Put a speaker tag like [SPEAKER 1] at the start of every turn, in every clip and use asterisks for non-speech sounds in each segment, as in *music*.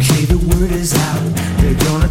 [SPEAKER 1] Okay, the word is out. They're gonna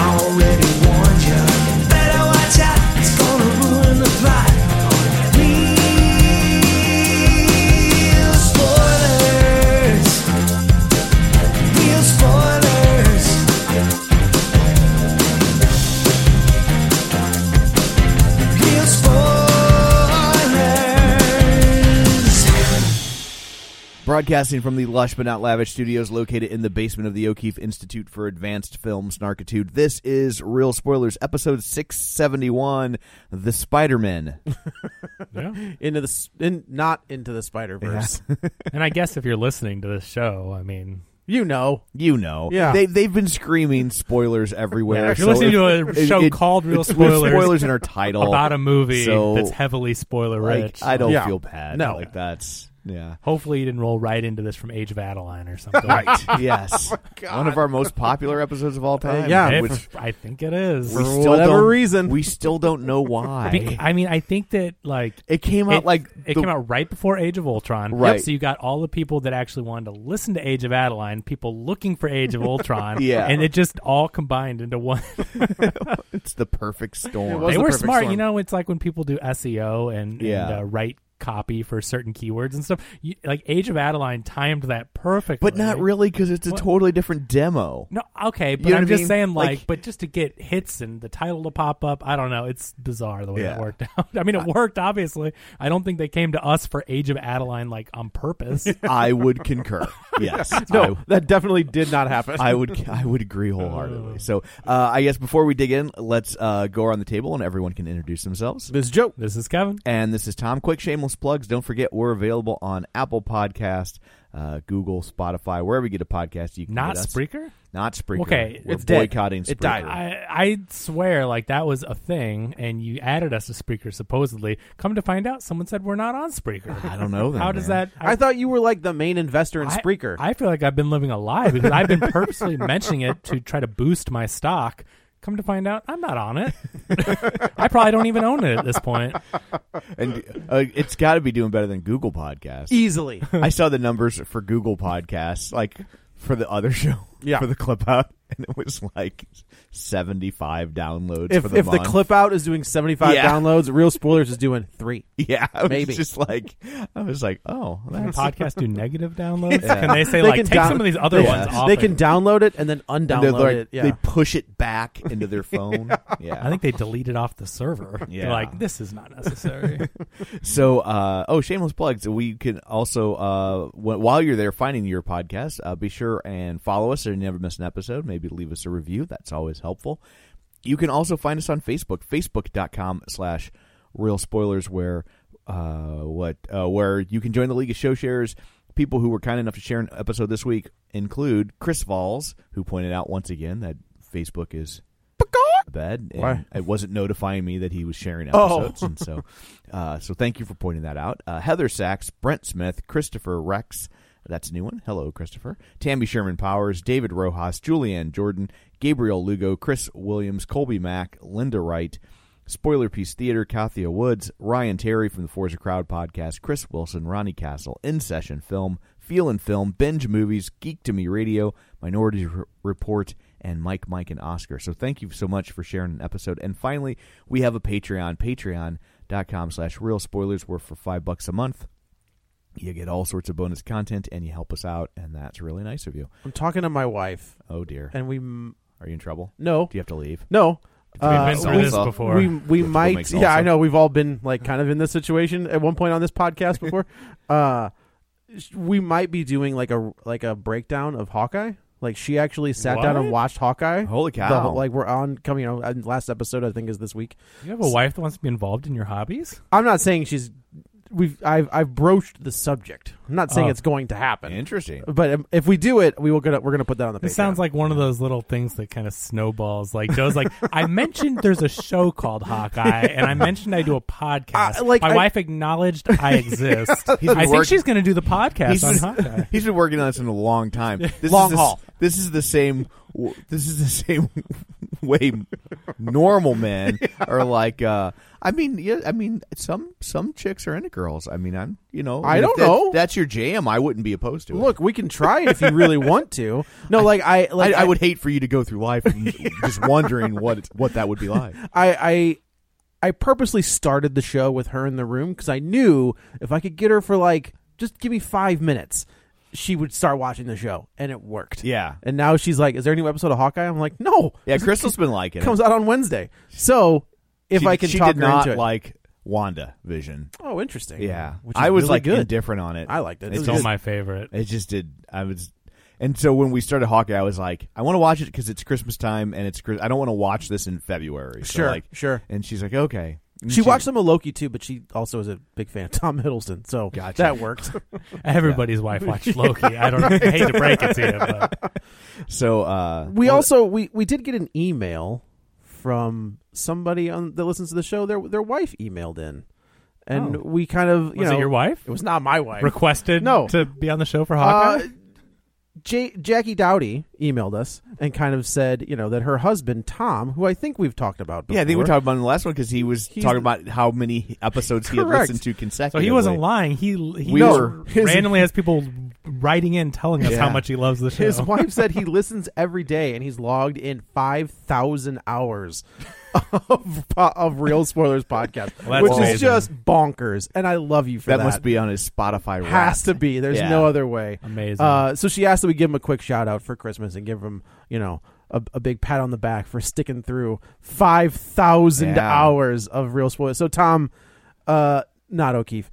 [SPEAKER 1] already warned ya. Better watch out, it's gonna ruin the plot. Real spoilers. Real spoilers. Real spoilers.
[SPEAKER 2] Broadcasting from the lush but not lavish studios located in the basement of the O'Keefe Institute for Advanced Film Snarkitude, this is Real Spoilers, episode 671, The Spider-Man.
[SPEAKER 3] into the s- in, not into the Spider Verse.
[SPEAKER 4] And I guess if you're listening to this show, I mean,
[SPEAKER 3] you know,
[SPEAKER 2] You know.
[SPEAKER 3] Yeah.
[SPEAKER 2] They, they've been screaming spoilers everywhere.
[SPEAKER 4] *laughs* if you're listening to a show called Real
[SPEAKER 2] it's- there's
[SPEAKER 4] Spoilers
[SPEAKER 2] spoilers in our title.
[SPEAKER 4] about a movie
[SPEAKER 2] so,
[SPEAKER 4] that's heavily spoiler
[SPEAKER 2] like,
[SPEAKER 4] rich,
[SPEAKER 2] I don't
[SPEAKER 3] Yeah.
[SPEAKER 2] feel bad.
[SPEAKER 3] No.
[SPEAKER 2] Like, that's... Yeah.
[SPEAKER 4] hopefully you didn't roll right into this from Age of Adeline or something. *laughs* Oh
[SPEAKER 2] yes. One of our most popular episodes
[SPEAKER 4] Uh,
[SPEAKER 2] of all time.
[SPEAKER 3] yeah.
[SPEAKER 4] If-
[SPEAKER 2] Which
[SPEAKER 4] I think it is.
[SPEAKER 2] we
[SPEAKER 3] For
[SPEAKER 2] still
[SPEAKER 3] whatever
[SPEAKER 2] don't-
[SPEAKER 3] reason.
[SPEAKER 2] We still don't know why.
[SPEAKER 4] Bec- I mean, I think that like
[SPEAKER 2] it came out
[SPEAKER 4] it,
[SPEAKER 2] like... the-
[SPEAKER 4] it came out right before Age of Ultron.
[SPEAKER 2] Right.
[SPEAKER 4] So you got all the people that actually wanted to listen to Age of Adeline, people looking for Age of
[SPEAKER 2] *laughs*
[SPEAKER 4] Ultron,
[SPEAKER 2] Yeah.
[SPEAKER 4] and it just all combined into one.
[SPEAKER 2] It's the perfect storm.
[SPEAKER 3] was
[SPEAKER 4] they
[SPEAKER 3] the
[SPEAKER 4] were
[SPEAKER 3] perfect
[SPEAKER 4] smart,
[SPEAKER 3] storm.
[SPEAKER 4] you know. It's like when people do SEO and,
[SPEAKER 2] Yeah.
[SPEAKER 4] and uh, write copy for certain keywords and stuff. You, like Age of Adeline timed that perfectly,
[SPEAKER 2] but not really because it's a
[SPEAKER 4] What?
[SPEAKER 2] totally different
[SPEAKER 3] *laughs*
[SPEAKER 2] demo.
[SPEAKER 4] No, okay, but
[SPEAKER 2] know what
[SPEAKER 4] I'm
[SPEAKER 2] I
[SPEAKER 4] just
[SPEAKER 2] mean?
[SPEAKER 4] saying, like,
[SPEAKER 2] Like-
[SPEAKER 4] but just to get hits and the title to pop up, I don't know. It's bizarre the way
[SPEAKER 2] Yeah.
[SPEAKER 4] it worked *laughs* out. I mean, it worked obviously. I don't think they came to us for Age of Adeline like
[SPEAKER 2] *laughs*
[SPEAKER 4] on purpose.
[SPEAKER 2] I would
[SPEAKER 3] *laughs*
[SPEAKER 2] concur. Yes,
[SPEAKER 3] no, that definitely did not happen. Oh.
[SPEAKER 2] I, I would. I would agree wholeheartedly. So, uh, I guess before we dig in, let's uh, go around the table and everyone can introduce themselves.
[SPEAKER 3] this joke.
[SPEAKER 4] this is Kevin.
[SPEAKER 2] And this is Tom. Quick shameless plugs. Don't forget we're available on Apple Podcast, uh, Google, Spotify, wherever you get a podcast. You can
[SPEAKER 4] Not
[SPEAKER 2] get us.
[SPEAKER 4] Spreaker.
[SPEAKER 2] Not Spreaker.
[SPEAKER 4] Okay,
[SPEAKER 2] we're
[SPEAKER 3] it's dead.
[SPEAKER 2] boycotting
[SPEAKER 3] It
[SPEAKER 2] Spreaker.
[SPEAKER 3] died.
[SPEAKER 4] I, I swear, like that was a thing, and you added us to Spreaker supposedly. Come to find out, someone said we're not on Spreaker.
[SPEAKER 2] I don't know.
[SPEAKER 4] *laughs*
[SPEAKER 2] Then,
[SPEAKER 4] How does
[SPEAKER 2] man.
[SPEAKER 4] that?
[SPEAKER 3] I thought you were like the main investor in
[SPEAKER 4] I-
[SPEAKER 3] Spreaker.
[SPEAKER 4] I feel like I've been living a lie because I've
[SPEAKER 2] *laughs*
[SPEAKER 4] been purposely mentioning it to try to boost my stock. Come to find out, I'm not on it. *laughs* I probably don't even own it at this point.
[SPEAKER 2] And uh, it's got to be doing better than Google Podcasts.
[SPEAKER 3] *laughs* Easily.
[SPEAKER 2] I saw the numbers for Google Podcasts, like for the other *laughs* show,
[SPEAKER 3] Yeah.
[SPEAKER 2] for the clip out, and it was like seventy-five downloads
[SPEAKER 3] if
[SPEAKER 2] for
[SPEAKER 3] if
[SPEAKER 2] the
[SPEAKER 3] the
[SPEAKER 2] month.
[SPEAKER 3] clip out is doing 75
[SPEAKER 2] Yeah.
[SPEAKER 3] downloads, Real Spoilers is doing three.
[SPEAKER 2] *laughs* yeah, I was
[SPEAKER 3] Maybe.
[SPEAKER 2] just like I was like, oh,
[SPEAKER 4] Can
[SPEAKER 2] that's
[SPEAKER 4] podcasts do negative downloads? Can they say
[SPEAKER 3] They
[SPEAKER 4] like
[SPEAKER 3] can
[SPEAKER 4] take
[SPEAKER 3] down-
[SPEAKER 4] some of these other
[SPEAKER 2] Yeah.
[SPEAKER 4] ones off?
[SPEAKER 3] They
[SPEAKER 4] it?
[SPEAKER 3] can download it and then
[SPEAKER 2] And they're
[SPEAKER 3] undownload
[SPEAKER 2] like-
[SPEAKER 3] it. Yeah.
[SPEAKER 2] They push it back into
[SPEAKER 3] *laughs*
[SPEAKER 2] their phone. yeah,
[SPEAKER 4] I think they delete it off the server.
[SPEAKER 2] Yeah.
[SPEAKER 4] They're like, this is not
[SPEAKER 2] *laughs*
[SPEAKER 4] necessary.
[SPEAKER 2] So, uh, oh, shameless plugs. We can also, uh, wh- while you're there finding your podcast, uh, be sure and follow us so you never miss an episode. Maybe leave us a review. That's always helpful. You can also find us on Facebook, facebook.com slash real spoilers, where, uh, what, uh, where you can join the League of Show Sharers. People who were kind enough to share an episode this week include Chris Valls, who pointed out once again that Facebook is bad. And
[SPEAKER 3] Why?
[SPEAKER 2] It wasn't notifying me that he was sharing episodes, and *laughs* so, uh, so thank you for pointing that out. Uh, Heather Sachs, Brent Smith, Christopher Rex, That's a new one. Hello, Christopher. Tammy Sherman Powers, David Rojas, Julianne Jordan, Gabriel Lugo, Chris Williams, Colby Mack, Linda Wright, Spoiler Piece Theater, Kathia Woods, Ryan Terry from the Forza Crowd podcast, Chris Wilson, Ronnie Castle, In Session Film, Feel and Film, Binge Movies, Geek to Me Radio, Minority R- Report, and Mike, Mike, and Oscar. So thank you so much for sharing an episode. And finally, we have a Patreon, patreon.com slash real spoilers, where for five bucks a month, you get all sorts of bonus content and you help us out, and that's really nice of you.
[SPEAKER 3] I'm talking to my wife,
[SPEAKER 2] Oh dear.
[SPEAKER 3] and we m-
[SPEAKER 2] Are you in trouble?
[SPEAKER 3] no,
[SPEAKER 2] Do you have to leave?
[SPEAKER 3] no.
[SPEAKER 4] We've been
[SPEAKER 2] Uh,
[SPEAKER 4] through this
[SPEAKER 2] we-
[SPEAKER 4] before.
[SPEAKER 3] We we
[SPEAKER 2] Which
[SPEAKER 3] might.
[SPEAKER 2] makes
[SPEAKER 3] Yeah,
[SPEAKER 2] also-
[SPEAKER 3] I know. We've all been like kind of in this situation at one point on
[SPEAKER 2] *laughs*
[SPEAKER 3] this podcast before. uh, sh- we might be doing like a like a breakdown of Hawkeye. Like she actually sat down and
[SPEAKER 4] What?
[SPEAKER 3] watched Hawkeye.
[SPEAKER 2] Holy
[SPEAKER 3] The
[SPEAKER 2] cow.
[SPEAKER 3] whole- like we're on coming. You know, uh, last episode I think is this week.
[SPEAKER 4] you have a wife that wants to be involved in your hobbies?
[SPEAKER 3] I'm not saying she's. We've I've I've broached the subject. I'm not saying
[SPEAKER 4] Oh.
[SPEAKER 3] it's going to happen.
[SPEAKER 2] Interesting.
[SPEAKER 3] But um, if we do it, we will gonna we're gonna put that on the.
[SPEAKER 4] It sounds like one of those little things that kind of snowballs. Like Joe's like, I mentioned there's a show called Hawkeye, and I mentioned I do a podcast.
[SPEAKER 3] Uh, like,
[SPEAKER 4] my
[SPEAKER 3] I-
[SPEAKER 4] wife acknowledged I
[SPEAKER 3] *laughs*
[SPEAKER 4] exist. I think
[SPEAKER 2] working-
[SPEAKER 4] she's going to do the podcast on
[SPEAKER 2] He's-
[SPEAKER 4] Hawkeye.
[SPEAKER 2] He's been working on this in a long
[SPEAKER 3] *laughs*
[SPEAKER 2] time. This is
[SPEAKER 3] Long
[SPEAKER 2] the, s-
[SPEAKER 3] haul.
[SPEAKER 2] This is the same. w- This is the same *laughs* way normal
[SPEAKER 3] *laughs*
[SPEAKER 2] men are like. Uh, I mean, yeah. I mean, some some chicks are into girls. I mean, I'm. You know,
[SPEAKER 3] I
[SPEAKER 2] if
[SPEAKER 3] don't
[SPEAKER 2] that-
[SPEAKER 3] know.
[SPEAKER 2] That's your jam. I wouldn't be opposed to it.
[SPEAKER 3] Look, we can try it if you really want to.
[SPEAKER 4] *laughs*
[SPEAKER 3] No, like I
[SPEAKER 2] I,
[SPEAKER 3] like
[SPEAKER 2] I would hate for you to go through life
[SPEAKER 3] *laughs*
[SPEAKER 2] and just wondering what it's, what that would be like.
[SPEAKER 3] I I I purposely started the show with her in the room because I knew if I could get her for like just give me five minutes, she would start watching the show, and it worked.
[SPEAKER 2] Yeah.
[SPEAKER 3] And now she's like, "Is there a new episode of Hawkeye?" I'm like, "No,
[SPEAKER 2] Yeah,
[SPEAKER 3] *laughs*
[SPEAKER 2] Crystal's been liking it.
[SPEAKER 3] it comes out on Wednesday." So if
[SPEAKER 2] She-
[SPEAKER 3] I can
[SPEAKER 2] she
[SPEAKER 3] talk
[SPEAKER 2] did
[SPEAKER 3] her
[SPEAKER 2] not
[SPEAKER 3] into it,
[SPEAKER 2] like Wanda Vision.
[SPEAKER 3] oh, interesting.
[SPEAKER 2] Yeah,
[SPEAKER 3] Which is
[SPEAKER 2] I was
[SPEAKER 3] really
[SPEAKER 2] like
[SPEAKER 3] good.
[SPEAKER 2] indifferent on it.
[SPEAKER 3] I liked it.
[SPEAKER 2] It's
[SPEAKER 4] It's
[SPEAKER 2] just-
[SPEAKER 4] all my favorite.
[SPEAKER 2] It just did. I was, and so when we started Hawkeye, I was like, I want to watch it because it's Christmas time and it's. Chris- I don't want to watch this in February. So
[SPEAKER 3] Sure,
[SPEAKER 2] like,
[SPEAKER 3] sure.
[SPEAKER 2] And she's like, okay. And
[SPEAKER 3] She watched some of Loki too, but she also is a big fan of Tom Hiddleston, so
[SPEAKER 2] Gotcha.
[SPEAKER 3] that worked.
[SPEAKER 4] Everybody's wife
[SPEAKER 3] *laughs*
[SPEAKER 4] watched Loki. I don't I hate to break it to you, but
[SPEAKER 2] So uh,
[SPEAKER 3] we also we we did get an email from somebody on that listens to the show. Their their wife emailed in, and
[SPEAKER 4] Oh.
[SPEAKER 3] we kind of you
[SPEAKER 4] was
[SPEAKER 3] know
[SPEAKER 4] it your wife
[SPEAKER 3] It was not my wife.
[SPEAKER 4] requested
[SPEAKER 3] No.
[SPEAKER 4] to be on the show for
[SPEAKER 3] Uh,
[SPEAKER 4] Hawkeye?
[SPEAKER 3] J- Jackie Dowdy emailed us and kind of said you know that her husband Tom, who I think we've talked about, before,
[SPEAKER 2] yeah, I think we talked about it in the last one because he was
[SPEAKER 3] He's-
[SPEAKER 2] talking about how many episodes he had
[SPEAKER 3] Correct.
[SPEAKER 2] listened to
[SPEAKER 4] so
[SPEAKER 2] consecutively.
[SPEAKER 4] he wasn't lying. He, he
[SPEAKER 2] We
[SPEAKER 4] just
[SPEAKER 2] were-
[SPEAKER 4] randomly has people writing in telling us
[SPEAKER 2] Yeah.
[SPEAKER 4] how much he loves the show.
[SPEAKER 3] His wife said he listens every day, and he's logged in five thousand hours *laughs* of of real spoilers podcast,
[SPEAKER 4] Well, that's
[SPEAKER 3] which is
[SPEAKER 4] amazing.
[SPEAKER 3] just bonkers. And I love you for
[SPEAKER 2] That,
[SPEAKER 3] that.
[SPEAKER 2] must be on his Spotify. *laughs*
[SPEAKER 3] has
[SPEAKER 2] Wrapped.
[SPEAKER 3] to be. There's
[SPEAKER 2] Yeah.
[SPEAKER 3] no other way.
[SPEAKER 4] Amazing.
[SPEAKER 3] Uh, so she asked that we give him a quick shout out for Christmas and give him, you know, a, a big pat on the back for sticking through five thousand
[SPEAKER 2] Yeah.
[SPEAKER 3] hours of real spoilers. So Tom, uh,
[SPEAKER 2] *laughs*
[SPEAKER 3] not O'Keefe,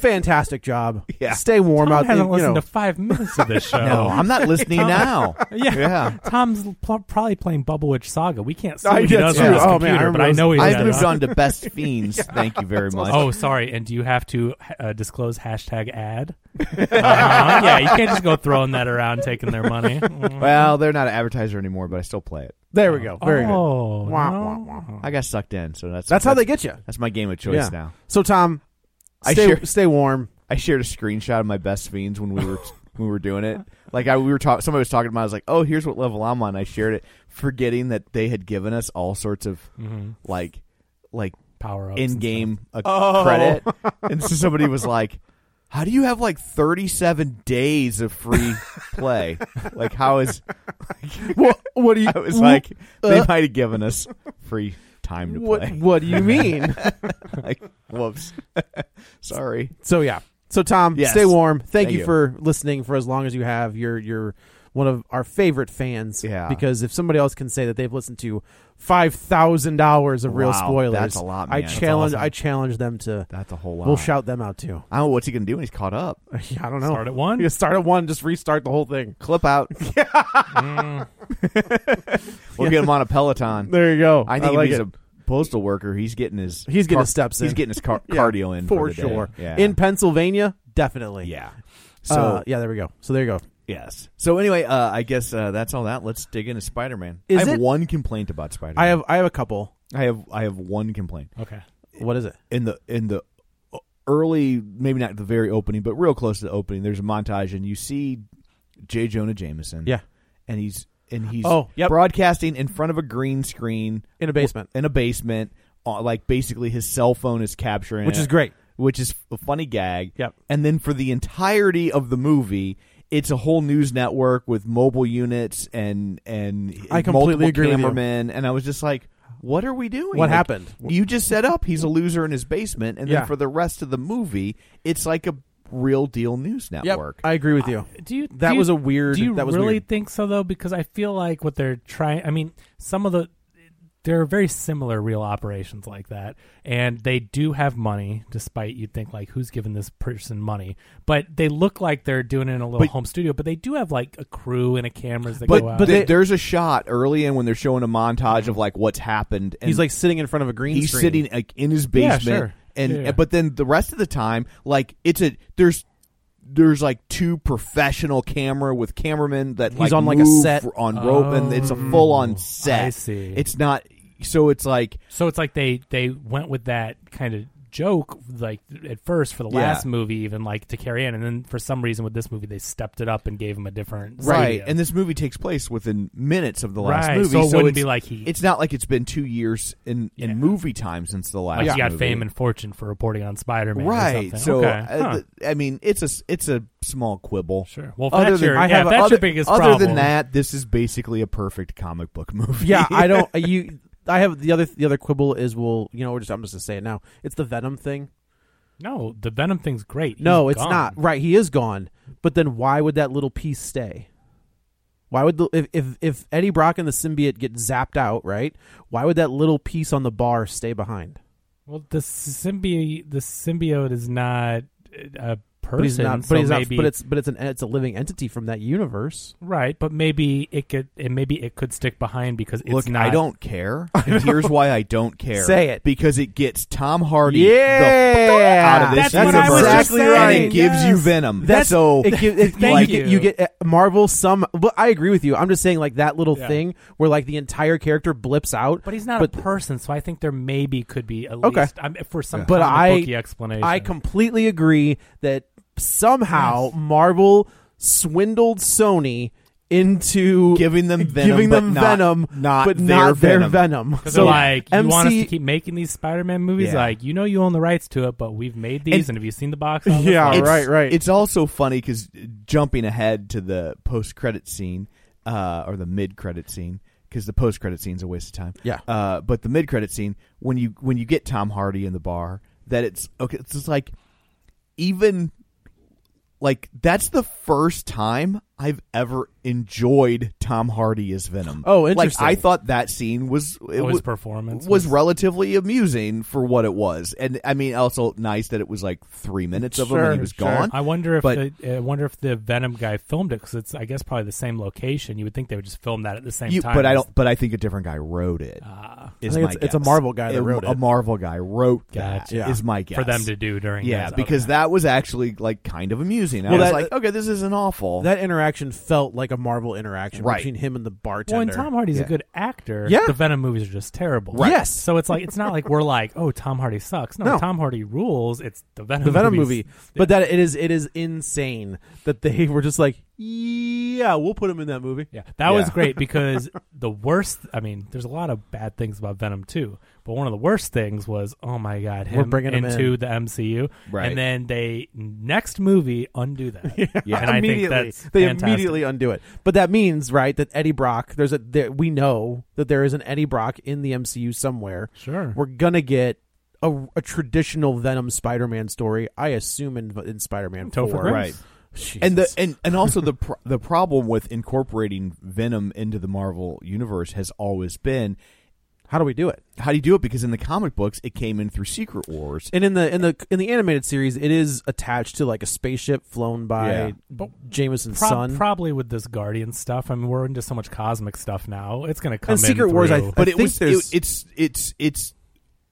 [SPEAKER 3] fantastic job.
[SPEAKER 2] Yeah.
[SPEAKER 3] stay warm
[SPEAKER 4] Tom
[SPEAKER 3] out there.
[SPEAKER 4] hasn't
[SPEAKER 3] You
[SPEAKER 4] listened
[SPEAKER 3] know,
[SPEAKER 4] to five minutes of
[SPEAKER 2] *laughs*
[SPEAKER 4] this show.
[SPEAKER 2] No,
[SPEAKER 4] *laughs*
[SPEAKER 2] I'm not listening now.
[SPEAKER 4] Yeah.
[SPEAKER 2] Yeah.
[SPEAKER 4] Tom's pl- probably playing Bubble Witch Saga. We can't see
[SPEAKER 3] Oh,
[SPEAKER 4] what he
[SPEAKER 3] yeah,
[SPEAKER 4] does
[SPEAKER 3] true.
[SPEAKER 4] on his
[SPEAKER 3] Oh, man,
[SPEAKER 4] computer,
[SPEAKER 3] I
[SPEAKER 4] but I
[SPEAKER 3] remember
[SPEAKER 4] know he
[SPEAKER 2] I've
[SPEAKER 4] did.
[SPEAKER 2] moved on to Best Fiends. Thank you very much.
[SPEAKER 4] Oh, sorry. And do you have to uh, disclose hashtag ad?
[SPEAKER 3] *laughs*
[SPEAKER 4] uh Yeah, you can't just go throwing that around, taking their money.
[SPEAKER 3] Oh,
[SPEAKER 4] Mm.
[SPEAKER 2] Well, they're not an advertiser anymore, but I still play it.
[SPEAKER 3] there we go. Very good.
[SPEAKER 4] oh,
[SPEAKER 3] Wah,
[SPEAKER 4] no.
[SPEAKER 3] wah, wah.
[SPEAKER 2] I got sucked in, so that's
[SPEAKER 3] That's how they get you.
[SPEAKER 2] That's my game of choice
[SPEAKER 3] Yeah.
[SPEAKER 2] now.
[SPEAKER 3] So Tom,
[SPEAKER 2] I
[SPEAKER 3] stay,
[SPEAKER 2] share-
[SPEAKER 3] stay warm.
[SPEAKER 2] I shared a screenshot of my best fiends when we were when we were doing it. Like I we were talking, somebody was talking about. it. I was like, "Oh, here's what level I'm on." I shared it, forgetting that they had given us all sorts of like like
[SPEAKER 4] Power ups.
[SPEAKER 2] in game credit, and so somebody was like. How do you have like 37 days of free play? like, how is.
[SPEAKER 3] what, what do you?
[SPEAKER 2] *laughs* I was like, they
[SPEAKER 3] uh,
[SPEAKER 2] might have given us free time to
[SPEAKER 3] what,
[SPEAKER 2] play.
[SPEAKER 3] what do
[SPEAKER 2] *laughs*
[SPEAKER 3] you mean?
[SPEAKER 2] like, whoops. *laughs* Sorry.
[SPEAKER 3] So yeah. So Tom,
[SPEAKER 2] Yes.
[SPEAKER 3] stay warm. Thank,
[SPEAKER 2] Thank
[SPEAKER 3] you,
[SPEAKER 2] you.
[SPEAKER 3] for listening for as long as you have. You're you're one of our favorite fans.
[SPEAKER 2] Yeah.
[SPEAKER 3] Because if somebody else can say that they've listened to five thousand hours of real
[SPEAKER 2] Wow,
[SPEAKER 3] spoilers,
[SPEAKER 2] that's a lot,
[SPEAKER 3] I
[SPEAKER 2] man. That's
[SPEAKER 3] challenge
[SPEAKER 2] awesome.
[SPEAKER 3] I challenge them to.
[SPEAKER 2] That's a whole lot.
[SPEAKER 3] We'll shout them out too. *laughs*
[SPEAKER 2] I don't know what's he going to do when he's caught up.
[SPEAKER 3] I don't know.
[SPEAKER 4] Start at one.
[SPEAKER 3] You start at one, just restart the whole thing.
[SPEAKER 2] Clip
[SPEAKER 3] *laughs*
[SPEAKER 2] out.
[SPEAKER 3] Mm.
[SPEAKER 2] *laughs* we'll get him on a Peloton.
[SPEAKER 3] There you go.
[SPEAKER 2] I think if
[SPEAKER 3] like
[SPEAKER 2] he's
[SPEAKER 3] it.
[SPEAKER 2] a postal worker. He's getting his
[SPEAKER 3] He's getting his steps in.
[SPEAKER 2] He's getting his car-
[SPEAKER 3] Yeah,
[SPEAKER 2] cardio in
[SPEAKER 3] for,
[SPEAKER 2] the day.
[SPEAKER 3] sure.
[SPEAKER 2] Yeah.
[SPEAKER 3] In uh, Pennsylvania, definitely.
[SPEAKER 2] yeah. So
[SPEAKER 3] So yeah, there we go. So there you go.
[SPEAKER 2] yes. So anyway, uh, I guess uh, that's all that. Let's dig into Spider Man. I
[SPEAKER 3] Is
[SPEAKER 2] have
[SPEAKER 3] it-
[SPEAKER 2] one complaint about Spider Man.
[SPEAKER 3] I have I have a couple.
[SPEAKER 2] I have I have one complaint
[SPEAKER 4] Okay.
[SPEAKER 3] What is it?
[SPEAKER 2] in the in the early, maybe not the very opening, but real close to the opening, there's a montage, and you see J. Jonah Jameson.
[SPEAKER 3] Yeah.
[SPEAKER 2] and he's and he's
[SPEAKER 3] Oh, yep.
[SPEAKER 2] broadcasting in front of a green screen
[SPEAKER 3] In a basement.
[SPEAKER 2] in a basement. uh, Like basically, his cell phone is capturing,
[SPEAKER 3] Which
[SPEAKER 2] is
[SPEAKER 3] is great.
[SPEAKER 2] which is a funny gag.
[SPEAKER 3] Yep.
[SPEAKER 2] And then for the entirety of the movie, it's a whole news network with mobile units and and
[SPEAKER 3] I completely
[SPEAKER 2] multiple
[SPEAKER 3] agree with you.
[SPEAKER 2] cameramen. And I was just like, what are we doing?
[SPEAKER 3] What
[SPEAKER 2] Like,
[SPEAKER 3] happened?
[SPEAKER 2] You just set up he's a loser in his basement, and
[SPEAKER 3] Yeah.
[SPEAKER 2] then for the rest of the movie, it's like a real deal news network.
[SPEAKER 3] I agree with you.
[SPEAKER 4] Do you?
[SPEAKER 3] That
[SPEAKER 4] do you-
[SPEAKER 3] was a weird-
[SPEAKER 4] Do you
[SPEAKER 3] that was
[SPEAKER 4] really
[SPEAKER 3] weird.
[SPEAKER 4] think so though? Because I feel like what they're trying. I mean, some of the there are very similar real operations like that, and they do have money. Despite you'd think like, who's giving this person money? But they look like they're doing it in a little
[SPEAKER 2] But-
[SPEAKER 4] home studio. But they do have like a crew and a cameras that
[SPEAKER 2] but
[SPEAKER 4] go out.
[SPEAKER 2] but
[SPEAKER 3] they-
[SPEAKER 2] there's a shot early in when they're showing a montage of like what's happened. And
[SPEAKER 3] He's like sitting in front of a green
[SPEAKER 2] he's *laughs*
[SPEAKER 3] screen.
[SPEAKER 2] sitting like in his basement
[SPEAKER 4] sure.
[SPEAKER 2] and
[SPEAKER 4] Yeah, yeah.
[SPEAKER 2] but then the rest of the time like it's a there's there's like two professional camera with cameramen that
[SPEAKER 3] He's on, like, a
[SPEAKER 2] move
[SPEAKER 3] set.
[SPEAKER 2] on rope and it's a full on set
[SPEAKER 4] Oh, I see.
[SPEAKER 2] it's not so it's like
[SPEAKER 4] so it's like they they went with that kind of joke like at first for the
[SPEAKER 2] Yeah.
[SPEAKER 4] last movie even like to carry in and then for some reason with this movie they stepped it up and gave him a different
[SPEAKER 2] right
[SPEAKER 4] studio.
[SPEAKER 2] and this movie takes place within minutes of the last
[SPEAKER 4] Right,
[SPEAKER 2] movie
[SPEAKER 4] so it wouldn't
[SPEAKER 2] it's-
[SPEAKER 4] be like he-
[SPEAKER 2] it's not like it's been two years in
[SPEAKER 4] Yeah.
[SPEAKER 2] in movie time since the last
[SPEAKER 4] Like he got
[SPEAKER 2] movie.
[SPEAKER 4] fame and fortune for reporting on Spider Man,
[SPEAKER 2] right so
[SPEAKER 4] okay.
[SPEAKER 2] uh,
[SPEAKER 4] Huh.
[SPEAKER 2] th- i mean it's a s- it's a small quibble
[SPEAKER 4] sure. Well, if
[SPEAKER 2] other
[SPEAKER 4] that's
[SPEAKER 2] than-
[SPEAKER 4] your,
[SPEAKER 2] I
[SPEAKER 4] yeah,
[SPEAKER 2] have
[SPEAKER 4] if
[SPEAKER 2] a-
[SPEAKER 4] that's
[SPEAKER 2] other,
[SPEAKER 4] your biggest
[SPEAKER 2] other
[SPEAKER 4] problem.
[SPEAKER 2] than that, this is basically a perfect comic book movie.
[SPEAKER 3] Yeah,
[SPEAKER 2] *laughs*
[SPEAKER 3] I don't. uh, You, I have the other. The other quibble is, well, you know, we're just. I'm just gonna say it now. It's the Venom thing.
[SPEAKER 4] no, the Venom thing's great.
[SPEAKER 3] No,
[SPEAKER 4] He's
[SPEAKER 3] it's
[SPEAKER 4] gone.
[SPEAKER 3] not. Right, he is gone. But then why would that little piece stay? Why would the, if, if if Eddie Brock and the symbiote get zapped out, right? Why would that little piece on the bar stay behind?
[SPEAKER 4] Well, the symbiote, the symbiote is not a person,
[SPEAKER 3] But he's not. But
[SPEAKER 4] so
[SPEAKER 3] he's
[SPEAKER 4] maybe
[SPEAKER 3] not. But it's but it's an it's a living entity from that universe.
[SPEAKER 4] right. But maybe it could, and maybe it could stick behind because it's
[SPEAKER 2] Look,
[SPEAKER 4] not.
[SPEAKER 2] I don't
[SPEAKER 4] *laughs*
[SPEAKER 2] care. And here's why I don't care.
[SPEAKER 3] Say it.
[SPEAKER 2] because it gets Tom Hardy the
[SPEAKER 3] Yeah.
[SPEAKER 2] f- out of this
[SPEAKER 4] That's what I was
[SPEAKER 2] universe,
[SPEAKER 4] just Exactly saying,
[SPEAKER 2] and it
[SPEAKER 4] right.
[SPEAKER 2] gives you
[SPEAKER 4] yes.
[SPEAKER 2] Venom.
[SPEAKER 3] That's
[SPEAKER 2] so
[SPEAKER 3] It, gi- *laughs* it,
[SPEAKER 4] Thank
[SPEAKER 3] like,
[SPEAKER 4] you.
[SPEAKER 3] you get uh, Marvel some. But I agree with you. I'm just saying like that little
[SPEAKER 4] Yeah.
[SPEAKER 3] thing where like the entire character blips out.
[SPEAKER 4] But he's not
[SPEAKER 3] But
[SPEAKER 4] a person, so I think there maybe could be at
[SPEAKER 3] Okay.
[SPEAKER 4] least I'm, for some
[SPEAKER 3] But
[SPEAKER 4] comic
[SPEAKER 3] I-
[SPEAKER 4] booky explanation.
[SPEAKER 3] I completely agree that somehow Marvel swindled Sony into
[SPEAKER 2] Giving them Venom,
[SPEAKER 3] giving
[SPEAKER 2] but
[SPEAKER 3] them
[SPEAKER 2] not-
[SPEAKER 3] Venom,
[SPEAKER 2] not
[SPEAKER 3] but
[SPEAKER 2] their
[SPEAKER 3] not their
[SPEAKER 2] Venom.
[SPEAKER 3] Venom.
[SPEAKER 4] So like you
[SPEAKER 3] MC
[SPEAKER 4] want us to keep making these Spider-Man movies?
[SPEAKER 2] Yeah.
[SPEAKER 4] Like you know you own the rights to it, but we've made these, and,
[SPEAKER 2] And-
[SPEAKER 4] have you seen the
[SPEAKER 2] *laughs*
[SPEAKER 4] box? office?
[SPEAKER 3] Yeah,
[SPEAKER 4] Like,
[SPEAKER 2] it's,
[SPEAKER 3] right, right.
[SPEAKER 2] It's also funny because jumping ahead to the post credit scene uh, or the mid credit scene because the post credit scene's a waste of time.
[SPEAKER 3] Yeah.
[SPEAKER 2] Uh, but the mid credit scene when you when you get Tom Hardy in the bar, that it's okay. It's just like even like that's the first time I've ever enjoyed Tom Hardy as Venom.
[SPEAKER 3] Oh, interesting.
[SPEAKER 2] Like I thought that scene was it
[SPEAKER 4] Oh, his
[SPEAKER 2] wa-
[SPEAKER 4] performance
[SPEAKER 2] was,
[SPEAKER 4] was-
[SPEAKER 2] relatively amusing for what it was, and I mean also nice that it was like three minutes of him
[SPEAKER 3] Sure,
[SPEAKER 2] and he was
[SPEAKER 3] sure.
[SPEAKER 2] gone.
[SPEAKER 4] I wonder if
[SPEAKER 2] But-
[SPEAKER 4] the I wonder if the Venom guy filmed it because it's I guess probably the same location. You would think they would just film that at the same
[SPEAKER 2] You-
[SPEAKER 4] time.
[SPEAKER 2] but I
[SPEAKER 4] as- Ah.
[SPEAKER 2] don't. But I think a different guy wrote it. is
[SPEAKER 3] I think
[SPEAKER 2] my
[SPEAKER 3] it's- it's a
[SPEAKER 2] guess.
[SPEAKER 3] Marvel guy that
[SPEAKER 2] A-
[SPEAKER 3] wrote
[SPEAKER 2] A
[SPEAKER 3] it.
[SPEAKER 2] Marvel guy wrote that. Is
[SPEAKER 4] Gotcha.
[SPEAKER 2] my guess
[SPEAKER 4] for them to do during.
[SPEAKER 2] Yeah,
[SPEAKER 4] those-
[SPEAKER 2] because
[SPEAKER 4] okay.
[SPEAKER 2] that was actually like kind of amusing. I
[SPEAKER 3] Well,
[SPEAKER 2] was
[SPEAKER 3] that-
[SPEAKER 2] like, okay, this isn't awful.
[SPEAKER 3] that interaction felt like a Marvel interaction
[SPEAKER 2] Right.
[SPEAKER 3] between him and the bartender.
[SPEAKER 4] Well, and Tom Hardy's
[SPEAKER 2] Yeah.
[SPEAKER 4] a good actor.
[SPEAKER 3] Yeah.
[SPEAKER 4] the Venom movies are just terrible.
[SPEAKER 3] Right. Yes.
[SPEAKER 4] so it's like it's not like we're like, oh, Tom Hardy sucks. No,
[SPEAKER 3] No.
[SPEAKER 4] Tom Hardy rules. It's the Venom.
[SPEAKER 3] the Venom
[SPEAKER 4] movies.
[SPEAKER 3] movie, but that it is it is insane that they *laughs* were just like, yeah, we'll put him in that movie.
[SPEAKER 4] Yeah, that was
[SPEAKER 2] Yeah.
[SPEAKER 4] great
[SPEAKER 3] *laughs*
[SPEAKER 4] because the worst. I mean, there's a lot of bad things about Venom too, but one of the worst things was, oh my god, him
[SPEAKER 3] We're bringing him
[SPEAKER 4] into
[SPEAKER 3] in.
[SPEAKER 4] the MCU,
[SPEAKER 2] Right.
[SPEAKER 4] And then they next movie undo
[SPEAKER 3] *laughs*
[SPEAKER 4] that.
[SPEAKER 2] Yeah.
[SPEAKER 4] and I
[SPEAKER 3] immediately
[SPEAKER 4] think that's
[SPEAKER 3] they
[SPEAKER 4] fantastic.
[SPEAKER 3] immediately undo it. But that means right that Eddie Brock there's a there, we know that there is an Eddie Brock in the MCU somewhere.
[SPEAKER 4] Sure.
[SPEAKER 3] we're gonna get. A, a traditional Venom Spider-Man story, I assume in, in Spider-Man
[SPEAKER 4] Topher
[SPEAKER 3] Four,
[SPEAKER 4] Grace.
[SPEAKER 2] Right.
[SPEAKER 3] Jesus.
[SPEAKER 2] and the and, and also the pr- the problem with incorporating Venom into the Marvel universe has always been
[SPEAKER 3] how do we do it?
[SPEAKER 2] how do you do it? Because in the comic books, it came in through Secret Wars.
[SPEAKER 3] And in the in the in the animated series, it is attached to like a spaceship flown by
[SPEAKER 2] Yeah.
[SPEAKER 3] Jameson's
[SPEAKER 4] Prob-
[SPEAKER 3] son.
[SPEAKER 4] probably with this Guardian stuff. I mean, we're into so much cosmic stuff now. It's going to come.
[SPEAKER 3] And
[SPEAKER 4] in
[SPEAKER 3] Secret Wars, I
[SPEAKER 4] through.
[SPEAKER 3] think-
[SPEAKER 2] but it was
[SPEAKER 3] there's-
[SPEAKER 2] it, it's it's it's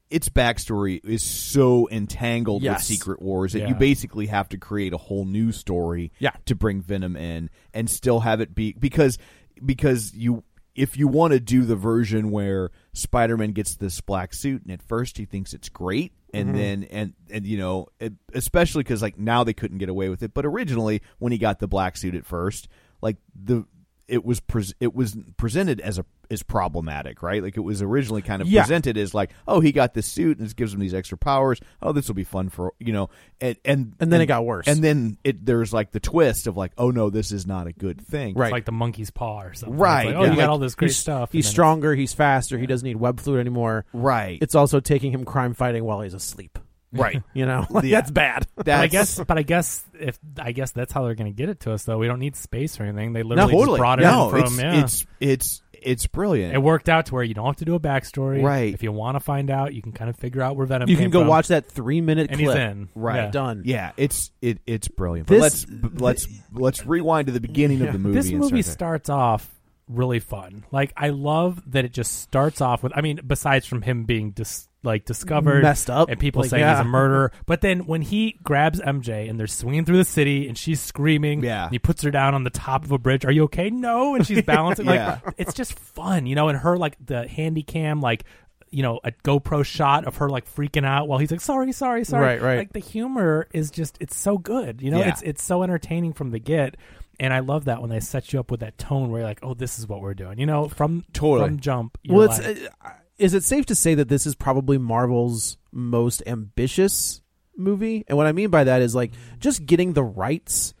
[SPEAKER 2] its backstory is so entangled with
[SPEAKER 3] Yes.
[SPEAKER 2] Secret Wars that
[SPEAKER 4] Yeah.
[SPEAKER 2] you basically have to create a whole new story
[SPEAKER 3] Yeah.
[SPEAKER 2] to bring Venom in and still have it be because because you if you want to do the version where Spider-Man gets this black suit and at first he thinks it's great and then and and you know it, especially because like now they couldn't get away with it but originally when he got the black suit at first like the it was pres it was presented as a as problematic right like it was originally kind of
[SPEAKER 3] Yeah.
[SPEAKER 2] presented as like oh he got this suit and this gives him these extra powers oh this will be fun for you know and and
[SPEAKER 3] And then it got worse.
[SPEAKER 2] and then it there's like the twist of like oh no this is not a good thing
[SPEAKER 3] Right.
[SPEAKER 4] It's like the monkey's paw or something. It's
[SPEAKER 2] Right,
[SPEAKER 4] like, oh,
[SPEAKER 2] yeah.
[SPEAKER 4] you
[SPEAKER 2] Like,
[SPEAKER 4] got all this great
[SPEAKER 3] he's,
[SPEAKER 4] stuff. and
[SPEAKER 3] He's
[SPEAKER 4] then
[SPEAKER 3] stronger. He's faster. He doesn't need web fluid anymore.
[SPEAKER 2] right
[SPEAKER 4] *laughs*
[SPEAKER 3] It's also taking him crime fighting while he's asleep.
[SPEAKER 2] right
[SPEAKER 3] You know, *laughs* Like,
[SPEAKER 2] Yeah.
[SPEAKER 3] that's bad.
[SPEAKER 4] But
[SPEAKER 2] that's,
[SPEAKER 4] *laughs* I guess, but I guess if I guess that's how they're going to get it to us, though. We don't need space or anything. They literally just
[SPEAKER 2] totally.
[SPEAKER 4] brought it
[SPEAKER 2] no,
[SPEAKER 4] in
[SPEAKER 2] it's,
[SPEAKER 4] from. yeah.
[SPEAKER 2] it's it's it's brilliant
[SPEAKER 4] it worked out to where you don't have to do a backstory.
[SPEAKER 2] Right.
[SPEAKER 4] If you want to find out, you can kind of figure out where Venom.
[SPEAKER 3] you
[SPEAKER 4] came
[SPEAKER 3] can go
[SPEAKER 4] from,
[SPEAKER 3] watch that three minute
[SPEAKER 4] and he's
[SPEAKER 3] clip.
[SPEAKER 4] in.
[SPEAKER 2] Right.
[SPEAKER 4] Yeah.
[SPEAKER 3] Done.
[SPEAKER 2] Yeah, it's it it's brilliant. But
[SPEAKER 3] This-
[SPEAKER 2] let's b- let's let's rewind to the beginning of the movie.
[SPEAKER 4] This
[SPEAKER 2] and
[SPEAKER 4] movie
[SPEAKER 2] start
[SPEAKER 4] starts off really fun. Like I love that it just starts off with. I mean, besides from him being dis, like discovered,
[SPEAKER 3] Messed up.
[SPEAKER 4] and people
[SPEAKER 3] Like,
[SPEAKER 4] saying he's
[SPEAKER 3] yeah.
[SPEAKER 4] a murderer. But then when he grabs MJ and they're swinging through the city and she's screaming,
[SPEAKER 2] Yeah.
[SPEAKER 4] and he puts her down on the top of a bridge. Are you okay? No, and
[SPEAKER 3] *laughs*
[SPEAKER 4] she's balancing.
[SPEAKER 2] Yeah.
[SPEAKER 4] Like it's just fun, you know. And her like the handy cam like. You know, a GoPro shot of her like freaking out while he's like, "Sorry, sorry, sorry."
[SPEAKER 3] Right, right.
[SPEAKER 4] Like the humor is just—it's so good. You know,
[SPEAKER 2] Yeah.
[SPEAKER 4] it's it's so entertaining from the get. And I love that when they set you up with that tone where you're like, oh, this is what we're doing. You know, from
[SPEAKER 2] Totally.
[SPEAKER 4] from jump. You're
[SPEAKER 3] Well, it's,
[SPEAKER 4] like,
[SPEAKER 3] uh, is it safe to say that this is probably Marvel's most ambitious movie? And what I mean by that is like just getting the rights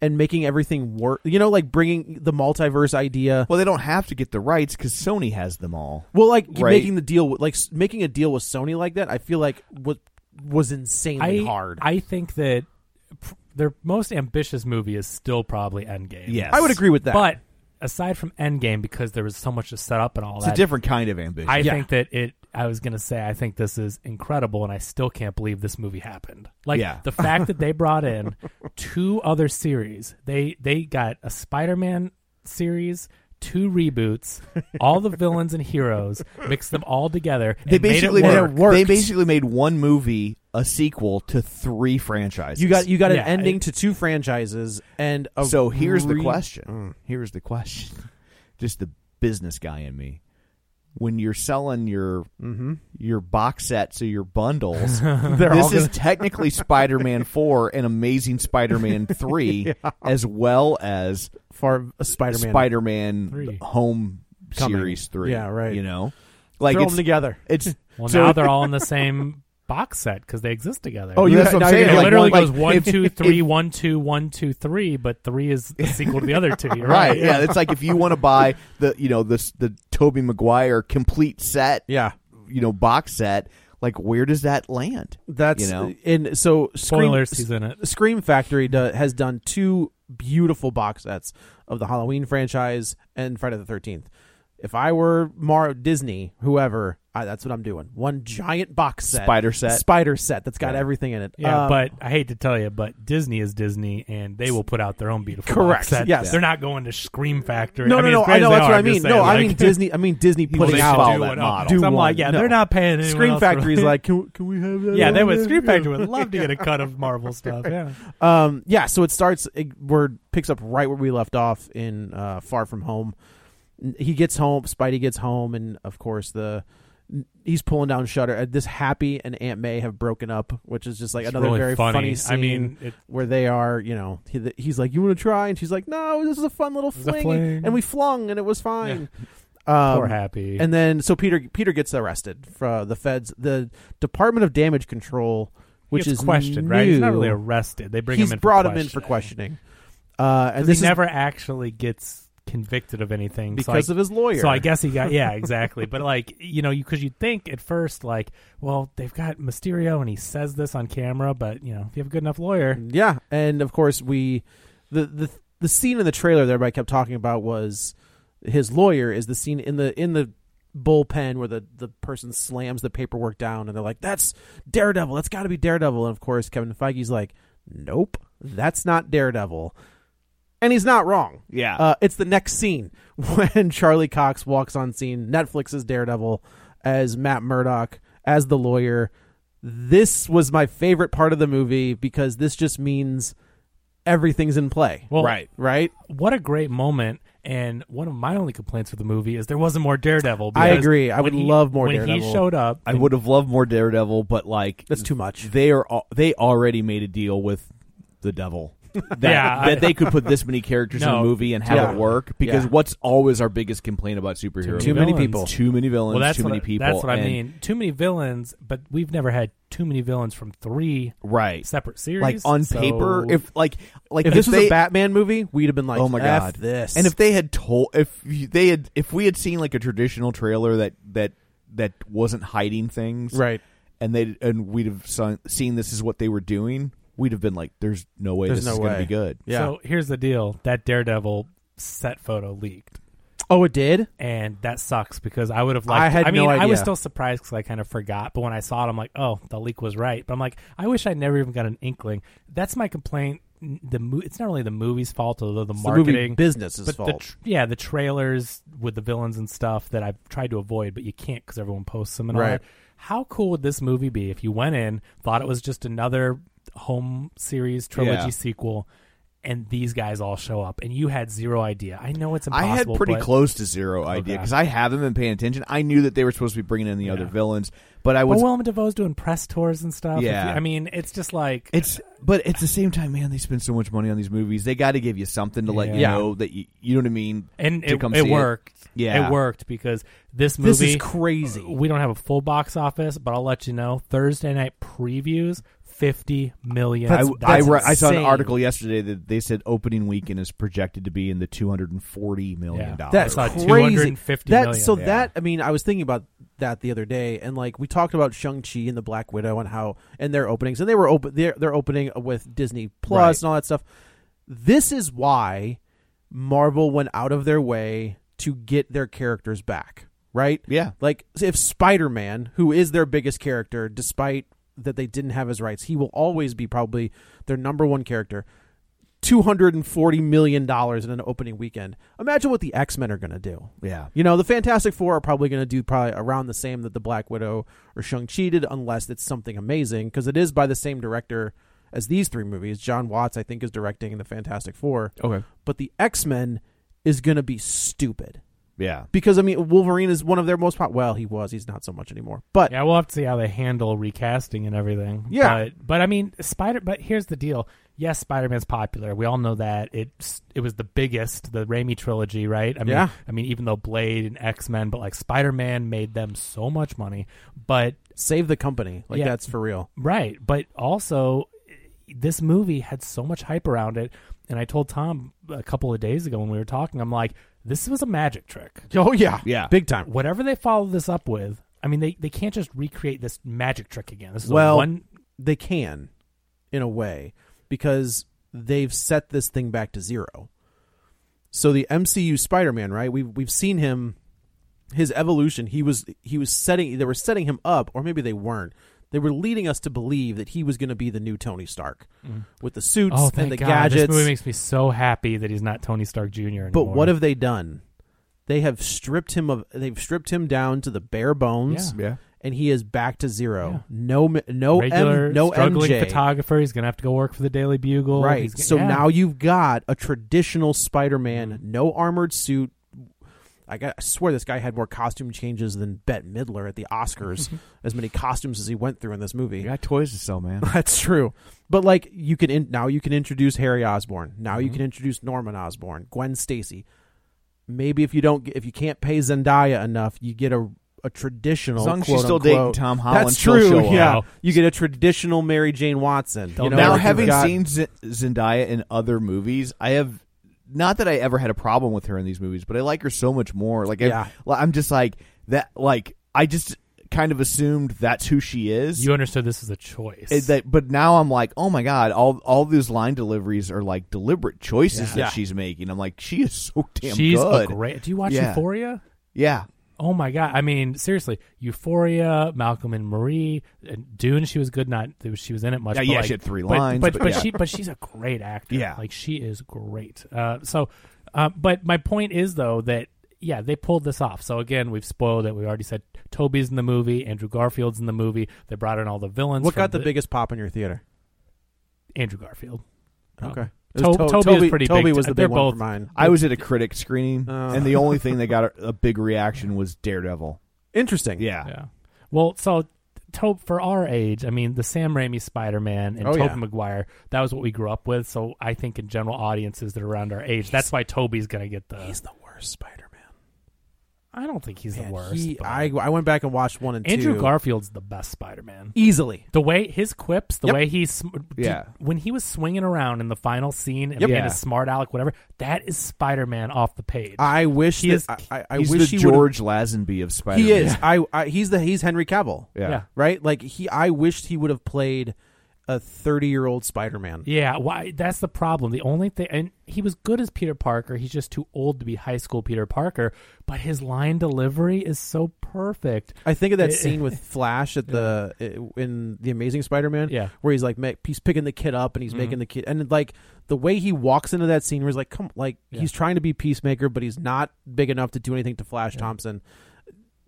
[SPEAKER 3] and making everything work. You know, like bringing the multiverse idea.
[SPEAKER 2] it. Well, they don't have to get the rights because Sony has them all.
[SPEAKER 3] Well, like
[SPEAKER 2] Right.
[SPEAKER 3] making the deal, with, like s- making a deal with Sony like that. I feel like was was insanely
[SPEAKER 4] I,
[SPEAKER 3] uh, hard.
[SPEAKER 4] I think that pr- their most ambitious movie is still probably Endgame.
[SPEAKER 2] Yes,
[SPEAKER 3] I would agree with that.
[SPEAKER 4] But aside from Endgame, because there was so much to set up and all
[SPEAKER 2] It's
[SPEAKER 4] that,
[SPEAKER 2] a different kind of ambition.
[SPEAKER 4] I think that it. I was gonna say I think this is incredible, and I still can't believe this movie happened. Like
[SPEAKER 2] Yeah.
[SPEAKER 4] the fact that
[SPEAKER 2] *laughs*
[SPEAKER 4] they brought in two other series. They they got a Spider-Man series, two reboots, all the villains and heroes, mixed them all together.
[SPEAKER 2] they
[SPEAKER 4] and made
[SPEAKER 2] basically
[SPEAKER 4] it
[SPEAKER 2] made,
[SPEAKER 4] work.
[SPEAKER 2] they basically made one movie a sequel to three franchises.
[SPEAKER 3] you got you got
[SPEAKER 4] Yeah,
[SPEAKER 3] an ending
[SPEAKER 4] it-
[SPEAKER 3] to two franchises and a
[SPEAKER 2] so here's the
[SPEAKER 3] re- Mm.
[SPEAKER 2] question. Here's the question. *laughs* Just the business guy in me. When you're selling your
[SPEAKER 3] Mm-hmm.
[SPEAKER 2] your box sets or your
[SPEAKER 3] *laughs*
[SPEAKER 2] bundles, this is technically Spider-Man Four and Amazing
[SPEAKER 3] *laughs*
[SPEAKER 2] Spider-Man Three, as well as
[SPEAKER 3] for a Spider-Man.
[SPEAKER 2] Spider-Man,
[SPEAKER 4] Three.
[SPEAKER 2] Home
[SPEAKER 3] Coming.
[SPEAKER 2] Series Three.
[SPEAKER 3] Yeah, right.
[SPEAKER 2] You know, like
[SPEAKER 3] Throw
[SPEAKER 2] it's
[SPEAKER 3] them together.
[SPEAKER 2] it's
[SPEAKER 4] Well,
[SPEAKER 2] so-
[SPEAKER 4] now they're all in the same box set because they exist together.
[SPEAKER 2] Oh, you-
[SPEAKER 4] It
[SPEAKER 2] that's what I'm saying.
[SPEAKER 3] It
[SPEAKER 2] like,
[SPEAKER 4] literally
[SPEAKER 2] one-
[SPEAKER 4] goes
[SPEAKER 2] like,
[SPEAKER 4] one,
[SPEAKER 2] if- *laughs*
[SPEAKER 4] two,
[SPEAKER 2] if-
[SPEAKER 4] three, one, two, one, two, three, but three is the sequel to the other two. You're
[SPEAKER 2] Right, *laughs* yeah, it's like if you want to buy the you know this the Toby Maguire complete set
[SPEAKER 3] Yeah,
[SPEAKER 2] you know box set like where does that land
[SPEAKER 3] that's
[SPEAKER 2] you know
[SPEAKER 3] and so Scream-
[SPEAKER 4] Spoilers, he's in it.
[SPEAKER 3] Scream Factory do, has done two beautiful box sets of the Halloween franchise and Friday the Thirteenth. If I were Mar Disney, whoever, I, that's what I'm doing. One giant box set,
[SPEAKER 2] Spider set.
[SPEAKER 3] spider set that's got
[SPEAKER 2] Yeah.
[SPEAKER 3] everything in it.
[SPEAKER 4] Yeah,
[SPEAKER 3] Um,
[SPEAKER 4] but I hate to tell you, but Disney is Disney, and they will put out their own beautiful
[SPEAKER 3] Correct,
[SPEAKER 4] box set.
[SPEAKER 3] yes.
[SPEAKER 4] They're not going to Scream Factory.
[SPEAKER 3] no,
[SPEAKER 4] I mean, as
[SPEAKER 3] no, no.
[SPEAKER 4] great
[SPEAKER 3] I know
[SPEAKER 4] as they
[SPEAKER 3] that's
[SPEAKER 4] are,
[SPEAKER 3] what I
[SPEAKER 4] I'm just
[SPEAKER 3] mean.
[SPEAKER 4] saying,
[SPEAKER 3] No, I
[SPEAKER 4] like,
[SPEAKER 3] mean Disney. I mean Disney
[SPEAKER 2] Well,
[SPEAKER 3] putting
[SPEAKER 2] they
[SPEAKER 4] should
[SPEAKER 2] follow
[SPEAKER 3] out
[SPEAKER 4] do
[SPEAKER 2] that
[SPEAKER 4] it
[SPEAKER 2] model.
[SPEAKER 4] up.
[SPEAKER 3] Do
[SPEAKER 4] So I'm like,
[SPEAKER 3] one,
[SPEAKER 4] yeah,
[SPEAKER 3] no.
[SPEAKER 4] they're not paying. anyone
[SPEAKER 3] Scream
[SPEAKER 4] else for-
[SPEAKER 3] Factory's like, can, can we have
[SPEAKER 4] *laughs*
[SPEAKER 3] that?
[SPEAKER 4] yeah, they
[SPEAKER 3] on *laughs*
[SPEAKER 4] would.
[SPEAKER 3] there?"
[SPEAKER 4] Scream
[SPEAKER 3] Yeah.
[SPEAKER 4] Factory would love to get a cut of Marvel stuff. Yeah,
[SPEAKER 3] Um, yeah, so it starts it, where picks up right where we left off in uh, Far From Home. N- He gets home, Spidey gets home, and of course the n- he's pulling down Shutter. This Happy and Aunt May have broken up, which is just like
[SPEAKER 4] It's
[SPEAKER 3] another
[SPEAKER 4] really
[SPEAKER 3] very
[SPEAKER 4] funny.
[SPEAKER 3] scene.
[SPEAKER 4] I mean, it-
[SPEAKER 3] where they are, you know, he, th- he's like, "You want to try?" and she's like, "No, this is a fun little
[SPEAKER 4] was a
[SPEAKER 3] fling,",
[SPEAKER 4] fling.
[SPEAKER 3] and we flung, and it was fine.
[SPEAKER 4] *laughs*
[SPEAKER 3] Um,
[SPEAKER 4] poor happy.
[SPEAKER 3] and then so Peter Peter gets arrested for the feds, the Department of Damage Control, which
[SPEAKER 4] He gets
[SPEAKER 3] is
[SPEAKER 4] questioned, right? He's not
[SPEAKER 3] new
[SPEAKER 4] really arrested. They bring
[SPEAKER 3] he's
[SPEAKER 4] him in.
[SPEAKER 3] brought
[SPEAKER 4] for
[SPEAKER 3] him in for
[SPEAKER 4] questioning.
[SPEAKER 3] questioning. Uh, and
[SPEAKER 4] 'Cause
[SPEAKER 3] this
[SPEAKER 4] he
[SPEAKER 3] is
[SPEAKER 4] never actually gets convicted of anything so
[SPEAKER 3] because
[SPEAKER 4] I-
[SPEAKER 3] of his lawyer.
[SPEAKER 4] So I guess he got yeah exactly. but like you know, because you, would think at first like, well, they've got Mysterio and he says this on camera, but you know, if you have a good enough lawyer,
[SPEAKER 3] yeah, and of course we the the the scene in the trailer that everybody kept talking about was his lawyer is the scene in the in the bullpen where the the person slams the paperwork down and they're like that's Daredevil that's got to be Daredevil and of course Kevin Feige's like nope that's not Daredevil and he's not wrong
[SPEAKER 2] Yeah.
[SPEAKER 3] uh, it's the next scene *laughs* when Charlie Cox walks on scene Netflix's Daredevil as Matt Murdock as the lawyer this was my favorite part of the movie because this just means everything's in play
[SPEAKER 4] well,
[SPEAKER 2] Right.
[SPEAKER 3] right
[SPEAKER 4] what a great moment. And one of my only complaints with the movie is there wasn't more Daredevil.
[SPEAKER 3] I
[SPEAKER 4] because
[SPEAKER 3] agree. I
[SPEAKER 4] when
[SPEAKER 3] would
[SPEAKER 4] he-
[SPEAKER 3] love more
[SPEAKER 4] when
[SPEAKER 3] Daredevil.
[SPEAKER 4] he showed up.
[SPEAKER 2] I would have loved more Daredevil, but like
[SPEAKER 3] That's too much.
[SPEAKER 2] They are al- they already made a deal with the devil that,
[SPEAKER 4] *laughs* Yeah.
[SPEAKER 2] that they could put this many characters in a
[SPEAKER 4] No.
[SPEAKER 2] movie and have
[SPEAKER 3] Yeah.
[SPEAKER 2] it work because
[SPEAKER 3] Yeah.
[SPEAKER 2] what's always our biggest complaint about superheroes?
[SPEAKER 3] Too many
[SPEAKER 4] villains.
[SPEAKER 3] people.
[SPEAKER 2] Too many villains.
[SPEAKER 4] Well, that's
[SPEAKER 2] too
[SPEAKER 4] what
[SPEAKER 2] many
[SPEAKER 4] I,
[SPEAKER 2] people.
[SPEAKER 4] That's what I
[SPEAKER 2] and-
[SPEAKER 4] mean. Too many villains, but we've never had too many villains from three
[SPEAKER 2] Right.
[SPEAKER 4] separate series.
[SPEAKER 2] Like on
[SPEAKER 4] so-
[SPEAKER 2] paper, if like like
[SPEAKER 3] If this was
[SPEAKER 2] they-
[SPEAKER 3] a Batman movie, we'd have been like,
[SPEAKER 2] oh my
[SPEAKER 3] "F
[SPEAKER 2] god,
[SPEAKER 3] this.
[SPEAKER 2] And if they had told, if you- they had, if we had seen like a traditional trailer that that that wasn't hiding things,
[SPEAKER 3] right,
[SPEAKER 2] And they and we'd have son- seen this is what they were doing. We'd have been like, "There's no way
[SPEAKER 3] There's
[SPEAKER 2] this
[SPEAKER 3] no
[SPEAKER 2] is
[SPEAKER 3] way.
[SPEAKER 2] going to be good."
[SPEAKER 3] yeah.
[SPEAKER 4] So here's the deal: that Daredevil set photo leaked,
[SPEAKER 3] oh, it did.
[SPEAKER 4] and that sucks because I would have liked.
[SPEAKER 3] I had
[SPEAKER 4] I mean,
[SPEAKER 3] no
[SPEAKER 4] I was
[SPEAKER 3] idea.
[SPEAKER 4] still surprised because I kind of forgot. But when I saw it, I'm like, oh, the leak was right. But I'm like, I wish I never even got an inkling. That's my complaint. N- The mo- it's not really the movie's fault, although the
[SPEAKER 3] It's the
[SPEAKER 4] marketing
[SPEAKER 3] movie business is
[SPEAKER 4] but
[SPEAKER 3] fault.
[SPEAKER 4] The tr- yeah, the trailers with the villains and stuff that I've tried to avoid, but you can't because everyone posts them and all
[SPEAKER 3] Right.
[SPEAKER 4] that. How cool would this movie be if you went in, thought it was just another home series trilogy
[SPEAKER 2] Yeah.
[SPEAKER 4] sequel, and these guys all show up and you had zero idea? I know it's
[SPEAKER 2] I
[SPEAKER 4] impossible.
[SPEAKER 2] had pretty
[SPEAKER 4] but
[SPEAKER 2] close to zero
[SPEAKER 3] Oh,
[SPEAKER 2] idea
[SPEAKER 4] Okay.
[SPEAKER 2] because I haven't been paying attention. I knew that they were supposed to be bringing in the other
[SPEAKER 4] Yeah.
[SPEAKER 2] villains, but
[SPEAKER 3] Oh,
[SPEAKER 2] I
[SPEAKER 4] But
[SPEAKER 2] was.
[SPEAKER 4] Willem Dafoe's doing press tours and stuff. If you-
[SPEAKER 2] Yeah.
[SPEAKER 4] I mean, it's just like
[SPEAKER 2] it's but at the same time, man, they spend so much money on these movies. They got to give you something to let you
[SPEAKER 4] Yeah.
[SPEAKER 2] know that you, you know what I mean.
[SPEAKER 4] and
[SPEAKER 2] to
[SPEAKER 4] it,
[SPEAKER 2] come
[SPEAKER 4] it
[SPEAKER 2] see
[SPEAKER 4] worked.
[SPEAKER 2] Yeah.
[SPEAKER 4] it worked because this movie uh,
[SPEAKER 3] this is crazy.
[SPEAKER 4] We don't have a full box office, but I'll let you know. Thursday night previews, fifty million.
[SPEAKER 2] I, I,
[SPEAKER 3] that's
[SPEAKER 2] re- I saw an
[SPEAKER 3] insane.
[SPEAKER 2] article yesterday that they said opening weekend is projected to be in the two hundred and forty million
[SPEAKER 4] Yeah.
[SPEAKER 2] dollars.
[SPEAKER 3] That's
[SPEAKER 4] I saw
[SPEAKER 3] crazy.
[SPEAKER 4] 250
[SPEAKER 3] that,
[SPEAKER 4] million.
[SPEAKER 3] So
[SPEAKER 2] Yeah.
[SPEAKER 3] that I mean, I was thinking about that the other day, and like we talked about Shang Chi and the Black Widow and how and their openings, and they were open. They're, they're opening with Disney Plus
[SPEAKER 2] Right.
[SPEAKER 3] and all that stuff. This is why Marvel went out of their way to get their characters back, right?
[SPEAKER 2] *laughs* Yeah.
[SPEAKER 3] Like if Spider Man, who is their biggest character, despite that they didn't have his rights, he will always be probably their number one character. Two hundred and forty million dollars in an opening weekend. Imagine what the X Men are going to do.
[SPEAKER 2] Yeah.
[SPEAKER 3] you know the Fantastic Four are probably going to do probably around the same that the Black Widow or Shang Chi did, unless it's something amazing because it is by the same director as these three movies. John Watts, I think, is directing the Fantastic Four.
[SPEAKER 2] Okay.
[SPEAKER 3] but the X Men is going to be stupid
[SPEAKER 2] Yeah,
[SPEAKER 3] because I mean Wolverine is one of their most pop. Well, he was. He's not so much anymore. But
[SPEAKER 4] yeah, we'll have to see how they handle recasting and everything.
[SPEAKER 3] Yeah.
[SPEAKER 4] but, but I mean, Spider. But here's the deal. Yes, Spider Man's popular. We all know that. It's it was the biggest, the Raimi trilogy, right? I mean,
[SPEAKER 3] Yeah.
[SPEAKER 4] I mean, even though Blade and X Men, but like Spider Man made them so much money. But
[SPEAKER 3] save the company. Like
[SPEAKER 4] Yeah.
[SPEAKER 3] that's for real.
[SPEAKER 4] Right, but also this movie had so much hype around it, and I told Tom a couple of days ago when we were talking, I'm like, this was a magic trick.
[SPEAKER 3] Oh yeah,
[SPEAKER 2] Yeah.
[SPEAKER 3] big time.
[SPEAKER 4] Whatever they follow this up with, I mean, they, they can't just recreate this magic trick again. This is
[SPEAKER 3] Well,
[SPEAKER 4] a one.
[SPEAKER 3] They can, in a way, because they've set this thing back to zero. So the MCU Spider-Man, right? We've we've seen him, his evolution. He was he was setting. They were setting him up, or maybe they weren't. They were leading us to believe that he was going to be the new Tony Stark with the suits
[SPEAKER 4] Oh,
[SPEAKER 3] and
[SPEAKER 4] thank
[SPEAKER 3] the
[SPEAKER 4] God! This
[SPEAKER 3] gadgets.
[SPEAKER 4] movie makes me so happy that he's not Tony Stark Jr. anymore.
[SPEAKER 3] But what have they done? They have stripped him of. They've stripped him down to the bare bones,
[SPEAKER 2] yeah.
[SPEAKER 3] and he is back to zero. No No, m- no,
[SPEAKER 4] regular
[SPEAKER 3] M, no
[SPEAKER 4] struggling
[SPEAKER 3] MJ.
[SPEAKER 4] photographer? He's gonna have to go work for the Daily Bugle.
[SPEAKER 3] Right.
[SPEAKER 4] He's g-
[SPEAKER 3] so
[SPEAKER 4] yeah. Mm-hmm.
[SPEAKER 3] now you've got a traditional Spider-Man, no armored suit. I, got, I swear this guy had more costume changes than Bette Midler at the
[SPEAKER 4] *laughs*
[SPEAKER 3] Oscars. as many costumes as he went through in this movie.
[SPEAKER 2] you got toys to sell,
[SPEAKER 3] *laughs*
[SPEAKER 2] man.
[SPEAKER 3] That's true. But like you can in, now you can introduce Harry Osborn. Now
[SPEAKER 2] Mm-hmm.
[SPEAKER 3] you can introduce Norman Osborn, Gwen Stacy. Maybe if you don't get- if you can't pay Zendaya enough, you get a a traditional.
[SPEAKER 2] As long as
[SPEAKER 3] quote,
[SPEAKER 2] she's still
[SPEAKER 3] unquote-
[SPEAKER 2] dating Tom Holland,
[SPEAKER 3] That's
[SPEAKER 2] she'll
[SPEAKER 3] true.
[SPEAKER 2] show up.
[SPEAKER 3] yeah,
[SPEAKER 4] Wow.
[SPEAKER 3] you get a traditional Mary Jane Watson. You
[SPEAKER 4] They'll
[SPEAKER 3] know,
[SPEAKER 4] never
[SPEAKER 2] now,
[SPEAKER 3] like,
[SPEAKER 4] do
[SPEAKER 2] having
[SPEAKER 3] you've got-
[SPEAKER 2] seen Z- Zendaya in other movies, I have not that I ever had a problem with her in these movies, but I like her so much more. Like, I,
[SPEAKER 3] Yeah.
[SPEAKER 2] I'm just like that. Like, I just kind of assumed that's who she is.
[SPEAKER 4] you understood this was a choice.
[SPEAKER 2] It- that, but now I'm like, oh my god, all all these line deliveries are like deliberate choices that
[SPEAKER 3] Yeah.
[SPEAKER 2] she's making. I'm like, she is so damn
[SPEAKER 4] She's
[SPEAKER 2] good.
[SPEAKER 4] a great. Do you watch
[SPEAKER 2] Yeah.
[SPEAKER 4] Euphoria?
[SPEAKER 2] yeah,
[SPEAKER 4] Oh my god! I mean, seriously, Euphoria, Malcolm and Marie, and Dune. She was good. Not she was in it much.
[SPEAKER 2] Yeah,
[SPEAKER 4] but
[SPEAKER 2] yeah,
[SPEAKER 4] like-
[SPEAKER 2] she had three
[SPEAKER 4] but-
[SPEAKER 2] lines,
[SPEAKER 4] But
[SPEAKER 2] but
[SPEAKER 4] but,
[SPEAKER 2] yeah.
[SPEAKER 4] she but she's a great actor.
[SPEAKER 2] Yeah.
[SPEAKER 4] like she is great. Uh, so, uh, but my point is though that yeah, they pulled this off. So again, we've spoiled it. We already said Toby's in the movie, Andrew Garfield's in the movie. They brought in all the villains.
[SPEAKER 3] what
[SPEAKER 4] from
[SPEAKER 3] got the biggest pop in your theater?
[SPEAKER 2] Oh.
[SPEAKER 4] Andrew Garfield?
[SPEAKER 3] Okay. It was
[SPEAKER 4] To- Toby was pretty
[SPEAKER 3] Toby
[SPEAKER 4] big
[SPEAKER 3] was
[SPEAKER 4] t-
[SPEAKER 3] the
[SPEAKER 4] they're
[SPEAKER 3] big one
[SPEAKER 4] both-
[SPEAKER 3] for mine.
[SPEAKER 2] I was at a critic screening,
[SPEAKER 3] Oh.
[SPEAKER 2] and the only thing that got a, a big reaction was Daredevil.
[SPEAKER 3] interesting.
[SPEAKER 2] Yeah.
[SPEAKER 4] Yeah. Well, so Tope for our age, I mean, the Sam Raimi Spider Man and
[SPEAKER 3] Oh,
[SPEAKER 4] Toby
[SPEAKER 3] yeah.
[SPEAKER 4] Tobey Maguire, that was what we grew up with. So I think in general audiences that are around our age, that's why Toby's gonna get the.
[SPEAKER 3] he's the worst Spider-Man.
[SPEAKER 4] I don't think he's the
[SPEAKER 3] Man,
[SPEAKER 4] worst.
[SPEAKER 3] he-
[SPEAKER 4] but-
[SPEAKER 3] I I went back and watched one and
[SPEAKER 4] Andrew
[SPEAKER 3] two.
[SPEAKER 4] Garfield's the best Spider Man.
[SPEAKER 3] easily.
[SPEAKER 4] The way his quips, the
[SPEAKER 3] Yep.
[SPEAKER 4] way he's sm- dude,
[SPEAKER 2] Yeah.
[SPEAKER 4] when he was swinging around in the final scene and
[SPEAKER 2] Yep.
[SPEAKER 4] being
[SPEAKER 2] Yeah.
[SPEAKER 4] a smart aleck, whatever, that is Spider Man off the page.
[SPEAKER 3] I wish
[SPEAKER 4] He
[SPEAKER 3] that-
[SPEAKER 4] is-
[SPEAKER 3] I, I, I
[SPEAKER 2] he's
[SPEAKER 3] wish
[SPEAKER 2] the
[SPEAKER 3] he would've-
[SPEAKER 2] George Lazenby of Spider.
[SPEAKER 3] He is. I, I he's the he's Henry Cavill.
[SPEAKER 2] Yeah.
[SPEAKER 4] Yeah.
[SPEAKER 3] Right? Like he I wished he would have played a 30-year-old Spider-Man.
[SPEAKER 4] Yeah, why? That's the problem. The only thing, and he was good as Peter Parker. He's just too old to be high school Peter Parker. But his line delivery is so perfect.
[SPEAKER 3] I think of that
[SPEAKER 4] *laughs* It-
[SPEAKER 3] scene with Flash at the in the Amazing Spider-Man,
[SPEAKER 4] Yeah. Mm-hmm.
[SPEAKER 3] where he's like ma- he's picking the kid up and he's making the kid, and like the way he walks into that scene, where he's like, come, like he's trying to be peacemaker, but he's not big enough to do anything to Flash Thompson.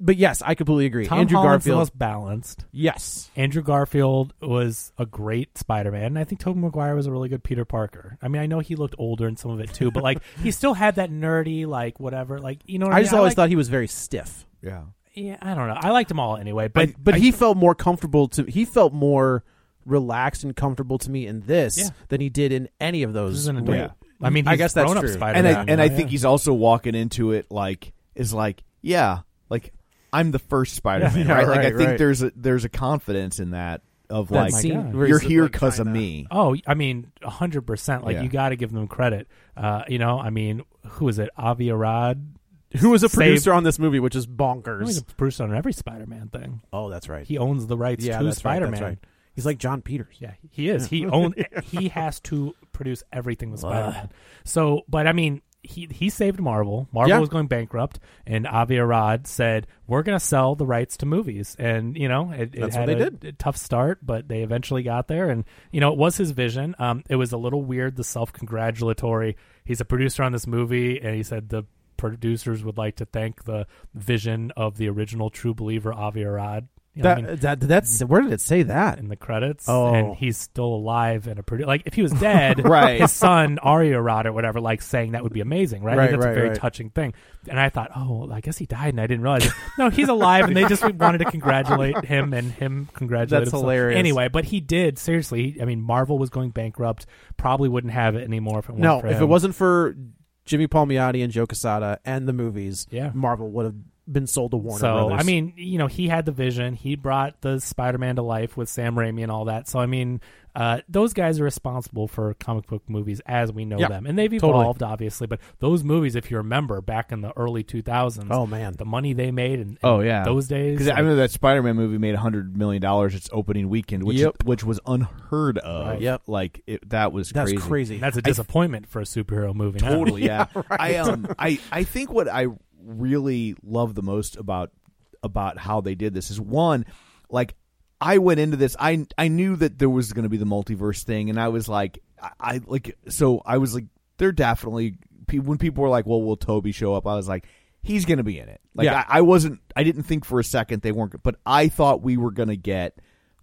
[SPEAKER 3] But yes, I completely agree.
[SPEAKER 4] Tom
[SPEAKER 3] Andrew
[SPEAKER 4] Holland's the
[SPEAKER 3] Garfield,
[SPEAKER 4] most balanced.
[SPEAKER 3] yes,
[SPEAKER 4] Andrew Garfield was a great Spider-Man, and I think Tobey Maguire was a really good Peter Parker. I mean, I know he looked older in some of it too, but like he still had that nerdy, like whatever, like you know. What Oh, I,
[SPEAKER 3] I just
[SPEAKER 4] mean?
[SPEAKER 3] always
[SPEAKER 4] I
[SPEAKER 3] thought he was very stiff,
[SPEAKER 2] Yeah.
[SPEAKER 4] Yeah, I don't know. I liked them all anyway, but
[SPEAKER 3] but but
[SPEAKER 4] I-
[SPEAKER 3] he felt more comfortable to he felt more relaxed and comfortable to me in this
[SPEAKER 4] Yeah.
[SPEAKER 3] than he did in any of those.
[SPEAKER 4] he's an adult.
[SPEAKER 3] way-
[SPEAKER 4] I mean, he's
[SPEAKER 3] I guess that's
[SPEAKER 4] grown-up
[SPEAKER 3] true.
[SPEAKER 4] Spider-Man,
[SPEAKER 2] And I and
[SPEAKER 4] you
[SPEAKER 2] I
[SPEAKER 4] know?
[SPEAKER 2] think he's also walking into it like is like yeah like I'm the first Spider Man
[SPEAKER 3] Yeah,
[SPEAKER 2] right? like I
[SPEAKER 3] right,
[SPEAKER 2] think
[SPEAKER 3] right.
[SPEAKER 2] there's a there's a confidence in that of
[SPEAKER 3] That
[SPEAKER 2] like
[SPEAKER 3] scene
[SPEAKER 4] God.
[SPEAKER 3] where
[SPEAKER 2] you're
[SPEAKER 3] he's,
[SPEAKER 2] here
[SPEAKER 3] like,
[SPEAKER 2] because of
[SPEAKER 3] kinda-
[SPEAKER 2] me.
[SPEAKER 4] Oh, I mean, hundred percent. Like
[SPEAKER 2] Yeah.
[SPEAKER 4] you got to give them credit. Uh, you know, I mean, who is it? Avi Arad.
[SPEAKER 3] who was a
[SPEAKER 4] Save-
[SPEAKER 3] producer on this movie, which is
[SPEAKER 4] Well, He's
[SPEAKER 3] bonkers.
[SPEAKER 4] a producer on every Spider-Man thing.
[SPEAKER 3] Oh, that's right.
[SPEAKER 4] He owns the rights
[SPEAKER 3] yeah,
[SPEAKER 4] to
[SPEAKER 3] that's right,
[SPEAKER 4] Spider-Man.
[SPEAKER 3] that's right. He's like John Peters.
[SPEAKER 4] Yeah, he is. He own.
[SPEAKER 3] *laughs*
[SPEAKER 4] he has to produce everything with Spider-Man. So, but I mean, he he saved Marvel. Marvel
[SPEAKER 3] Yeah.
[SPEAKER 4] was going bankrupt, and Avi Arad said, "We're going to sell the rights to movies." And you know, it, it
[SPEAKER 3] That's
[SPEAKER 4] had
[SPEAKER 3] what they
[SPEAKER 4] a,
[SPEAKER 3] did.
[SPEAKER 4] a tough start, but they eventually got there. And you know, it was his vision. Um, it was a little weird, the self-congratulatory. He's a producer on this movie, and he said the producers would like to thank the vision of the original true believer Avi Arad. You know, I
[SPEAKER 3] That,
[SPEAKER 4] mean,
[SPEAKER 3] that that's where did it say that?
[SPEAKER 4] in the credits.
[SPEAKER 3] Oh.
[SPEAKER 4] And he's still alive and a pretty like if he was
[SPEAKER 3] *laughs*
[SPEAKER 4] dead,
[SPEAKER 2] Right.
[SPEAKER 4] his son Arya Rod or whatever, like saying that would be amazing, right? I think
[SPEAKER 3] Right,
[SPEAKER 4] that's a
[SPEAKER 3] right,
[SPEAKER 4] very
[SPEAKER 3] right.
[SPEAKER 4] touching thing. And I thought, oh, well, I guess he died and I didn't realize it. No, he's alive and they just *laughs* wanted to congratulate him and him congratulate
[SPEAKER 3] That's
[SPEAKER 4] himself.
[SPEAKER 3] hilarious.
[SPEAKER 4] Anyway, but he did, seriously. he- I mean, Marvel was going bankrupt, probably wouldn't have it anymore if it weren't
[SPEAKER 3] No,
[SPEAKER 4] for
[SPEAKER 3] if it
[SPEAKER 4] him.
[SPEAKER 3] wasn't for Jimmy Palmiotti and Joe Quesada and the movies,
[SPEAKER 4] Yeah.
[SPEAKER 3] Marvel would have been sold to Warner
[SPEAKER 4] so
[SPEAKER 3] Brothers.
[SPEAKER 4] I mean, you know, he had the vision. He brought the Spider-Man to life with Sam Raimi and all that. So I mean, uh, those guys are responsible for comic book movies as we know
[SPEAKER 3] Yeah,
[SPEAKER 4] them, and they've
[SPEAKER 3] totally.
[SPEAKER 4] evolved obviously. But those movies, if you remember back in the early 2000s,
[SPEAKER 3] Oh, man.
[SPEAKER 4] the money they made and,
[SPEAKER 2] Oh yeah,
[SPEAKER 4] those days.
[SPEAKER 2] Because I remember that Spider-Man movie made hundred million dollars its opening weekend, which
[SPEAKER 3] Yep.
[SPEAKER 2] which was unheard of.
[SPEAKER 3] Right. Yep.
[SPEAKER 2] like it, that was
[SPEAKER 3] that's
[SPEAKER 2] crazy.
[SPEAKER 3] crazy.
[SPEAKER 4] that's a disappointment for a superhero movie. now.
[SPEAKER 2] Totally, yeah. I um, I I think what I really love the most about about how they did this is one, like I went into this, I I knew that there was going to be the multiverse thing, and I was like, I, I like, so I was like, they're definitely pe- when people were like, well, will Toby show up? I was like. He's going to be in it. Like
[SPEAKER 3] Yeah.
[SPEAKER 2] I, I wasn't. I didn't think for a second they weren't. But I thought we were going to get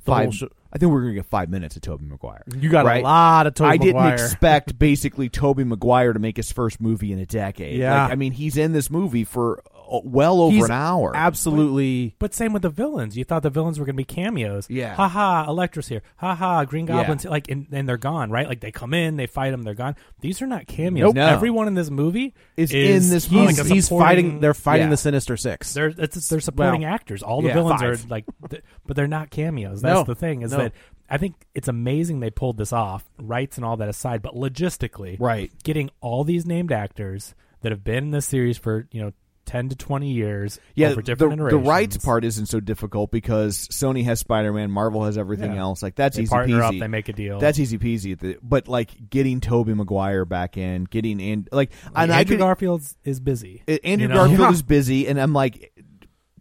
[SPEAKER 3] whole
[SPEAKER 2] five.
[SPEAKER 3] sh-
[SPEAKER 2] I think we are going to get five minutes of Toby Maguire.
[SPEAKER 3] You got
[SPEAKER 2] right?
[SPEAKER 3] a lot of Tobey
[SPEAKER 2] I didn't
[SPEAKER 3] Maguire.
[SPEAKER 2] expect basically Toby Maguire to make his first movie in a decade.
[SPEAKER 3] Yeah.
[SPEAKER 2] Like, I mean, he's in this movie for uh, well over
[SPEAKER 3] He's
[SPEAKER 2] an hour.
[SPEAKER 3] Absolutely.
[SPEAKER 4] But same with the villains. You thought the villains were going to be cameos.
[SPEAKER 2] Yeah.
[SPEAKER 4] Ha ha, Electra's here. Ha ha, Green
[SPEAKER 2] Yeah.
[SPEAKER 4] Goblin's here. Like, and, and they're gone, right? Like, they come in, they fight them, they're gone. These are not cameos.
[SPEAKER 2] Nope. No.
[SPEAKER 4] Everyone in this movie
[SPEAKER 2] Is in this
[SPEAKER 4] he's-
[SPEAKER 2] movie.
[SPEAKER 4] like a
[SPEAKER 3] he's
[SPEAKER 4] supporting-
[SPEAKER 3] fighting. They're fighting
[SPEAKER 2] Yeah.
[SPEAKER 3] the Sinister
[SPEAKER 4] *laughs*
[SPEAKER 3] Six.
[SPEAKER 4] They're, it's, they're supporting
[SPEAKER 3] Well,
[SPEAKER 4] actors. All the
[SPEAKER 2] yeah,
[SPEAKER 4] villains
[SPEAKER 2] five.
[SPEAKER 4] are like, th- but they're not cameos. That's
[SPEAKER 3] No.
[SPEAKER 4] the thing is
[SPEAKER 3] No.
[SPEAKER 4] that I think it's amazing they pulled this off, rights and all that aside. But logistically,
[SPEAKER 2] Right.
[SPEAKER 4] getting all these named actors that have been in this series for, you know, 10 to 20 years
[SPEAKER 2] yeah,
[SPEAKER 4] over
[SPEAKER 2] the,
[SPEAKER 4] different
[SPEAKER 2] the rights
[SPEAKER 4] iterations.
[SPEAKER 2] part isn't so difficult because Sony has Spider Man, Marvel has everything
[SPEAKER 4] Yeah.
[SPEAKER 2] else. Like that's
[SPEAKER 4] They
[SPEAKER 2] easy
[SPEAKER 4] partner
[SPEAKER 2] peasy.
[SPEAKER 4] up, they make a deal.
[SPEAKER 2] That's easy peasy. At the- But like getting Toby Maguire back in, getting and like and I
[SPEAKER 4] Andrew
[SPEAKER 2] could,
[SPEAKER 4] Garfield's is busy.
[SPEAKER 2] Uh, Andrew
[SPEAKER 4] you know?
[SPEAKER 2] Garfield is busy, and I'm like,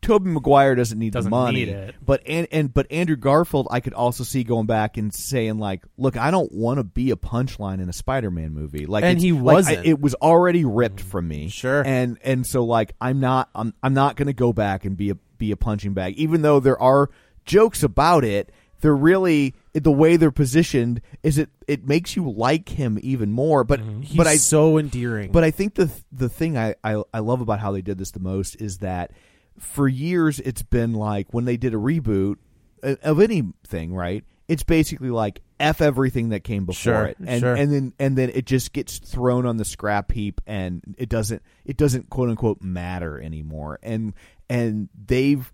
[SPEAKER 2] Toby Maguire doesn't need
[SPEAKER 4] Doesn't
[SPEAKER 2] the money,
[SPEAKER 4] need it.
[SPEAKER 2] but and, and but Andrew Garfield, I could also see going back and saying like, look, I don't want to be a punchline in a Spider-Man movie. Like,
[SPEAKER 3] And
[SPEAKER 2] it's-
[SPEAKER 3] he
[SPEAKER 2] like,
[SPEAKER 3] wasn't.
[SPEAKER 2] I- it was already ripped from me.
[SPEAKER 3] Sure.
[SPEAKER 2] and and so like, I'm not, I'm I'm not going to go back and be a be a punching bag, even though there are jokes about it. They're really the way they're positioned is it it makes you like him even more. But
[SPEAKER 3] Mm-hmm. He's
[SPEAKER 2] but I
[SPEAKER 3] so endearing.
[SPEAKER 2] but I think the the thing I, I I love about how they did this the most is that for years it's been like when they did a reboot uh, of anything, right? It's basically like f everything that came before
[SPEAKER 3] Sure,
[SPEAKER 2] it, and
[SPEAKER 3] sure.
[SPEAKER 2] and then and then it just gets thrown on the scrap heap, and it doesn't it doesn't quote unquote matter anymore. And and they've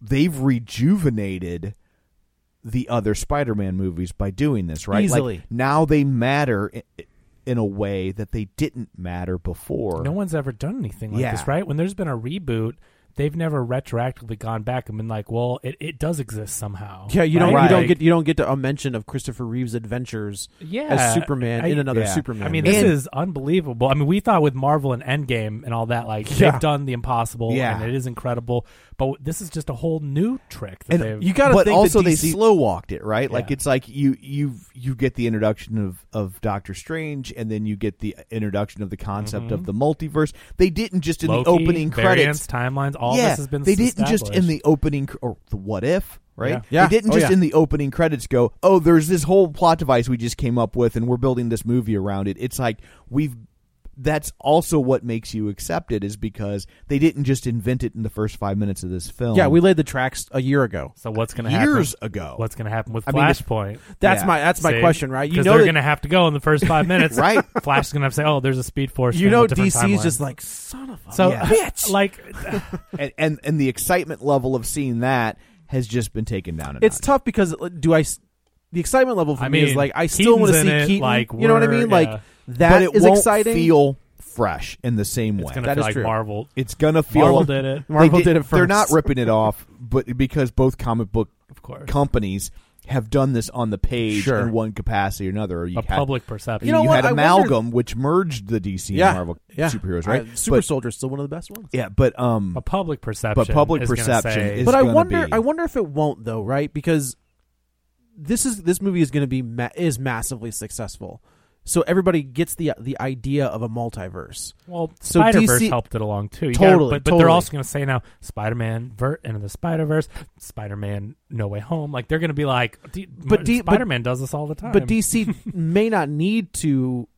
[SPEAKER 2] they've rejuvenated the other Spider-Man movies by doing this, right?
[SPEAKER 3] Easily.
[SPEAKER 2] Like now they matter i- in a way that they didn't matter before.
[SPEAKER 4] *laughs* No one's ever done anything like
[SPEAKER 2] Yeah.
[SPEAKER 4] this, right? When there's been a reboot, they've never retroactively gone back and been like, "Well, it, it does exist somehow."
[SPEAKER 3] yeah, you don't
[SPEAKER 4] right?
[SPEAKER 3] you don't
[SPEAKER 4] Like,
[SPEAKER 3] get you don't get to a mention of Christopher Reeve's adventures
[SPEAKER 4] Yeah,
[SPEAKER 3] as Superman
[SPEAKER 4] I-
[SPEAKER 3] in another
[SPEAKER 2] yeah.
[SPEAKER 3] Superman.
[SPEAKER 4] I mean,
[SPEAKER 3] movie.
[SPEAKER 4] this is unbelievable. I mean, we thought with Marvel and Endgame and all that, like
[SPEAKER 3] Yeah.
[SPEAKER 4] they've done the impossible,
[SPEAKER 2] Yeah.
[SPEAKER 4] and it is incredible. But this is just a whole new trick that
[SPEAKER 2] And
[SPEAKER 4] they've.
[SPEAKER 3] you gotta
[SPEAKER 2] but
[SPEAKER 3] think
[SPEAKER 2] also
[SPEAKER 3] that
[SPEAKER 2] they
[SPEAKER 3] DC
[SPEAKER 2] slow walked it, right? Like
[SPEAKER 4] Yeah.
[SPEAKER 2] it's like you you you get the introduction of of Doctor Strange, and then you get the introduction of the concept of the multiverse. They didn't just in
[SPEAKER 4] Loki,
[SPEAKER 2] the opening credits.
[SPEAKER 4] variants, timelines, all
[SPEAKER 2] yeah,
[SPEAKER 4] this has been.
[SPEAKER 2] they didn't just in
[SPEAKER 4] established.
[SPEAKER 2] the opening cr- or the what if. Right,
[SPEAKER 4] Yeah.
[SPEAKER 3] Yeah.
[SPEAKER 2] they didn't
[SPEAKER 3] Oh,
[SPEAKER 2] just
[SPEAKER 3] yeah.
[SPEAKER 2] in the opening credits go, "Oh, there's this whole plot device we just came up with, and we're building this movie around it." It's like we've. That's also what makes you accept it is because they didn't just invent it in the first five minutes of this film.
[SPEAKER 3] yeah, we laid the tracks a year ago.
[SPEAKER 4] So what's going to happen?
[SPEAKER 2] years ago.
[SPEAKER 4] What's going to happen with
[SPEAKER 2] I mean, if-
[SPEAKER 4] Flashpoint?
[SPEAKER 3] That's
[SPEAKER 2] Yeah.
[SPEAKER 3] my that's my
[SPEAKER 4] See?
[SPEAKER 3] question, right? You
[SPEAKER 4] 'Cause
[SPEAKER 3] know
[SPEAKER 4] they're
[SPEAKER 3] that-
[SPEAKER 4] going to have to go in the first
[SPEAKER 3] *laughs*
[SPEAKER 4] five minutes,
[SPEAKER 2] Right.
[SPEAKER 4] Flash is going to have to say, "Oh, there's a Speed Force."
[SPEAKER 3] you
[SPEAKER 4] thing
[SPEAKER 3] know
[SPEAKER 4] with different
[SPEAKER 3] DC is
[SPEAKER 4] timeline."
[SPEAKER 3] just like "Oh, son of a
[SPEAKER 4] so,
[SPEAKER 2] Yeah.
[SPEAKER 4] *laughs*
[SPEAKER 3] bitch. *laughs*
[SPEAKER 4] like,
[SPEAKER 2] and, and and the excitement level of seeing that has just been taken down. A
[SPEAKER 3] it's
[SPEAKER 2] notch.
[SPEAKER 3] tough because like, do I? s- The excitement level for
[SPEAKER 4] I
[SPEAKER 3] me is
[SPEAKER 4] mean,
[SPEAKER 3] like I still want to
[SPEAKER 4] Keaton's
[SPEAKER 3] see
[SPEAKER 4] in it,
[SPEAKER 3] Keaton.
[SPEAKER 4] like,
[SPEAKER 3] you know what I
[SPEAKER 4] we're-
[SPEAKER 3] mean? Like
[SPEAKER 4] yeah.
[SPEAKER 3] that
[SPEAKER 2] but it
[SPEAKER 3] is
[SPEAKER 2] won't
[SPEAKER 3] exciting.
[SPEAKER 2] Feel fresh in the same
[SPEAKER 4] it's
[SPEAKER 2] way.
[SPEAKER 4] going to
[SPEAKER 3] That
[SPEAKER 4] feel
[SPEAKER 3] is
[SPEAKER 4] like
[SPEAKER 3] true.
[SPEAKER 4] Marvel.
[SPEAKER 2] it's gonna feel
[SPEAKER 4] Marvel did it.
[SPEAKER 2] they
[SPEAKER 3] Marvel did it
[SPEAKER 2] They're
[SPEAKER 3] first.
[SPEAKER 2] not ripping it off, but because both comic book
[SPEAKER 4] Of course.
[SPEAKER 2] companies have done this on the page
[SPEAKER 3] Sure.
[SPEAKER 2] in one capacity or another. Or you
[SPEAKER 4] A
[SPEAKER 2] had,
[SPEAKER 4] public perception.
[SPEAKER 2] You,
[SPEAKER 3] know what?
[SPEAKER 2] had
[SPEAKER 3] I wonder-
[SPEAKER 2] amalgam, which merged the DC
[SPEAKER 3] yeah,
[SPEAKER 2] and Marvel
[SPEAKER 3] yeah.
[SPEAKER 2] superheroes, right?
[SPEAKER 3] Uh, Super
[SPEAKER 2] But-
[SPEAKER 3] Soldier is still one of the best ones.
[SPEAKER 2] yeah, but um,
[SPEAKER 4] But public perception.
[SPEAKER 2] But public
[SPEAKER 4] is gonna
[SPEAKER 2] perception
[SPEAKER 4] say-
[SPEAKER 2] is-
[SPEAKER 3] but I
[SPEAKER 2] gonna
[SPEAKER 3] wonder,
[SPEAKER 2] be.
[SPEAKER 3] I wonder if it won't though, right? Because this is this movie is going to be ma- is massively successful, so everybody gets the the idea of a multiverse.
[SPEAKER 4] well,
[SPEAKER 3] so
[SPEAKER 4] Spider Verse
[SPEAKER 3] DC
[SPEAKER 4] helped it along too. You
[SPEAKER 3] Totally,
[SPEAKER 4] gotta- but, but they're
[SPEAKER 3] totally.
[SPEAKER 4] also going to say now Spider Man Vert into the Spider Verse, Spider Man No Way Home. Like they're going to be like,
[SPEAKER 3] But
[SPEAKER 4] but
[SPEAKER 3] D- but-
[SPEAKER 4] Spider Man does this all the time.
[SPEAKER 3] But DC *laughs* may not need to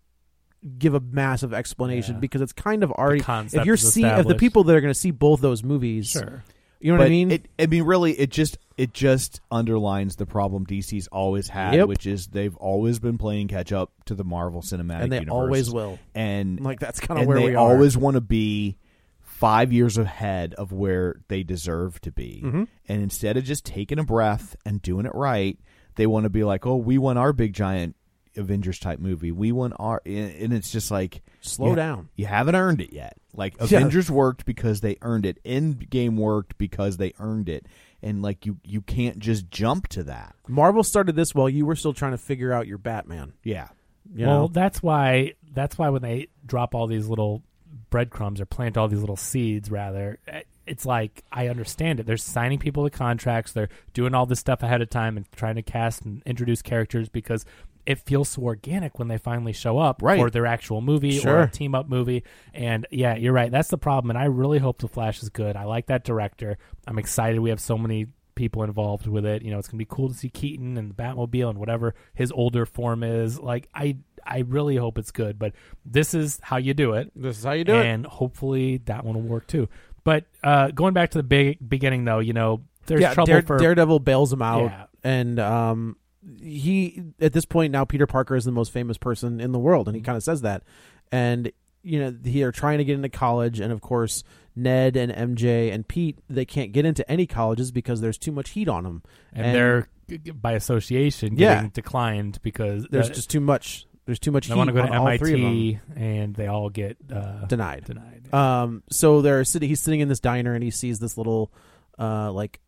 [SPEAKER 3] give a massive explanation
[SPEAKER 4] Yeah.
[SPEAKER 3] because it's kind of already
[SPEAKER 4] concept
[SPEAKER 3] if you're
[SPEAKER 4] is
[SPEAKER 3] seeing if the
[SPEAKER 4] established.
[SPEAKER 3] people that are going to see both those movies,
[SPEAKER 4] sure.
[SPEAKER 3] you know
[SPEAKER 2] but
[SPEAKER 3] what I mean?
[SPEAKER 2] It, I mean, really, it just it just underlines the problem DC's always had,
[SPEAKER 3] Yep.
[SPEAKER 2] which is they've always been playing catch up to the Marvel Cinematic
[SPEAKER 3] And they
[SPEAKER 2] Universe.
[SPEAKER 3] always will.
[SPEAKER 2] And
[SPEAKER 3] Like, that's kinda
[SPEAKER 2] and
[SPEAKER 3] where
[SPEAKER 2] they
[SPEAKER 3] we are.
[SPEAKER 2] always want to be five years ahead of where they deserve to be.
[SPEAKER 3] Mm-hmm.
[SPEAKER 2] And instead of just taking a breath and doing it right, they want to be like, oh, we want our big giant Avengers type movie. We want our, and it's just like
[SPEAKER 3] Slow
[SPEAKER 2] you-
[SPEAKER 3] down.
[SPEAKER 2] You haven't earned it yet. Like
[SPEAKER 3] Yeah.
[SPEAKER 2] Avengers worked because they earned it. Endgame worked because they earned it. And like you, you can't just jump to that.
[SPEAKER 3] Marvel started this while you were still trying to figure out your Batman.
[SPEAKER 2] Yeah.
[SPEAKER 3] You
[SPEAKER 4] well,
[SPEAKER 3] know?
[SPEAKER 4] that's why that's why when they drop all these little breadcrumbs or plant all these little seeds, rather, eh, it's like I understand it. They're signing people to contracts. They're doing all this stuff ahead of time and trying to cast and introduce characters because it feels so organic when they finally show up
[SPEAKER 2] Right.
[SPEAKER 4] for their actual movie or
[SPEAKER 3] Sure.
[SPEAKER 4] a team up movie. And yeah, you're right. That's the problem. And I really hope the Flash is good. I like that director. I'm excited. We have so many people involved with it. You know, it's gonna be cool to see Keaton and the Batmobile and whatever his older form is. Like I I really hope it's good, but this is how you do it.
[SPEAKER 3] This is how you
[SPEAKER 4] and hopefully that one will work too. But uh going back to the big beginning though, you know, there's
[SPEAKER 3] yeah,
[SPEAKER 4] trouble
[SPEAKER 3] Dare-
[SPEAKER 4] for
[SPEAKER 3] Daredevil bails him out,
[SPEAKER 4] Yeah.
[SPEAKER 3] and um, he at this point now Peter Parker is the most famous person in the world,
[SPEAKER 4] Mm-hmm.
[SPEAKER 3] and he kind of says that. And you know he are trying to get into college, and of course Ned and MJ and Pete they can't get into any colleges because there's too much heat on them,
[SPEAKER 4] and, they're g- g- by association
[SPEAKER 3] Yeah.
[SPEAKER 4] getting declined because
[SPEAKER 3] there's
[SPEAKER 4] uh,
[SPEAKER 3] just too much. There's too much
[SPEAKER 4] they
[SPEAKER 3] heat
[SPEAKER 4] want to go
[SPEAKER 3] on
[SPEAKER 4] to
[SPEAKER 3] all three of them.
[SPEAKER 4] MIT and they all get uh,
[SPEAKER 3] Denied.
[SPEAKER 4] denied.
[SPEAKER 3] Um, so they're sitting. He's sitting in this diner, and he sees this little, uh, like,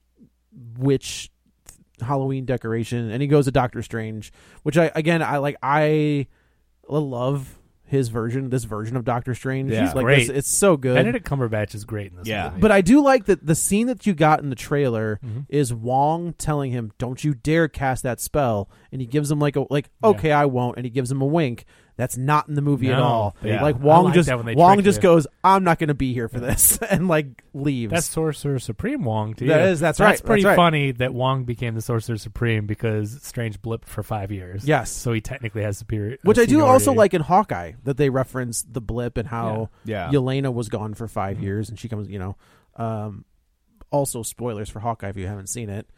[SPEAKER 3] witch Halloween decoration, and he goes to Doctor Strange, which I again I like. I love his version, this version of Doctor Strange.
[SPEAKER 2] Yeah.
[SPEAKER 3] He's like
[SPEAKER 4] Great.
[SPEAKER 3] This, it's so good.
[SPEAKER 4] Benedict Cumberbatch is great in this.
[SPEAKER 2] Yeah.
[SPEAKER 4] movie.
[SPEAKER 3] but I do like that the scene that you got in the trailer
[SPEAKER 4] Mm-hmm.
[SPEAKER 3] is Wong telling him, "Don't you dare cast that spell," and he gives him like a like, "Okay, I won't," and he gives him a wink. That's not in the movie at
[SPEAKER 4] No,
[SPEAKER 3] all.
[SPEAKER 4] yeah.
[SPEAKER 3] Like
[SPEAKER 4] I
[SPEAKER 3] Wong
[SPEAKER 4] like
[SPEAKER 3] just
[SPEAKER 4] that when they
[SPEAKER 3] Wong
[SPEAKER 4] trick
[SPEAKER 3] just
[SPEAKER 4] you.
[SPEAKER 3] goes, "I'm not going to be here for this," *laughs* and like leaves.
[SPEAKER 4] That's Sorcerer Supreme Wong, too.
[SPEAKER 3] That is- that's right,
[SPEAKER 4] That's pretty
[SPEAKER 3] that's right.
[SPEAKER 4] funny that Wong became the Sorcerer Supreme because Strange blipped for five years.
[SPEAKER 3] Yes.
[SPEAKER 4] So he technically has superior. uh,
[SPEAKER 3] Which I do
[SPEAKER 4] seniority.
[SPEAKER 3] also like in Hawkeye that they reference the blip and how
[SPEAKER 2] Yeah. Yeah.
[SPEAKER 3] Yelena was gone for
[SPEAKER 4] Mm-hmm.
[SPEAKER 3] 5 years and she comes, you know. Um, also, spoilers for Hawkeye if you haven't seen it.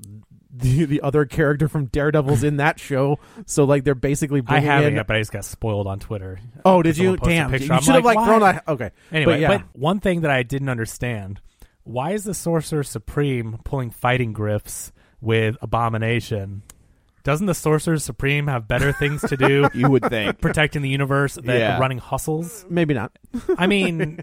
[SPEAKER 3] *laughs* The, the other character from Daredevil's in that show, so like they're basically
[SPEAKER 4] I
[SPEAKER 3] bringing
[SPEAKER 4] haven't
[SPEAKER 3] in.
[SPEAKER 4] yet, but I just got spoiled on Twitter.
[SPEAKER 3] oh, did you?
[SPEAKER 4] Someone posted a
[SPEAKER 3] Damn, you should
[SPEAKER 4] picture. I'm
[SPEAKER 3] have like,
[SPEAKER 4] like,
[SPEAKER 3] thrown
[SPEAKER 4] why?
[SPEAKER 3] that. Okay,
[SPEAKER 4] Anyway,
[SPEAKER 3] but
[SPEAKER 4] but,
[SPEAKER 3] yeah,
[SPEAKER 4] one thing that I didn't understand why is the Sorcerer Supreme pulling fighting griffs with Abomination? Doesn't the Sorcerer Supreme have better things to
[SPEAKER 3] *laughs*
[SPEAKER 4] do?
[SPEAKER 2] You would think.
[SPEAKER 4] protecting the universe than
[SPEAKER 2] Yeah.
[SPEAKER 4] running hustles?
[SPEAKER 3] maybe not.
[SPEAKER 4] I mean,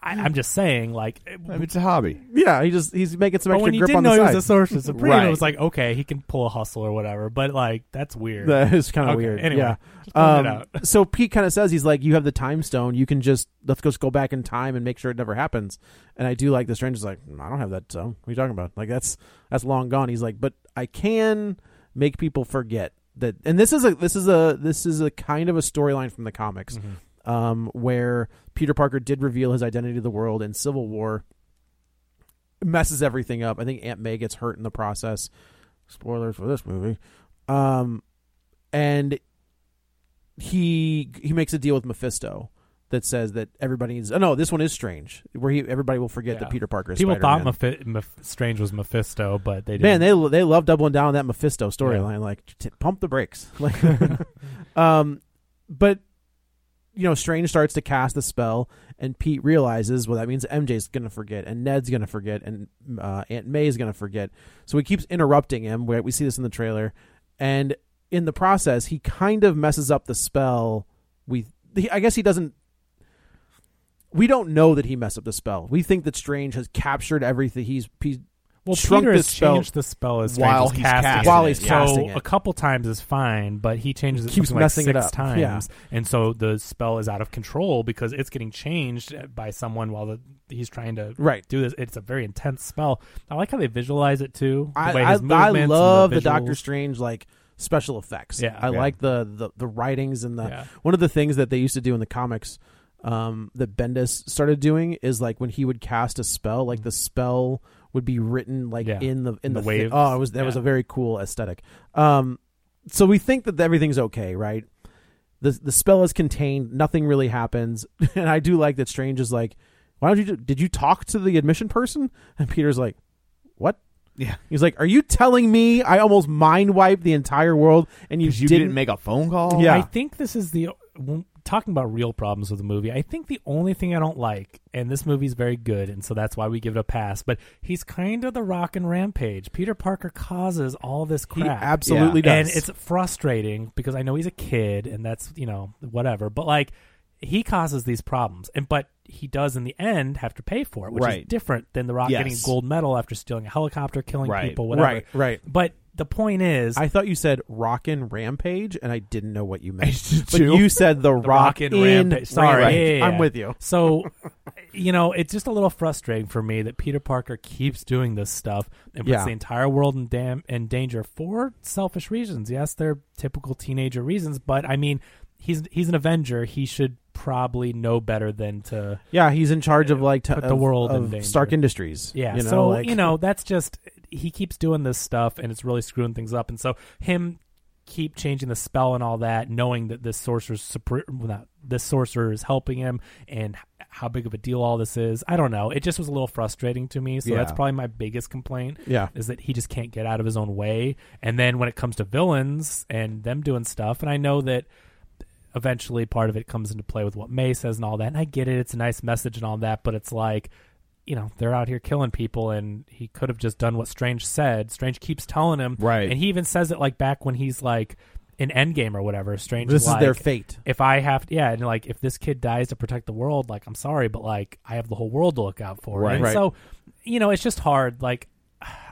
[SPEAKER 4] I, I'm just saying, like,
[SPEAKER 2] I mean, it's a hobby.
[SPEAKER 3] Yeah, he just he's making some
[SPEAKER 4] but
[SPEAKER 3] extra
[SPEAKER 4] when you
[SPEAKER 3] grip
[SPEAKER 4] didn't
[SPEAKER 3] on
[SPEAKER 4] know
[SPEAKER 3] the
[SPEAKER 4] he
[SPEAKER 3] side.
[SPEAKER 4] was a
[SPEAKER 3] *laughs*
[SPEAKER 4] Sorcerer Supreme,
[SPEAKER 2] Right.
[SPEAKER 4] it was like, okay, he can pull a hustle or whatever, but, like, that's weird.
[SPEAKER 3] That *laughs* is kind of
[SPEAKER 4] Okay,
[SPEAKER 3] weird.
[SPEAKER 4] anyway,
[SPEAKER 3] yeah.
[SPEAKER 4] just
[SPEAKER 3] Um,
[SPEAKER 4] pointing it out. *laughs*
[SPEAKER 3] so Pete kind of says he's like, "You have the time stone. You can just let's just go back in time and make sure it never happens." And I do like the stranger's like, "Mm, "I don't have that stone. What are you talking about? Like that's that's long gone." He's like, "But I can make people forget that." And this is a this is a this is a kind of a storyline from the comics,
[SPEAKER 4] Mm-hmm.
[SPEAKER 3] um, where Peter Parker did reveal his identity to the world in Civil War. Messes everything up. I think Aunt May gets hurt in the process. Spoilers for this movie. Um, and he he makes a deal with Mephisto that says that everybody needs. Oh no, this one is strange. Where he everybody will forget
[SPEAKER 4] Yeah.
[SPEAKER 3] that Peter Parker is.
[SPEAKER 4] People
[SPEAKER 3] Spider-Man.
[SPEAKER 4] thought Mephi- Meph- Strange was Mephisto, but they
[SPEAKER 3] Man,
[SPEAKER 4] didn't.
[SPEAKER 3] they they love doubling down on that Mephisto storyline. Like, t- pump the brakes. *laughs* Like, um, but you know, Strange starts to cast the spell, and Pete realizes, well, that means MJ's gonna forget, and Ned's gonna forget, and uh, Aunt May's gonna forget. So he keeps interrupting him. We, we see this in the trailer, and in the process, he kind of messes up the spell. We, he, I guess, he doesn't we don't know that he messed up the spell. We think that Strange has captured everything. He's, he's
[SPEAKER 4] well,
[SPEAKER 3] shrunk
[SPEAKER 4] Peter
[SPEAKER 3] the
[SPEAKER 4] has
[SPEAKER 3] spell.
[SPEAKER 4] changed the spell as Strange
[SPEAKER 2] While
[SPEAKER 4] is
[SPEAKER 2] he's
[SPEAKER 4] casting
[SPEAKER 2] casting
[SPEAKER 4] it.
[SPEAKER 3] While he's
[SPEAKER 4] so
[SPEAKER 3] casting it.
[SPEAKER 4] a couple times is fine, but he changes it
[SPEAKER 3] Keeps
[SPEAKER 4] something like
[SPEAKER 3] messing it
[SPEAKER 4] six
[SPEAKER 3] up.
[SPEAKER 4] times,
[SPEAKER 3] Yeah.
[SPEAKER 4] and so the spell is out of control because it's getting changed by someone while the, he's trying to
[SPEAKER 3] Right.
[SPEAKER 4] do this. It's a very intense spell. I like how they visualize it too. The
[SPEAKER 3] I,
[SPEAKER 4] way
[SPEAKER 3] I,
[SPEAKER 4] his
[SPEAKER 3] I
[SPEAKER 4] movements and
[SPEAKER 3] love the,
[SPEAKER 4] the
[SPEAKER 3] Doctor
[SPEAKER 4] visuals.
[SPEAKER 3] Strange like special effects.
[SPEAKER 4] Yeah.
[SPEAKER 3] I
[SPEAKER 4] Yeah.
[SPEAKER 3] like the, the the writings and the
[SPEAKER 4] Yeah.
[SPEAKER 3] one of the things that they used to do in the comics um, that Bendis started doing is like when he would cast a spell, like the spell would be written like
[SPEAKER 4] Mm-hmm. Yeah.
[SPEAKER 3] in the in,
[SPEAKER 4] In
[SPEAKER 3] the,
[SPEAKER 4] the
[SPEAKER 3] thi-
[SPEAKER 4] waves.
[SPEAKER 3] oh, it was that was
[SPEAKER 4] Yeah.
[SPEAKER 3] a very cool aesthetic. Um, so we think that everything's okay, right? The the spell is contained. Nothing really happens, *laughs* and I do like that Strange is like. Why don't you? do- Did you talk to the admission person? And Peter's like, "What?
[SPEAKER 2] Yeah.
[SPEAKER 3] He's like, "Are you telling me I almost mind wiped the entire world and you,
[SPEAKER 2] Because you didn't make a phone call?
[SPEAKER 3] Yeah.
[SPEAKER 4] I think this is the when- talking about real problems with the movie. I think the only thing I don't like, and this movie's very good, and so that's why we give it a pass. But he's kind of the rock and rampage. Peter Parker causes all this
[SPEAKER 3] He
[SPEAKER 4] crap.
[SPEAKER 3] absolutely
[SPEAKER 2] Yeah.
[SPEAKER 3] does.
[SPEAKER 4] And it's frustrating because I know he's a kid and that's, you know, whatever. But like he causes these problems. And but he does in the end have to pay for it, which
[SPEAKER 2] Right.
[SPEAKER 4] is different than the rock
[SPEAKER 2] Yes.
[SPEAKER 4] getting a gold medal after stealing a helicopter, killing
[SPEAKER 2] Right.
[SPEAKER 4] people, whatever.
[SPEAKER 3] Right, right.
[SPEAKER 4] But the point is
[SPEAKER 3] I thought you said Rockin' Rampage, and I didn't know what you meant.
[SPEAKER 2] *laughs* did
[SPEAKER 3] but
[SPEAKER 2] too.
[SPEAKER 3] you said the,
[SPEAKER 4] the
[SPEAKER 3] Rockin' Rampage.
[SPEAKER 4] Sorry, Yeah, yeah,
[SPEAKER 3] I'm
[SPEAKER 4] yeah.
[SPEAKER 3] with you.
[SPEAKER 4] So, you know, it's just a little frustrating for me that Peter Parker keeps doing this stuff and puts
[SPEAKER 3] Yeah.
[SPEAKER 4] the entire world in dam- in danger for selfish reasons. Yes, they're typical teenager reasons, but I mean, he's he's an Avenger. He should probably know better than to
[SPEAKER 3] Yeah, he's in charge of like to,
[SPEAKER 4] Put the
[SPEAKER 3] of-
[SPEAKER 4] world in
[SPEAKER 3] of
[SPEAKER 4] danger.
[SPEAKER 3] Stark Industries.
[SPEAKER 4] yeah.
[SPEAKER 3] you know,
[SPEAKER 4] so
[SPEAKER 3] like-
[SPEAKER 4] you know, that's just he keeps doing this stuff and it's really screwing things up. And so him keep changing the spell and all that, knowing that this sorcerer's super, not, this sorcerer is helping him and h- how big of a deal all this is. I don't know. It just was a little frustrating to me. So that's
[SPEAKER 2] Yeah.
[SPEAKER 4] probably my biggest complaint.
[SPEAKER 3] Yeah.
[SPEAKER 4] is that he just can't get out of his own way. And then when it comes to villains and them doing stuff, and I know that eventually part of it comes into play with what May says and all that. And I get it; it's a nice message and all that, but it's like, you know, they're out here killing people, and he could have just done what Strange said. Strange keeps telling him,
[SPEAKER 2] Right.
[SPEAKER 4] And he even says it like back when he's like in Endgame or whatever. Strange,
[SPEAKER 3] this is
[SPEAKER 4] like,
[SPEAKER 3] their fate.
[SPEAKER 4] If I have, yeah, and like if this kid dies to protect the world, like I'm sorry, but like I have the whole world to look out for.
[SPEAKER 2] Right.
[SPEAKER 4] And
[SPEAKER 3] Right.
[SPEAKER 4] So, you know, it's just hard. Like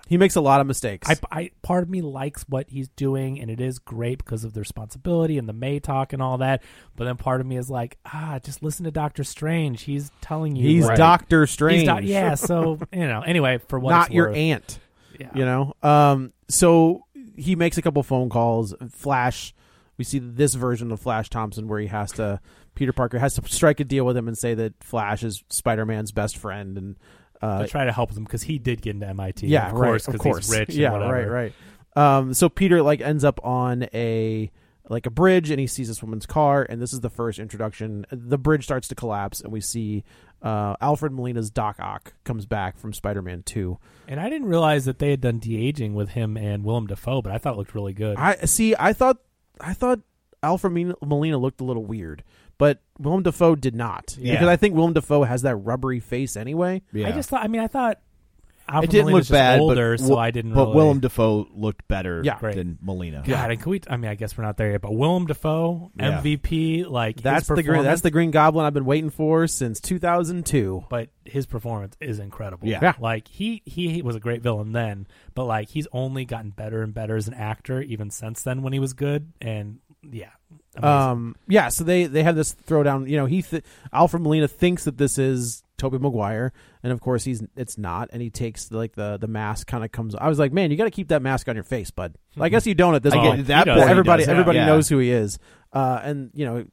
[SPEAKER 3] He makes a lot of mistakes.
[SPEAKER 4] I, I part of me likes what he's doing and it is great because of the responsibility and the May talk and all that. But then part of me is like, ah, just listen to Doctor Strange. He's telling you
[SPEAKER 3] he's
[SPEAKER 4] like-
[SPEAKER 3] Doctor Strange.
[SPEAKER 4] he's doc- yeah. So you know, anyway, for what
[SPEAKER 3] not
[SPEAKER 4] it's
[SPEAKER 3] your
[SPEAKER 4] worth,
[SPEAKER 3] aunt.
[SPEAKER 4] Yeah.
[SPEAKER 3] You know? Um so he makes a couple phone calls, Flash we see this version of Flash Thompson where he has to Peter Parker has to strike a deal with him and say that Flash is Spider Man's best friend and uh,
[SPEAKER 4] to try to help him because he did get into MIT.
[SPEAKER 3] yeah,
[SPEAKER 4] of course, 'cause
[SPEAKER 3] right, of
[SPEAKER 4] he's
[SPEAKER 3] course,
[SPEAKER 4] rich. and
[SPEAKER 3] yeah,
[SPEAKER 4] whatever.
[SPEAKER 3] right, right. Um, so Peter like ends up on a like a bridge and he sees this woman's car and this is the first introduction. The bridge starts to collapse and we see uh, Alfred Molina's Doc Ock comes back from Spider-Man Two.
[SPEAKER 4] And I didn't realize that they had done de aging with him and Willem Dafoe, but I thought it looked really good.
[SPEAKER 3] I see. I thought I thought Alfred Min- Molina looked a little weird, but Willem Dafoe did not
[SPEAKER 4] Yeah.
[SPEAKER 3] because I think Willem Dafoe has that rubbery face anyway.
[SPEAKER 2] Yeah.
[SPEAKER 4] I just thought. I mean, I thought
[SPEAKER 2] it
[SPEAKER 4] Alfred
[SPEAKER 2] didn't
[SPEAKER 4] Molina's
[SPEAKER 2] look
[SPEAKER 4] just
[SPEAKER 2] bad,
[SPEAKER 4] older,
[SPEAKER 2] but,
[SPEAKER 4] so
[SPEAKER 2] Wil-
[SPEAKER 4] I didn't.
[SPEAKER 2] But
[SPEAKER 4] really,
[SPEAKER 2] Willem Dafoe looked better
[SPEAKER 3] Yeah.
[SPEAKER 4] Right.
[SPEAKER 2] than Molina.
[SPEAKER 4] God, and can we? I mean, I guess we're not there yet, but Willem Dafoe,
[SPEAKER 2] Yeah.
[SPEAKER 4] MVP, like his
[SPEAKER 3] That's the green,
[SPEAKER 4] performance-
[SPEAKER 3] that's the Green Goblin I've been waiting for since 2002.
[SPEAKER 4] But his performance is incredible.
[SPEAKER 2] Yeah. Yeah.
[SPEAKER 4] like he he was a great villain then, but like he's only gotten better and better as an actor even since then when he was good. And yeah, amazing.
[SPEAKER 3] Um, yeah, so they they have this throwdown. You know, he th- Alfred Molina thinks that this is Toby Maguire, and of course he's it's not, and he takes like the the mask kind of comes. I was like, man, you got to keep that mask on your face, bud. Well, I guess you don't at this
[SPEAKER 2] I
[SPEAKER 3] point.
[SPEAKER 2] get, at that
[SPEAKER 4] He
[SPEAKER 2] point,
[SPEAKER 4] does.
[SPEAKER 2] he
[SPEAKER 3] everybody
[SPEAKER 2] does, yeah.
[SPEAKER 3] everybody
[SPEAKER 2] Yeah.
[SPEAKER 3] knows who he is. Uh, and you know,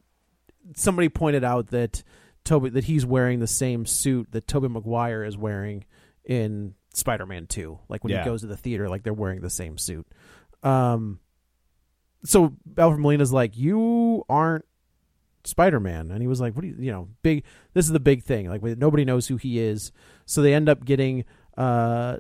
[SPEAKER 3] somebody pointed out that Toby that he's wearing the same suit that Toby Maguire is wearing in Spider-Man 2. Like when
[SPEAKER 2] Yeah.
[SPEAKER 3] he goes to the theater like they're wearing the same suit. Um so Alfred Molina's like you aren't Spider-Man and he was like what do you you know big this is the big thing like nobody knows who he is. So they end up getting uh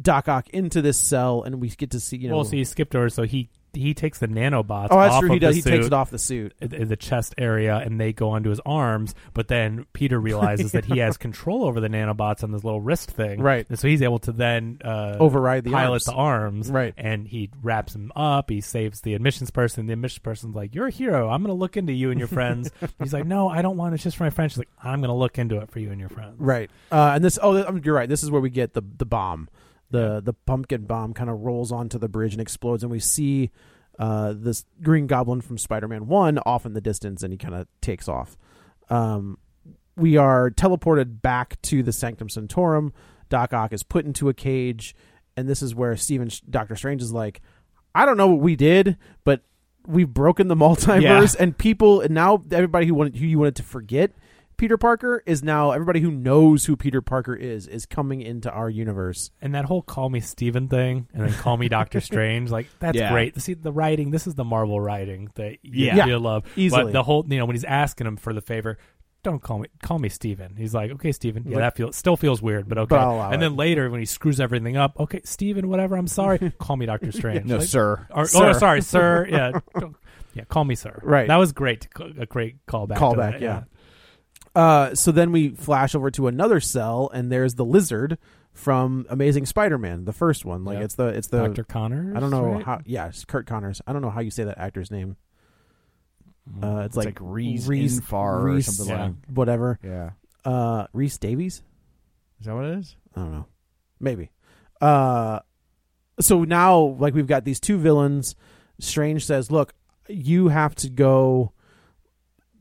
[SPEAKER 3] Doc Ock into this cell and we get to see you know
[SPEAKER 4] well, so he skipped over, so he he takes the nanobots.
[SPEAKER 3] Oh, that's
[SPEAKER 4] off
[SPEAKER 3] true. He
[SPEAKER 4] of the
[SPEAKER 3] does. He takes
[SPEAKER 4] suit.
[SPEAKER 3] it off the suit.
[SPEAKER 4] in the chest area and they go onto his arms but then peter realizes that he has control over the nanobots on this little wrist thing
[SPEAKER 3] *laughs* Right.
[SPEAKER 4] and so he's able to then uh
[SPEAKER 3] Override the
[SPEAKER 4] pilot
[SPEAKER 3] arms.
[SPEAKER 4] the arms
[SPEAKER 3] Right.
[SPEAKER 4] and he wraps him up he saves the admissions person the admissions person's like you're a hero i'm gonna look into you and your
[SPEAKER 3] *laughs*
[SPEAKER 4] friends he's like no i don't want it. it's just for my friends she's like i'm gonna look into it for you and your friends
[SPEAKER 3] Right. Uh, and this. Oh, th- um, you're right. This is where we get the the bomb. The the pumpkin bomb kind of rolls onto the bridge and explodes, and we see uh, this Green Goblin from Spider-Man One off in the distance, and he kind of takes off. Um, we are teleported back to the Sanctum Sanctorum. Doc Ock is put into a cage, and this is where Stephen Doctor Strange is like, I don't know what we did, but we've broken the multiverse, and people, and now everybody who wanted who you wanted to forget Peter Parker is now everybody who knows who Peter Parker is is coming into our universe.
[SPEAKER 4] and that whole call me Steven thing and then call
[SPEAKER 3] *laughs*
[SPEAKER 4] me Doctor Strange, like that's
[SPEAKER 2] Yeah.
[SPEAKER 4] great. See the writing, this is the Marvel writing that you,
[SPEAKER 2] Yeah.
[SPEAKER 4] you love.
[SPEAKER 3] Easily.
[SPEAKER 4] But the whole you know, when he's asking him for the favor, don't call me call me Steven. He's like, Okay, Steven, yeah, that feels still feels weird, but okay.
[SPEAKER 3] But I'll allow
[SPEAKER 4] and
[SPEAKER 3] it.
[SPEAKER 4] then later when he screws everything up, okay, Steven, whatever, I'm
[SPEAKER 3] *laughs*
[SPEAKER 4] sorry. call me Doctor Strange.
[SPEAKER 2] No,
[SPEAKER 4] Like,
[SPEAKER 2] sir.
[SPEAKER 4] Or,
[SPEAKER 3] Sir.
[SPEAKER 4] Oh, sorry,
[SPEAKER 3] *laughs*
[SPEAKER 4] sir. Yeah. don't- yeah, call me sir.
[SPEAKER 3] Right.
[SPEAKER 4] That was great a great callback. to
[SPEAKER 3] Callback,
[SPEAKER 4] that,
[SPEAKER 3] yeah. Uh, so then we flash over to another cell, and there's the lizard from Amazing Spider-Man, the first one. Like
[SPEAKER 4] Yep.
[SPEAKER 3] it's the it's the
[SPEAKER 4] Dr. Connors.
[SPEAKER 3] I don't know
[SPEAKER 4] right?
[SPEAKER 3] how. Yeah, it's Kurt Connors. I don't know how you say that actor's name. Uh, it's,
[SPEAKER 2] Mm, It's like Reese
[SPEAKER 3] Reese
[SPEAKER 2] Infar or
[SPEAKER 3] Reese-
[SPEAKER 2] something
[SPEAKER 4] yeah.
[SPEAKER 2] like.
[SPEAKER 3] whatever.
[SPEAKER 2] Yeah.
[SPEAKER 3] Uh, Reese Davies.
[SPEAKER 2] Is that what it is?
[SPEAKER 3] I don't know. Maybe. Uh so now like we've got these two villains. Strange says, "Look, you have to go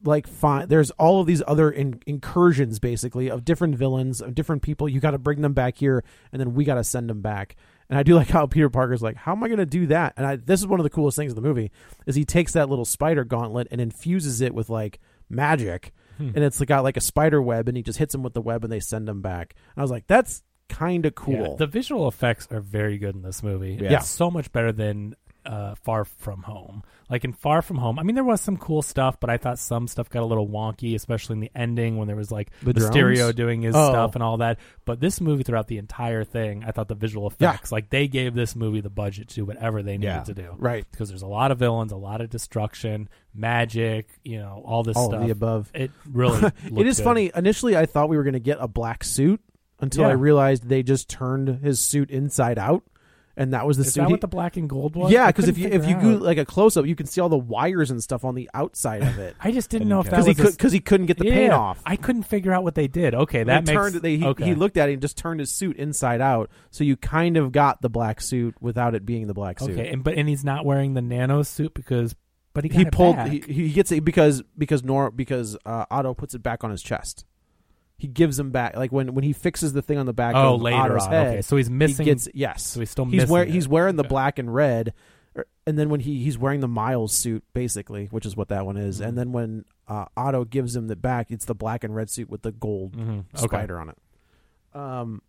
[SPEAKER 3] like find there's all of these other in- incursions basically of different villains, of different people. You got to bring them back here and then we got to send them back." And I do *laughs* like how Peter Parker's like, "How am I going to do that?" And I this is one of the coolest things in the movie is he takes that little spider gauntlet and infuses it with like magic
[SPEAKER 4] Hmm.
[SPEAKER 3] and it's got like a spider web and he just hits them with the web and they send them back and i was like that's kind of cool
[SPEAKER 4] Yeah, the visual effects are very good in this movie.
[SPEAKER 2] Yeah.
[SPEAKER 4] It's so much better than uh, Far From Home. Like in Far From Home, I mean, there was some cool stuff, but I thought some stuff got a little wonky, especially in the ending when there was like
[SPEAKER 3] The
[SPEAKER 4] Mysterio
[SPEAKER 3] drones?
[SPEAKER 4] doing his
[SPEAKER 3] Oh.
[SPEAKER 4] stuff and all that. But this movie, throughout the entire thing, I thought the visual
[SPEAKER 3] Yeah.
[SPEAKER 4] effects, like they gave this movie the budget to do whatever they needed
[SPEAKER 2] Yeah.
[SPEAKER 4] to do.
[SPEAKER 3] Right.
[SPEAKER 4] Because there's a lot of villains, a lot of destruction, magic, you know, all this
[SPEAKER 3] all
[SPEAKER 4] stuff.
[SPEAKER 3] of the above
[SPEAKER 4] It really
[SPEAKER 3] *laughs* it
[SPEAKER 4] looked
[SPEAKER 3] is
[SPEAKER 4] good.
[SPEAKER 3] funny initially i thought we were going to get a black suit until
[SPEAKER 4] Yeah.
[SPEAKER 3] i realized they just turned his suit inside out and that was the
[SPEAKER 4] Is
[SPEAKER 3] suit
[SPEAKER 4] that
[SPEAKER 3] he-
[SPEAKER 4] what the black and gold was?
[SPEAKER 3] yeah
[SPEAKER 4] I
[SPEAKER 3] because if you
[SPEAKER 4] couldn't
[SPEAKER 3] if you
[SPEAKER 4] figure
[SPEAKER 3] do
[SPEAKER 4] out.
[SPEAKER 3] like a close-up you can see all the wires and stuff on the outside of it
[SPEAKER 4] *laughs* I just
[SPEAKER 2] I
[SPEAKER 4] didn't know if
[SPEAKER 2] didn't
[SPEAKER 4] that was a
[SPEAKER 3] because he could because he couldn't get the paint off
[SPEAKER 4] I couldn't figure out what they did. Okay,
[SPEAKER 3] They
[SPEAKER 4] that makes
[SPEAKER 3] turned, they, he,
[SPEAKER 4] okay.
[SPEAKER 3] he looked at it and just turned his suit inside out so you kind of got the black suit without it being the black suit
[SPEAKER 4] okay, and but and he's not wearing the nano suit because but he got
[SPEAKER 3] he
[SPEAKER 4] it
[SPEAKER 3] pulled
[SPEAKER 4] back.
[SPEAKER 3] he, he gets it because because nor because uh, otto puts it back on his chest he gives him back like when when he fixes the thing on the back
[SPEAKER 4] oh
[SPEAKER 3] of
[SPEAKER 4] later
[SPEAKER 3] Otto's
[SPEAKER 4] on.
[SPEAKER 3] head,
[SPEAKER 4] okay, so he's
[SPEAKER 3] he
[SPEAKER 4] missing.
[SPEAKER 3] gets yes
[SPEAKER 4] so he's still
[SPEAKER 3] he's
[SPEAKER 4] missing
[SPEAKER 3] wearing
[SPEAKER 4] it.
[SPEAKER 3] he's wearing the
[SPEAKER 4] Okay.
[SPEAKER 3] black and red or- and then when he he's wearing the Miles suit basically, which is what that one
[SPEAKER 4] Mm-hmm.
[SPEAKER 3] is, and then when uh, Otto gives him the back, it's the black and red suit with the gold
[SPEAKER 4] Mm-hmm. Okay.
[SPEAKER 3] spider on it. Um,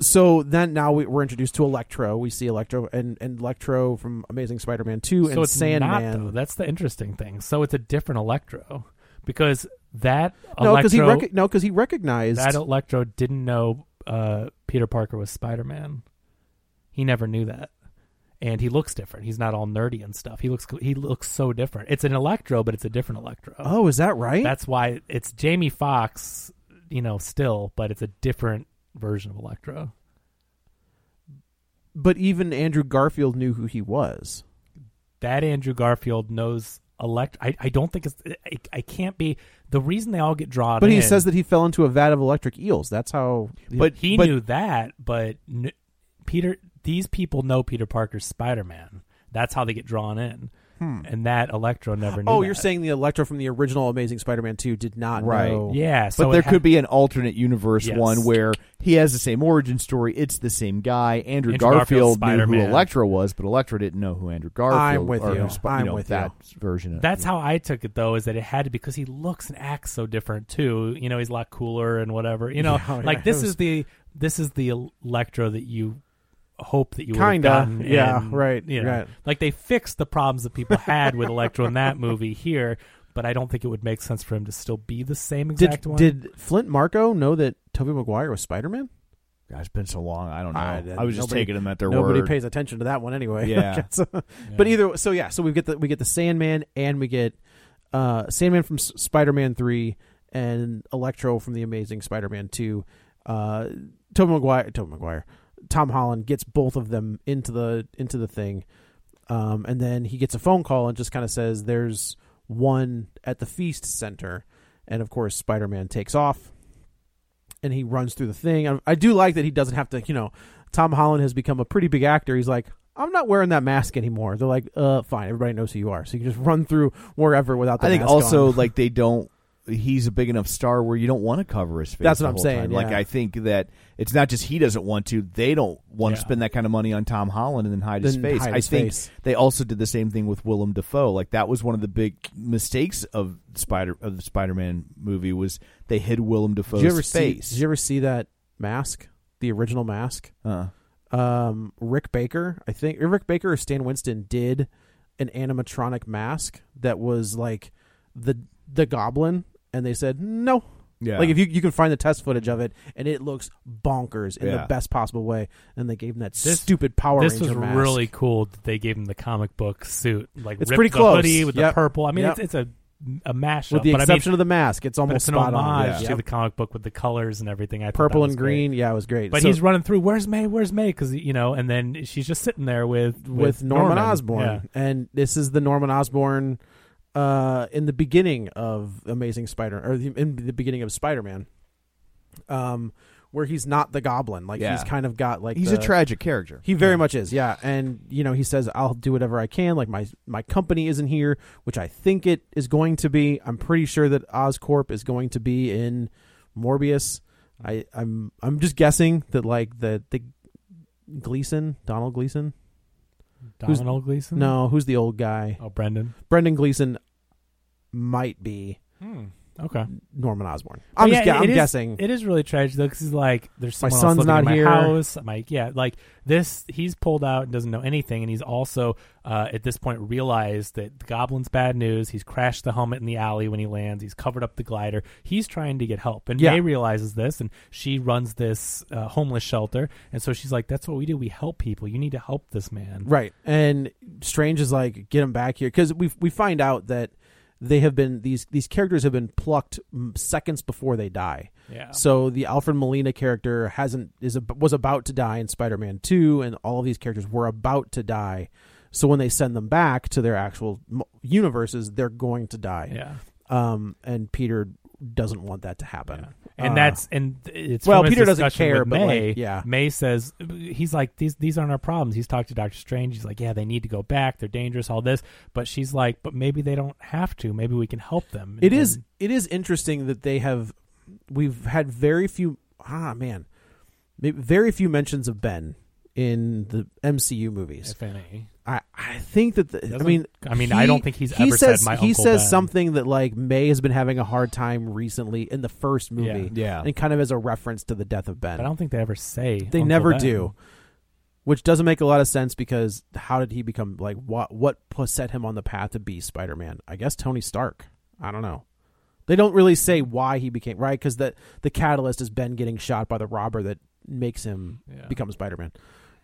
[SPEAKER 3] so then now we, we're introduced to Electro. We see Electro and and Electro from Amazing Spider-Man Two
[SPEAKER 4] so
[SPEAKER 3] and
[SPEAKER 4] it's
[SPEAKER 3] Sandman.
[SPEAKER 4] not though. That's the interesting thing. So it's a different Electro because that
[SPEAKER 3] no, because he
[SPEAKER 4] Electro
[SPEAKER 3] rec- no, because he recognized
[SPEAKER 4] that Electro didn't know uh, Peter Parker was Spider Man. He never knew that, and he looks different. He's not all nerdy and stuff. He looks he looks so different. It's an Electro, but it's a different Electro.
[SPEAKER 3] Oh, is that right?
[SPEAKER 4] that's why it's Jamie Fox. You know, still, but it's a different version of Electro.
[SPEAKER 3] but even Andrew Garfield knew who he was.
[SPEAKER 4] that Andrew Garfield knows elect. I, I don't think it's. I, I can't be the reason they all get drawn.
[SPEAKER 3] But he
[SPEAKER 4] in,
[SPEAKER 3] says that he fell into a vat of electric eels. That's how.
[SPEAKER 4] but he knew that. But n- Peter, these people know Peter Parker's Spider Man. That's how they get drawn in, and that Electro never knew.
[SPEAKER 3] Hmm. Oh, you're
[SPEAKER 4] that.
[SPEAKER 3] saying the Electro from the original Amazing Spider-Man Two did not
[SPEAKER 2] Right.
[SPEAKER 3] know?
[SPEAKER 4] yeah? So
[SPEAKER 2] but
[SPEAKER 4] it
[SPEAKER 2] there
[SPEAKER 4] ha-
[SPEAKER 2] could be an alternate universe
[SPEAKER 4] Yes.
[SPEAKER 2] one where he has the same origin story. It's the same guy. Andrew,
[SPEAKER 4] Andrew
[SPEAKER 2] Garfield
[SPEAKER 4] Garfield's
[SPEAKER 2] knew who
[SPEAKER 4] Spider-Man.
[SPEAKER 2] Electro was, but Electro didn't know who Andrew Garfield.
[SPEAKER 3] I'm with
[SPEAKER 2] or
[SPEAKER 3] you.
[SPEAKER 2] who Sp-
[SPEAKER 3] I'm
[SPEAKER 2] know,
[SPEAKER 3] with
[SPEAKER 2] that version. Of,
[SPEAKER 4] That's how I took it though, is that it had to because he looks and acts so different too. You know, he's a lot cooler and whatever. You know,
[SPEAKER 3] Yeah, oh, yeah,
[SPEAKER 4] like this
[SPEAKER 3] it was-
[SPEAKER 4] is the this is the Electro that you hope that you would
[SPEAKER 3] Kinda,
[SPEAKER 4] gotten,
[SPEAKER 3] yeah,
[SPEAKER 4] and,
[SPEAKER 3] right,
[SPEAKER 4] You know,
[SPEAKER 3] right.
[SPEAKER 4] like they fixed the problems that people had with Electro in that movie here, but I don't think it would make sense for him to still be the same exact
[SPEAKER 3] Did
[SPEAKER 4] one.
[SPEAKER 3] did Flint Marco know that Tobey Maguire was Spider-Man?
[SPEAKER 2] God, it's been so long. I don't know.
[SPEAKER 3] I-
[SPEAKER 2] I, was just
[SPEAKER 3] nobody-
[SPEAKER 2] taking them at their
[SPEAKER 3] Nobody
[SPEAKER 2] word.
[SPEAKER 3] pays attention to that one anyway.
[SPEAKER 2] Yeah.
[SPEAKER 3] So- *laughs* But either so yeah, so we get the we get the Sandman and we get uh Sandman from S- Spider-Man 3 and Electro from the Amazing Spider-Man 2. Uh Tobey Maguire Tobey Maguire. Tom Holland gets both of them into the into the thing. Um and then he gets a phone call and just kind of says there's one at the feast center and of course Spider-Man takes off and he runs through the thing. I, I do like that he doesn't have to, you know, Tom Holland has become a pretty big actor. He's like, I'm not wearing that mask anymore. They're like, uh, fine, everybody knows who you are. So you can just run through wherever without the
[SPEAKER 2] I think
[SPEAKER 3] mask
[SPEAKER 2] also
[SPEAKER 3] on.
[SPEAKER 2] like they don't. He's a big enough star where you don't want to cover his face.
[SPEAKER 3] That's
[SPEAKER 2] the
[SPEAKER 3] what I'm
[SPEAKER 2] whole
[SPEAKER 3] saying,
[SPEAKER 2] time. Like
[SPEAKER 3] yeah.
[SPEAKER 2] I think that it's not just he doesn't want to. They don't want
[SPEAKER 4] Yeah.
[SPEAKER 2] to spend that kind of money on Tom Holland and then hide his
[SPEAKER 3] Then
[SPEAKER 2] face.
[SPEAKER 3] hide
[SPEAKER 2] I
[SPEAKER 3] his
[SPEAKER 2] think
[SPEAKER 3] face.
[SPEAKER 2] they also did the same thing with Willem Dafoe. Like that was one of the big mistakes of Spider of the Spider-Man movie was they hid Willem Dafoe's
[SPEAKER 3] did you ever
[SPEAKER 2] face.
[SPEAKER 3] see? Did you ever see that mask? The original mask.
[SPEAKER 2] Uh,
[SPEAKER 3] Um, Rick Baker, I think Rick Baker or Stan Winston did an animatronic mask that was like the the Goblin, and they said no.
[SPEAKER 2] yeah,
[SPEAKER 3] Like if you you can find the test footage of it, and it looks bonkers in the
[SPEAKER 2] Yeah.
[SPEAKER 3] best possible way, and they gave him that
[SPEAKER 4] This-
[SPEAKER 3] stupid Power
[SPEAKER 4] this
[SPEAKER 3] Ranger
[SPEAKER 4] was
[SPEAKER 3] mask.
[SPEAKER 4] really cool that they gave him the comic book suit, like
[SPEAKER 3] It's
[SPEAKER 4] ripped
[SPEAKER 3] pretty
[SPEAKER 4] the
[SPEAKER 3] close.
[SPEAKER 4] hoodie with
[SPEAKER 3] Yep.
[SPEAKER 4] the purple. I mean,
[SPEAKER 3] Yep.
[SPEAKER 4] it's, it's a a mashup,
[SPEAKER 3] with the
[SPEAKER 4] but I mean,
[SPEAKER 3] exception of the mask. It's
[SPEAKER 4] but
[SPEAKER 3] almost
[SPEAKER 4] it's an
[SPEAKER 3] spot on.
[SPEAKER 4] homage
[SPEAKER 3] Yeah.
[SPEAKER 4] to the comic book with the colors and everything. I thought
[SPEAKER 3] purple
[SPEAKER 4] that
[SPEAKER 3] and
[SPEAKER 4] was great.
[SPEAKER 3] green. Yeah, it was great.
[SPEAKER 4] But
[SPEAKER 3] So-
[SPEAKER 4] he's running through. Where's May? Where's May? Because you know, and then she's just sitting there with with,
[SPEAKER 3] with Norman, Osborn,
[SPEAKER 4] Yeah.
[SPEAKER 3] and this is the Norman Osborn uh, in the beginning of Amazing Spider, or the, in the beginning of Spider Man, um, where he's not the Goblin. Like
[SPEAKER 2] Yeah.
[SPEAKER 3] he's kind of got like
[SPEAKER 2] he's
[SPEAKER 3] the-
[SPEAKER 2] a tragic character.
[SPEAKER 3] He very much is, yeah. And you know, he says, "I'll do whatever I can." Like my my company isn't here, which I think it is going to be. I'm pretty sure that Oscorp is going to be in Morbius. I I'm I'm just guessing that like the the Gleason, Donald Gleason. Who's-
[SPEAKER 4] Donald Gleason.
[SPEAKER 3] No, who's the old guy?
[SPEAKER 4] oh Brendan.
[SPEAKER 3] Brendan Gleason might be
[SPEAKER 4] Okay,
[SPEAKER 3] Norman Osborn. I'm just
[SPEAKER 4] Oh, yeah,
[SPEAKER 3] gu-
[SPEAKER 4] it
[SPEAKER 3] I'm
[SPEAKER 4] is-
[SPEAKER 3] guessing.
[SPEAKER 4] it is really tragic though, because he's like, "There's
[SPEAKER 3] My
[SPEAKER 4] someone else
[SPEAKER 3] son's
[SPEAKER 4] living
[SPEAKER 3] not
[SPEAKER 4] in my
[SPEAKER 3] here.
[SPEAKER 4] house." My yeah, like this. He's pulled out and doesn't know anything, and he's also uh, at this point realized that the Goblin's bad news. He's crashed the helmet in the alley when he lands. He's covered up the glider. He's trying to get help, and
[SPEAKER 3] Yeah.
[SPEAKER 4] May realizes this, and she runs this uh, homeless shelter, and so she's like, "That's what we do. We help people. You need to help this man."
[SPEAKER 3] Right. And Strange is like, get him back here because we we find out that they have been these these characters have been plucked mm, seconds before they die.
[SPEAKER 4] Yeah.
[SPEAKER 3] So the Alfred Molina character hasn't is ab- was about to die in Spider Man Two, and all of these characters were about to die. So when they send them back to their actual m- universes, they're going to die.
[SPEAKER 4] Yeah.
[SPEAKER 3] Um, and Peter doesn't want that to happen.
[SPEAKER 4] and
[SPEAKER 3] Uh,
[SPEAKER 4] that's and it's
[SPEAKER 3] well,
[SPEAKER 4] from his
[SPEAKER 3] Peter doesn't
[SPEAKER 4] discussion
[SPEAKER 3] care,
[SPEAKER 4] with
[SPEAKER 3] but,
[SPEAKER 4] May,
[SPEAKER 3] like, yeah.
[SPEAKER 4] May says he's like these these aren't our problems. He's talked to Doctor Strange. He's like, yeah, they need to go back. They're dangerous. All this, but she's like, but maybe they don't have to. Maybe we can help them.
[SPEAKER 3] It is it is interesting that they have we've had very few ah man maybe very few mentions of Ben in the MCU movies.
[SPEAKER 4] if any.
[SPEAKER 3] I, I think that the, I
[SPEAKER 4] Doesn't-
[SPEAKER 3] mean
[SPEAKER 4] I mean, I don't think he's
[SPEAKER 3] he
[SPEAKER 4] ever said
[SPEAKER 3] says,
[SPEAKER 4] my
[SPEAKER 3] he
[SPEAKER 4] Uncle
[SPEAKER 3] says
[SPEAKER 4] Ben.
[SPEAKER 3] something that like May has been having a hard time recently in the first movie
[SPEAKER 2] Yeah. Yeah.
[SPEAKER 3] and kind of as a reference to the death of Ben
[SPEAKER 4] But I don't think they ever say.
[SPEAKER 3] they
[SPEAKER 4] Uncle
[SPEAKER 3] never
[SPEAKER 4] Ben.
[SPEAKER 3] do which doesn't make a lot of sense because how did he become like what what pu- set him on the path to be spider-man i guess tony stark i don't know they don't really say why he became right because that the catalyst is ben getting shot by the robber that makes him
[SPEAKER 4] Yeah.
[SPEAKER 3] become spider-man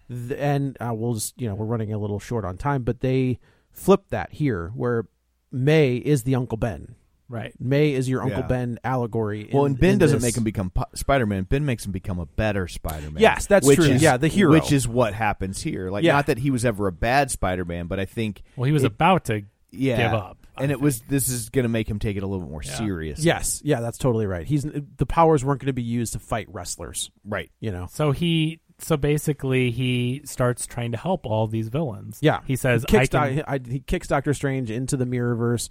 [SPEAKER 3] Th- and uh, we'll just you know we're running a little short on time but they flipped that here where may is the uncle ben
[SPEAKER 4] Right.
[SPEAKER 3] may is your uncle
[SPEAKER 2] Yeah.
[SPEAKER 3] ben allegory in-
[SPEAKER 2] Well, and Ben
[SPEAKER 3] in
[SPEAKER 2] doesn't
[SPEAKER 3] this.
[SPEAKER 2] make him become Spider Man. Ben makes him become a better Spider Man.
[SPEAKER 3] Yes, that's true. Yeah, the hero.
[SPEAKER 2] Which is what happens here. Like,
[SPEAKER 3] Yeah.
[SPEAKER 2] not that he was ever a bad Spider Man, but I think.
[SPEAKER 4] Well, he was
[SPEAKER 2] it-
[SPEAKER 4] about to
[SPEAKER 2] yeah,
[SPEAKER 4] give up. I
[SPEAKER 2] and it was this is going to make him take it a little bit more
[SPEAKER 4] Yeah.
[SPEAKER 2] serious.
[SPEAKER 3] yes yeah that's totally right he's the powers weren't going to be used to fight wrestlers
[SPEAKER 2] right.
[SPEAKER 3] you know
[SPEAKER 4] So he. So basically, he starts trying to help all these villains.
[SPEAKER 3] Yeah,
[SPEAKER 4] He says,
[SPEAKER 3] kicks
[SPEAKER 4] "I can."
[SPEAKER 3] Doc- I- he kicks Doctor Strange into the Mirrorverse.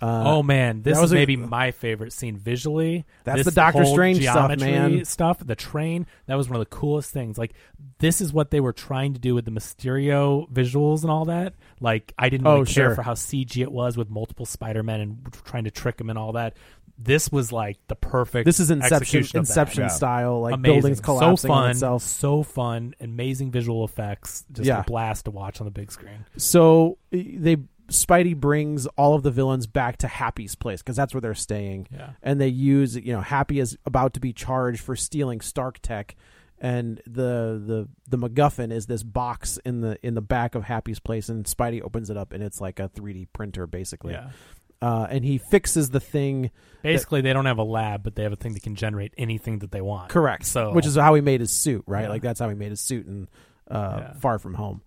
[SPEAKER 3] Uh,
[SPEAKER 4] oh man, this
[SPEAKER 3] that was
[SPEAKER 4] is
[SPEAKER 3] a-
[SPEAKER 4] maybe my favorite scene visually.
[SPEAKER 3] That's
[SPEAKER 4] This
[SPEAKER 3] the Doctor
[SPEAKER 4] whole
[SPEAKER 3] Strange stuff,
[SPEAKER 4] geometry
[SPEAKER 3] man.
[SPEAKER 4] Stuff the train that was one of the coolest things. Like this is what they were trying to do with the Mysterio visuals and all that. Like I didn't really
[SPEAKER 3] Oh,
[SPEAKER 4] care
[SPEAKER 3] sure.
[SPEAKER 4] for how CG it was with multiple Spider Men and trying to trick him and all that. This was like the perfect.
[SPEAKER 3] this is Inception,
[SPEAKER 4] execution of that.
[SPEAKER 3] Inception
[SPEAKER 2] yeah.
[SPEAKER 3] style, like
[SPEAKER 4] Amazing.
[SPEAKER 3] buildings collapsing
[SPEAKER 4] so
[SPEAKER 3] on
[SPEAKER 4] fun,
[SPEAKER 3] itself.
[SPEAKER 4] So fun, amazing visual effects, just
[SPEAKER 3] Yeah.
[SPEAKER 4] a blast to watch on the big screen.
[SPEAKER 3] So eh, they Spidey brings all of the villains back to Happy's place because that's where they're staying.
[SPEAKER 4] Yeah.
[SPEAKER 3] And they use you know Happy is about to be charged for stealing Stark Tech, and the the the MacGuffin is this box in the in the back of Happy's place, and Spidey opens it up and it's like a 3D printer basically.
[SPEAKER 4] Yeah.
[SPEAKER 3] Uh, and he fixes the thing.
[SPEAKER 4] Basically, they don't have a lab, but they have a thing that can generate anything that they want.
[SPEAKER 3] Correct.
[SPEAKER 4] So,
[SPEAKER 3] which is how he made his suit, right?
[SPEAKER 4] Yeah.
[SPEAKER 3] Like that's how he made his suit in uh,
[SPEAKER 4] Yeah.
[SPEAKER 3] Far From Home.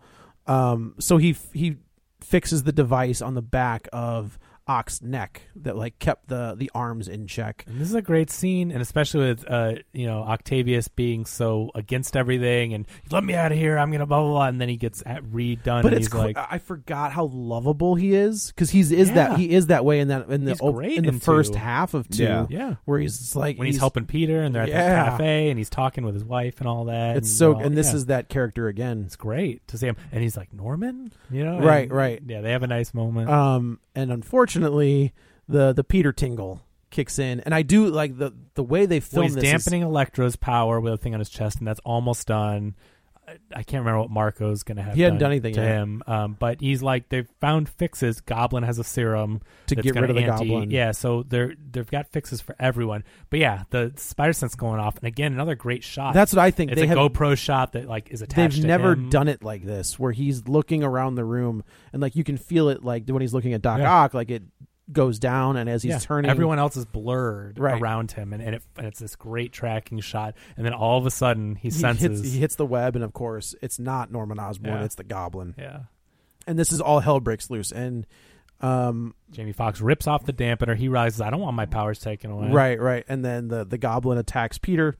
[SPEAKER 3] Um, so he he fixes the device on the back of Ock's neck that like kept the the arms in check.
[SPEAKER 4] And this is a great scene, and especially with uh, you know Octavius being so against everything, and let me out of here, I'm gonna blah blah blah, and then he gets at, redone,
[SPEAKER 3] But
[SPEAKER 4] and
[SPEAKER 3] it's
[SPEAKER 4] he's
[SPEAKER 3] cr- uh,
[SPEAKER 4] like,
[SPEAKER 3] I forgot how lovable he is because he's is
[SPEAKER 4] Yeah.
[SPEAKER 3] that he is that way in that in the
[SPEAKER 4] He's
[SPEAKER 3] op-
[SPEAKER 4] great
[SPEAKER 3] in the
[SPEAKER 4] in
[SPEAKER 3] first
[SPEAKER 4] two.
[SPEAKER 3] half of two,
[SPEAKER 2] Yeah.
[SPEAKER 4] yeah.
[SPEAKER 3] where he's just like
[SPEAKER 4] When he's, helping Peter, and they're at
[SPEAKER 3] Yeah.
[SPEAKER 4] the cafe, and he's talking with his wife and all that.
[SPEAKER 3] It's so
[SPEAKER 4] all-
[SPEAKER 3] and this
[SPEAKER 4] yeah.
[SPEAKER 3] is that character again.
[SPEAKER 4] it's great to see him, and he's like Norman, you know,
[SPEAKER 3] Right,
[SPEAKER 4] And,
[SPEAKER 3] right.
[SPEAKER 4] Yeah, they have a nice moment.
[SPEAKER 3] Um, and unfortunately, the the Peter Tingle kicks in, and I do like the the way they
[SPEAKER 4] Well,
[SPEAKER 3] film
[SPEAKER 4] he's
[SPEAKER 3] this. is-
[SPEAKER 4] dampening Electro's power with a thing on his chest, and that's almost done. I- I can't remember what Marco's going to have.
[SPEAKER 3] He hadn't done anything
[SPEAKER 4] to
[SPEAKER 3] yet.
[SPEAKER 4] him, um, but he's like they've found fixes. Goblin has a serum
[SPEAKER 3] To
[SPEAKER 4] that's
[SPEAKER 3] get
[SPEAKER 4] gonna
[SPEAKER 3] rid of the
[SPEAKER 4] anti-
[SPEAKER 3] Goblin.
[SPEAKER 4] Yeah, so they're they've got fixes for everyone. But yeah, the spider sense going off, and again another great shot.
[SPEAKER 3] That's what I think.
[SPEAKER 4] it's
[SPEAKER 3] they
[SPEAKER 4] a
[SPEAKER 3] have
[SPEAKER 4] GoPro shot that like is attached.
[SPEAKER 3] they've
[SPEAKER 4] to
[SPEAKER 3] never
[SPEAKER 4] him.
[SPEAKER 3] done it like this, where he's looking around the room and like you can feel it, like when he's looking at Doc
[SPEAKER 4] Yeah.
[SPEAKER 3] Ock, like it goes down, and as he's
[SPEAKER 4] Yeah,
[SPEAKER 3] turning,
[SPEAKER 4] Everyone else is blurred
[SPEAKER 3] Right.
[SPEAKER 4] around him, and and, it, and it's this great tracking shot. And then all of a sudden he,
[SPEAKER 3] he
[SPEAKER 4] senses.
[SPEAKER 3] hits he hits the web, and of course it's not Norman Osborn,
[SPEAKER 4] Yeah.
[SPEAKER 3] it's the Goblin,
[SPEAKER 4] yeah.
[SPEAKER 3] and this is all hell breaks loose, and um,
[SPEAKER 4] Jamie Foxx rips off the dampener. He realizes, I don't want my powers taken away.
[SPEAKER 3] Right, right. And then the the goblin attacks Peter.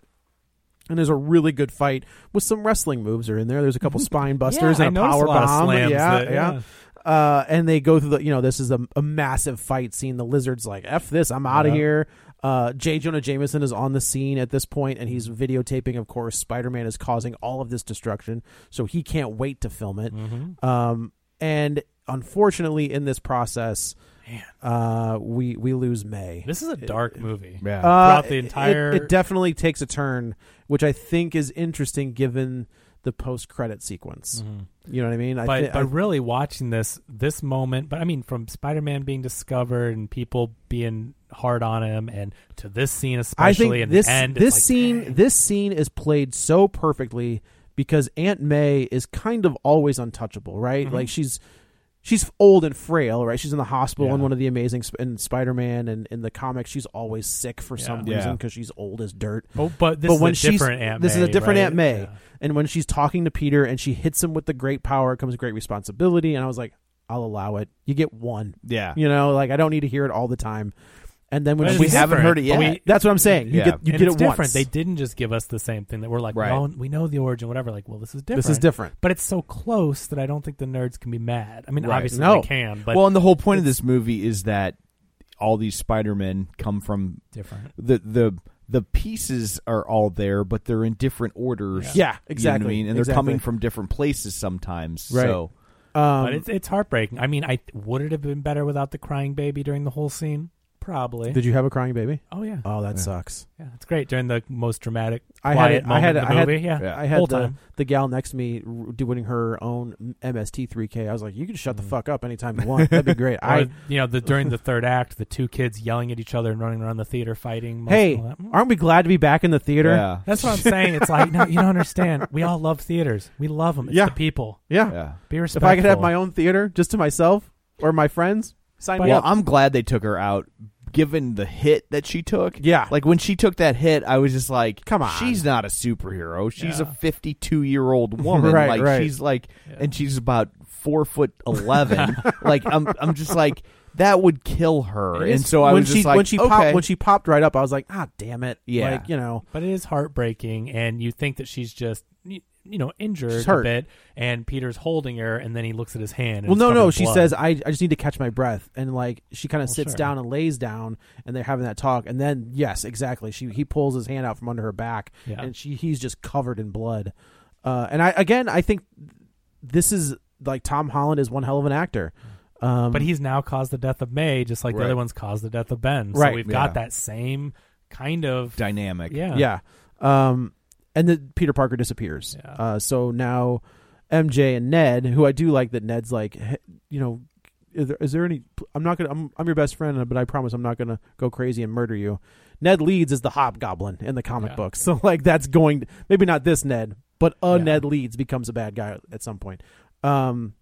[SPEAKER 3] And there's a really good fight with some wrestling moves are in there. There's
[SPEAKER 4] *laughs*
[SPEAKER 3] a couple spine busters
[SPEAKER 4] Yeah, I
[SPEAKER 3] and a
[SPEAKER 4] noticed
[SPEAKER 3] power
[SPEAKER 4] a lot of
[SPEAKER 3] bomb.
[SPEAKER 4] slams
[SPEAKER 3] yeah,
[SPEAKER 4] that-
[SPEAKER 3] yeah. Uh, and they go through the you know this is a, a massive fight scene. The lizard's like f this, I'm out of
[SPEAKER 4] Yeah.
[SPEAKER 3] here. Uh, J. Jonah Jameson is on the scene at this point, and he's videotaping. Of course, Spider Man is causing all of this destruction, so he can't wait to film it.
[SPEAKER 4] Mm-hmm.
[SPEAKER 3] Um, and unfortunately, in this process, uh, we we lose May.
[SPEAKER 4] This is a dark movie.
[SPEAKER 2] Yeah.
[SPEAKER 4] Throughout the
[SPEAKER 3] Uh, it- it-
[SPEAKER 4] entire-
[SPEAKER 3] It, definitely takes a turn, which I think is interesting given the post credit sequence. You know what I mean? I
[SPEAKER 4] Mm-hmm. But,
[SPEAKER 3] thi- I-
[SPEAKER 4] but really watching this this moment, but I mean from Spider Man being discovered and people being hard on him, and to this scene
[SPEAKER 3] I
[SPEAKER 4] especially,
[SPEAKER 3] think
[SPEAKER 4] and
[SPEAKER 3] this
[SPEAKER 4] the end, it's
[SPEAKER 3] this
[SPEAKER 4] like,
[SPEAKER 3] scene
[SPEAKER 4] dang.
[SPEAKER 3] this scene is played so perfectly because Aunt May is kind of always untouchable, right?
[SPEAKER 4] Mm-hmm.
[SPEAKER 3] Like she's she's old and frail, right? She's in the hospital in
[SPEAKER 4] Yeah.
[SPEAKER 3] one of the amazing Sp- in Spider Man and in the comics, she's always sick for some
[SPEAKER 2] Yeah.
[SPEAKER 3] reason because she's old as dirt.
[SPEAKER 4] But, Oh, but this
[SPEAKER 3] but
[SPEAKER 4] is
[SPEAKER 3] when
[SPEAKER 4] a
[SPEAKER 3] she's
[SPEAKER 4] different Aunt
[SPEAKER 3] this
[SPEAKER 4] May,
[SPEAKER 3] is a different
[SPEAKER 4] right?
[SPEAKER 3] Aunt May,
[SPEAKER 4] Yeah.
[SPEAKER 3] and when she's talking to Peter and she hits him with the great power comes great responsibility, and I was like, I'll allow it. You get one,
[SPEAKER 2] Yeah.
[SPEAKER 3] you know, like I don't need to hear it all the time. And then when
[SPEAKER 4] But
[SPEAKER 3] she's
[SPEAKER 4] it's
[SPEAKER 2] we haven't
[SPEAKER 4] different,
[SPEAKER 2] heard it
[SPEAKER 4] but
[SPEAKER 2] yet.
[SPEAKER 4] we-
[SPEAKER 3] that's what I'm saying. You
[SPEAKER 2] Yeah.
[SPEAKER 3] get you
[SPEAKER 4] and
[SPEAKER 3] get
[SPEAKER 4] it's
[SPEAKER 3] it
[SPEAKER 4] different.
[SPEAKER 3] once.
[SPEAKER 4] They didn't just give us the same thing that we're like,
[SPEAKER 2] Right.
[SPEAKER 4] well, we know the origin, whatever. Like, well, this is different.
[SPEAKER 3] This is different.
[SPEAKER 4] But it's so close that I don't think the nerds can be mad. I mean,
[SPEAKER 2] Right.
[SPEAKER 4] obviously
[SPEAKER 3] No.
[SPEAKER 4] they can, but
[SPEAKER 2] well, and the whole point of this movie is that all these Spider Men come from
[SPEAKER 4] different.
[SPEAKER 2] the the the pieces are all there, but they're in different orders. You
[SPEAKER 3] Yeah,
[SPEAKER 2] know what I
[SPEAKER 3] exactly,
[SPEAKER 2] mean, and
[SPEAKER 3] exactly.
[SPEAKER 2] they're coming from different places sometimes.
[SPEAKER 3] Right.
[SPEAKER 2] So
[SPEAKER 3] Um,
[SPEAKER 4] but it's it's heartbreaking. I mean, I would it have been better without the crying baby during the whole scene? Probably.
[SPEAKER 3] did you have a crying baby?
[SPEAKER 4] oh yeah,
[SPEAKER 3] Oh, that
[SPEAKER 2] Yeah.
[SPEAKER 3] sucks.
[SPEAKER 4] yeah. It's great during the most dramatic.
[SPEAKER 3] I had
[SPEAKER 4] quiet
[SPEAKER 3] it. I had. it-
[SPEAKER 4] moment
[SPEAKER 3] I
[SPEAKER 4] in the
[SPEAKER 3] had.
[SPEAKER 4] movie. yeah.
[SPEAKER 2] yeah.
[SPEAKER 3] I had
[SPEAKER 4] Whole
[SPEAKER 3] the,
[SPEAKER 4] time.
[SPEAKER 3] the gal next to me r- doing her own MST3K. I was like, "You can shut the fuck up anytime you want. That'd be great."
[SPEAKER 4] Or,
[SPEAKER 3] Mm. *laughs* I
[SPEAKER 4] you know, the
[SPEAKER 3] *laughs*
[SPEAKER 4] during the third act, the two kids yelling at each other and running around the theater fighting. most
[SPEAKER 3] hey,
[SPEAKER 4] of that. Mm.
[SPEAKER 3] aren't we glad to be back in the theater?
[SPEAKER 2] Yeah. *laughs*
[SPEAKER 4] that's
[SPEAKER 3] *laughs*
[SPEAKER 4] what I'm saying. It's like no, you don't understand. We all love theaters. We love them. It's
[SPEAKER 3] Yeah.
[SPEAKER 4] the people.
[SPEAKER 3] Yeah.
[SPEAKER 2] Yeah.
[SPEAKER 4] Be
[SPEAKER 3] If
[SPEAKER 4] respectful.
[SPEAKER 3] I could have my own theater just to myself or my friends, sign me
[SPEAKER 2] Well,
[SPEAKER 3] up.
[SPEAKER 2] I'm glad they took her out, given the hit that she took.
[SPEAKER 3] Yeah.
[SPEAKER 2] Like when she took that hit, I was just like,
[SPEAKER 3] Come on.
[SPEAKER 2] she's not a superhero. She's
[SPEAKER 4] Yeah.
[SPEAKER 2] a 52 year
[SPEAKER 3] *laughs*
[SPEAKER 2] old woman.
[SPEAKER 3] Right,
[SPEAKER 2] like
[SPEAKER 3] right.
[SPEAKER 2] she's like,
[SPEAKER 4] Yeah.
[SPEAKER 2] and she's about four foot
[SPEAKER 3] *laughs*
[SPEAKER 2] eleven. like I'm, I'm just like that would kill her. And so I
[SPEAKER 3] when
[SPEAKER 2] was
[SPEAKER 3] she
[SPEAKER 2] just like,
[SPEAKER 3] when she
[SPEAKER 2] okay.
[SPEAKER 3] popped when she popped right up, I was like, "Ah, damn it!"
[SPEAKER 2] Yeah.
[SPEAKER 3] like you know,
[SPEAKER 4] But it is heartbreaking, and you think that she's just you you know injured
[SPEAKER 3] She's hurt.
[SPEAKER 4] a bit, and Peter's holding her, and then he looks at his hand. And
[SPEAKER 3] Well,
[SPEAKER 4] it's
[SPEAKER 3] no,
[SPEAKER 4] covered
[SPEAKER 3] no.
[SPEAKER 4] in
[SPEAKER 3] She
[SPEAKER 4] blood.
[SPEAKER 3] says, I, I just need to catch my breath. And, like, she kind of
[SPEAKER 4] Well,
[SPEAKER 3] sits
[SPEAKER 4] sure.
[SPEAKER 3] down and lays down, and they're having that talk. And then, yes, exactly. She He pulls his hand out from under her back,
[SPEAKER 4] Yeah.
[SPEAKER 3] and she he's just covered in blood. Uh, and, I again, I think this is, like, Tom Holland is one hell of an actor. Um,
[SPEAKER 4] but he's now caused the death of May, just like the
[SPEAKER 2] Right.
[SPEAKER 4] other one's caused the death of Ben. So
[SPEAKER 3] Right,
[SPEAKER 4] we've
[SPEAKER 2] yeah.
[SPEAKER 4] got that same kind of
[SPEAKER 2] dynamic.
[SPEAKER 4] yeah,
[SPEAKER 3] yeah. Um, and then Peter Parker disappears.
[SPEAKER 4] Yeah.
[SPEAKER 3] Uh, so now MJ and Ned, who I do like that Ned's like, "Hey, you know, is there, is there any? I'm not gonna. I'm, I'm your best friend, but I promise I'm not gonna go crazy and murder you. Ned Leeds is the Hobgoblin in the comic
[SPEAKER 4] Yeah.
[SPEAKER 3] book, *laughs* so like that's going. Maybe not this Ned, but a
[SPEAKER 4] Yeah.
[SPEAKER 3] Ned Leeds becomes a bad guy at some point. Um,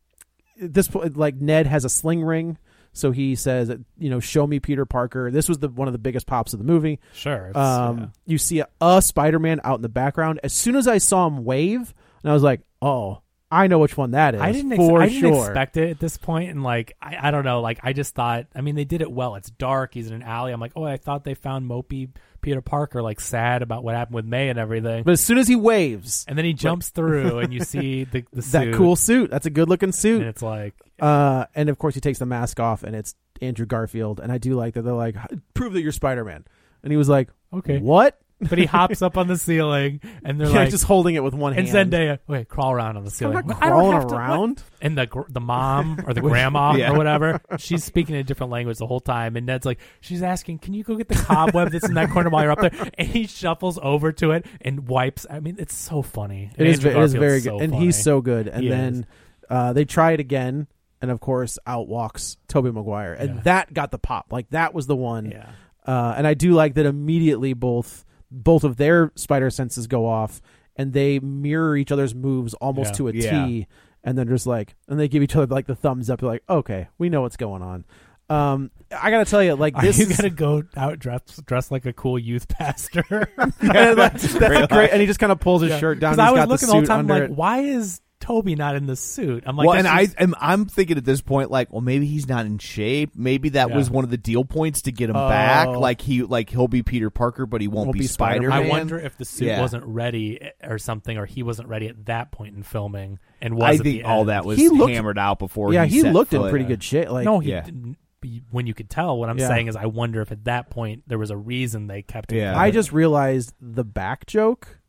[SPEAKER 3] at this point, like Ned has a sling ring, so he says, you know, show me Peter Parker. This was the one of the biggest pops of the movie.
[SPEAKER 4] sure. It's,
[SPEAKER 3] Um, You see a, a Spider Man out in the background. As soon as I saw him wave, and I was like, oh, I know which one that is.
[SPEAKER 4] yeah. I didn't. Ex-
[SPEAKER 3] for
[SPEAKER 4] I didn't
[SPEAKER 3] sure.
[SPEAKER 4] expect it at this point, and like I, I don't know. Like I just thought. I mean, they did it well. It's dark. He's in an alley. I'm like, oh, I thought they found mopey Peter Parker, like sad about what happened with May and everything.
[SPEAKER 3] But as soon as he waves,
[SPEAKER 4] and then he jumps through, and you see
[SPEAKER 3] *laughs*
[SPEAKER 4] the, the
[SPEAKER 3] that
[SPEAKER 4] suit,
[SPEAKER 3] cool suit. That's a good looking
[SPEAKER 4] And
[SPEAKER 3] suit.
[SPEAKER 4] it's like,
[SPEAKER 3] Uh, and of course, he takes the mask off, and it's Andrew Garfield. And I do like that they're like, prove that you're Spider Man. And he was like,
[SPEAKER 4] Okay.
[SPEAKER 3] what?
[SPEAKER 4] but he hops up on the ceiling, and they're
[SPEAKER 3] *laughs* Yeah,
[SPEAKER 4] like,
[SPEAKER 3] just holding it with one
[SPEAKER 4] and
[SPEAKER 3] hand.
[SPEAKER 4] Zendaya, wait, crawl around on the
[SPEAKER 3] I'm
[SPEAKER 4] ceiling.
[SPEAKER 3] not
[SPEAKER 4] I don't
[SPEAKER 3] crawling
[SPEAKER 4] have to- what?
[SPEAKER 3] around.
[SPEAKER 4] and the gr- the
[SPEAKER 3] *laughs*
[SPEAKER 4] mom or the grandma
[SPEAKER 2] Yeah.
[SPEAKER 4] or whatever, she's speaking a different language the whole time. And Ned's like, she's asking, "Can you go get the cobweb that's in that corner while you're up
[SPEAKER 3] *laughs*
[SPEAKER 4] there?" And he shuffles over to it and wipes. I mean, it's so funny.
[SPEAKER 3] It is.
[SPEAKER 4] Andrew
[SPEAKER 3] It is
[SPEAKER 4] Garfield's
[SPEAKER 3] very good,
[SPEAKER 4] so
[SPEAKER 3] and
[SPEAKER 4] funny.
[SPEAKER 3] he's so good. And
[SPEAKER 4] He
[SPEAKER 3] then
[SPEAKER 4] is.
[SPEAKER 3] uh, they try it again, and of course, out walks Toby Maguire, and
[SPEAKER 4] Yeah.
[SPEAKER 3] that got the pop. Like that was the one.
[SPEAKER 4] yeah.
[SPEAKER 3] Uh, and I do like that immediately. Both both of their spider senses go off, and they mirror each other's moves almost
[SPEAKER 4] Yeah.
[SPEAKER 3] to a T.
[SPEAKER 2] Yeah.
[SPEAKER 3] And then just like, and they give each other like the thumbs up. They're like, okay, we know what's going on. Um, I gotta tell you,
[SPEAKER 4] *laughs*
[SPEAKER 3] like
[SPEAKER 4] Are
[SPEAKER 3] this
[SPEAKER 4] you
[SPEAKER 3] is- *laughs*
[SPEAKER 4] gonna go out dressed dressed like a cool youth pastor? *laughs*
[SPEAKER 3] and, like, that's *laughs* great. And he just kind of pulls his shirt down.
[SPEAKER 4] Because
[SPEAKER 3] and
[SPEAKER 4] I
[SPEAKER 3] he's
[SPEAKER 4] was looking
[SPEAKER 3] got the
[SPEAKER 4] the whole
[SPEAKER 3] suit
[SPEAKER 4] time
[SPEAKER 3] under
[SPEAKER 4] like,
[SPEAKER 3] it.
[SPEAKER 4] why is Toby not in the suit? I'm like,
[SPEAKER 2] well, and
[SPEAKER 4] that's
[SPEAKER 2] I
[SPEAKER 4] just-
[SPEAKER 2] am I'm thinking at this point like, well, maybe he's not in shape. Maybe that
[SPEAKER 4] Yeah.
[SPEAKER 2] was one of the deal points to get him back.
[SPEAKER 3] Oh.
[SPEAKER 2] Like he like he'll be Peter Parker, but he won't,
[SPEAKER 3] Won't
[SPEAKER 2] be,
[SPEAKER 3] be
[SPEAKER 2] Spider
[SPEAKER 3] Spider-Man.
[SPEAKER 2] Man.
[SPEAKER 4] I wonder if the suit
[SPEAKER 2] Yeah.
[SPEAKER 4] wasn't ready eh, or something, or he wasn't ready at that point in filming, and was
[SPEAKER 2] I
[SPEAKER 4] at
[SPEAKER 2] think
[SPEAKER 4] the
[SPEAKER 2] all
[SPEAKER 4] end.
[SPEAKER 2] that was
[SPEAKER 3] He looked-
[SPEAKER 2] hammered out before.
[SPEAKER 3] yeah, he
[SPEAKER 2] set
[SPEAKER 3] looked in
[SPEAKER 2] foot. uh,
[SPEAKER 3] pretty good shape. Like,
[SPEAKER 4] no, he
[SPEAKER 2] Yeah.
[SPEAKER 4] didn't. be- When you could tell, what I'm
[SPEAKER 3] Yeah.
[SPEAKER 4] saying is, I wonder if at that point there was a reason they kept it.
[SPEAKER 2] Yeah.
[SPEAKER 4] covered.
[SPEAKER 3] I just realized the back joke.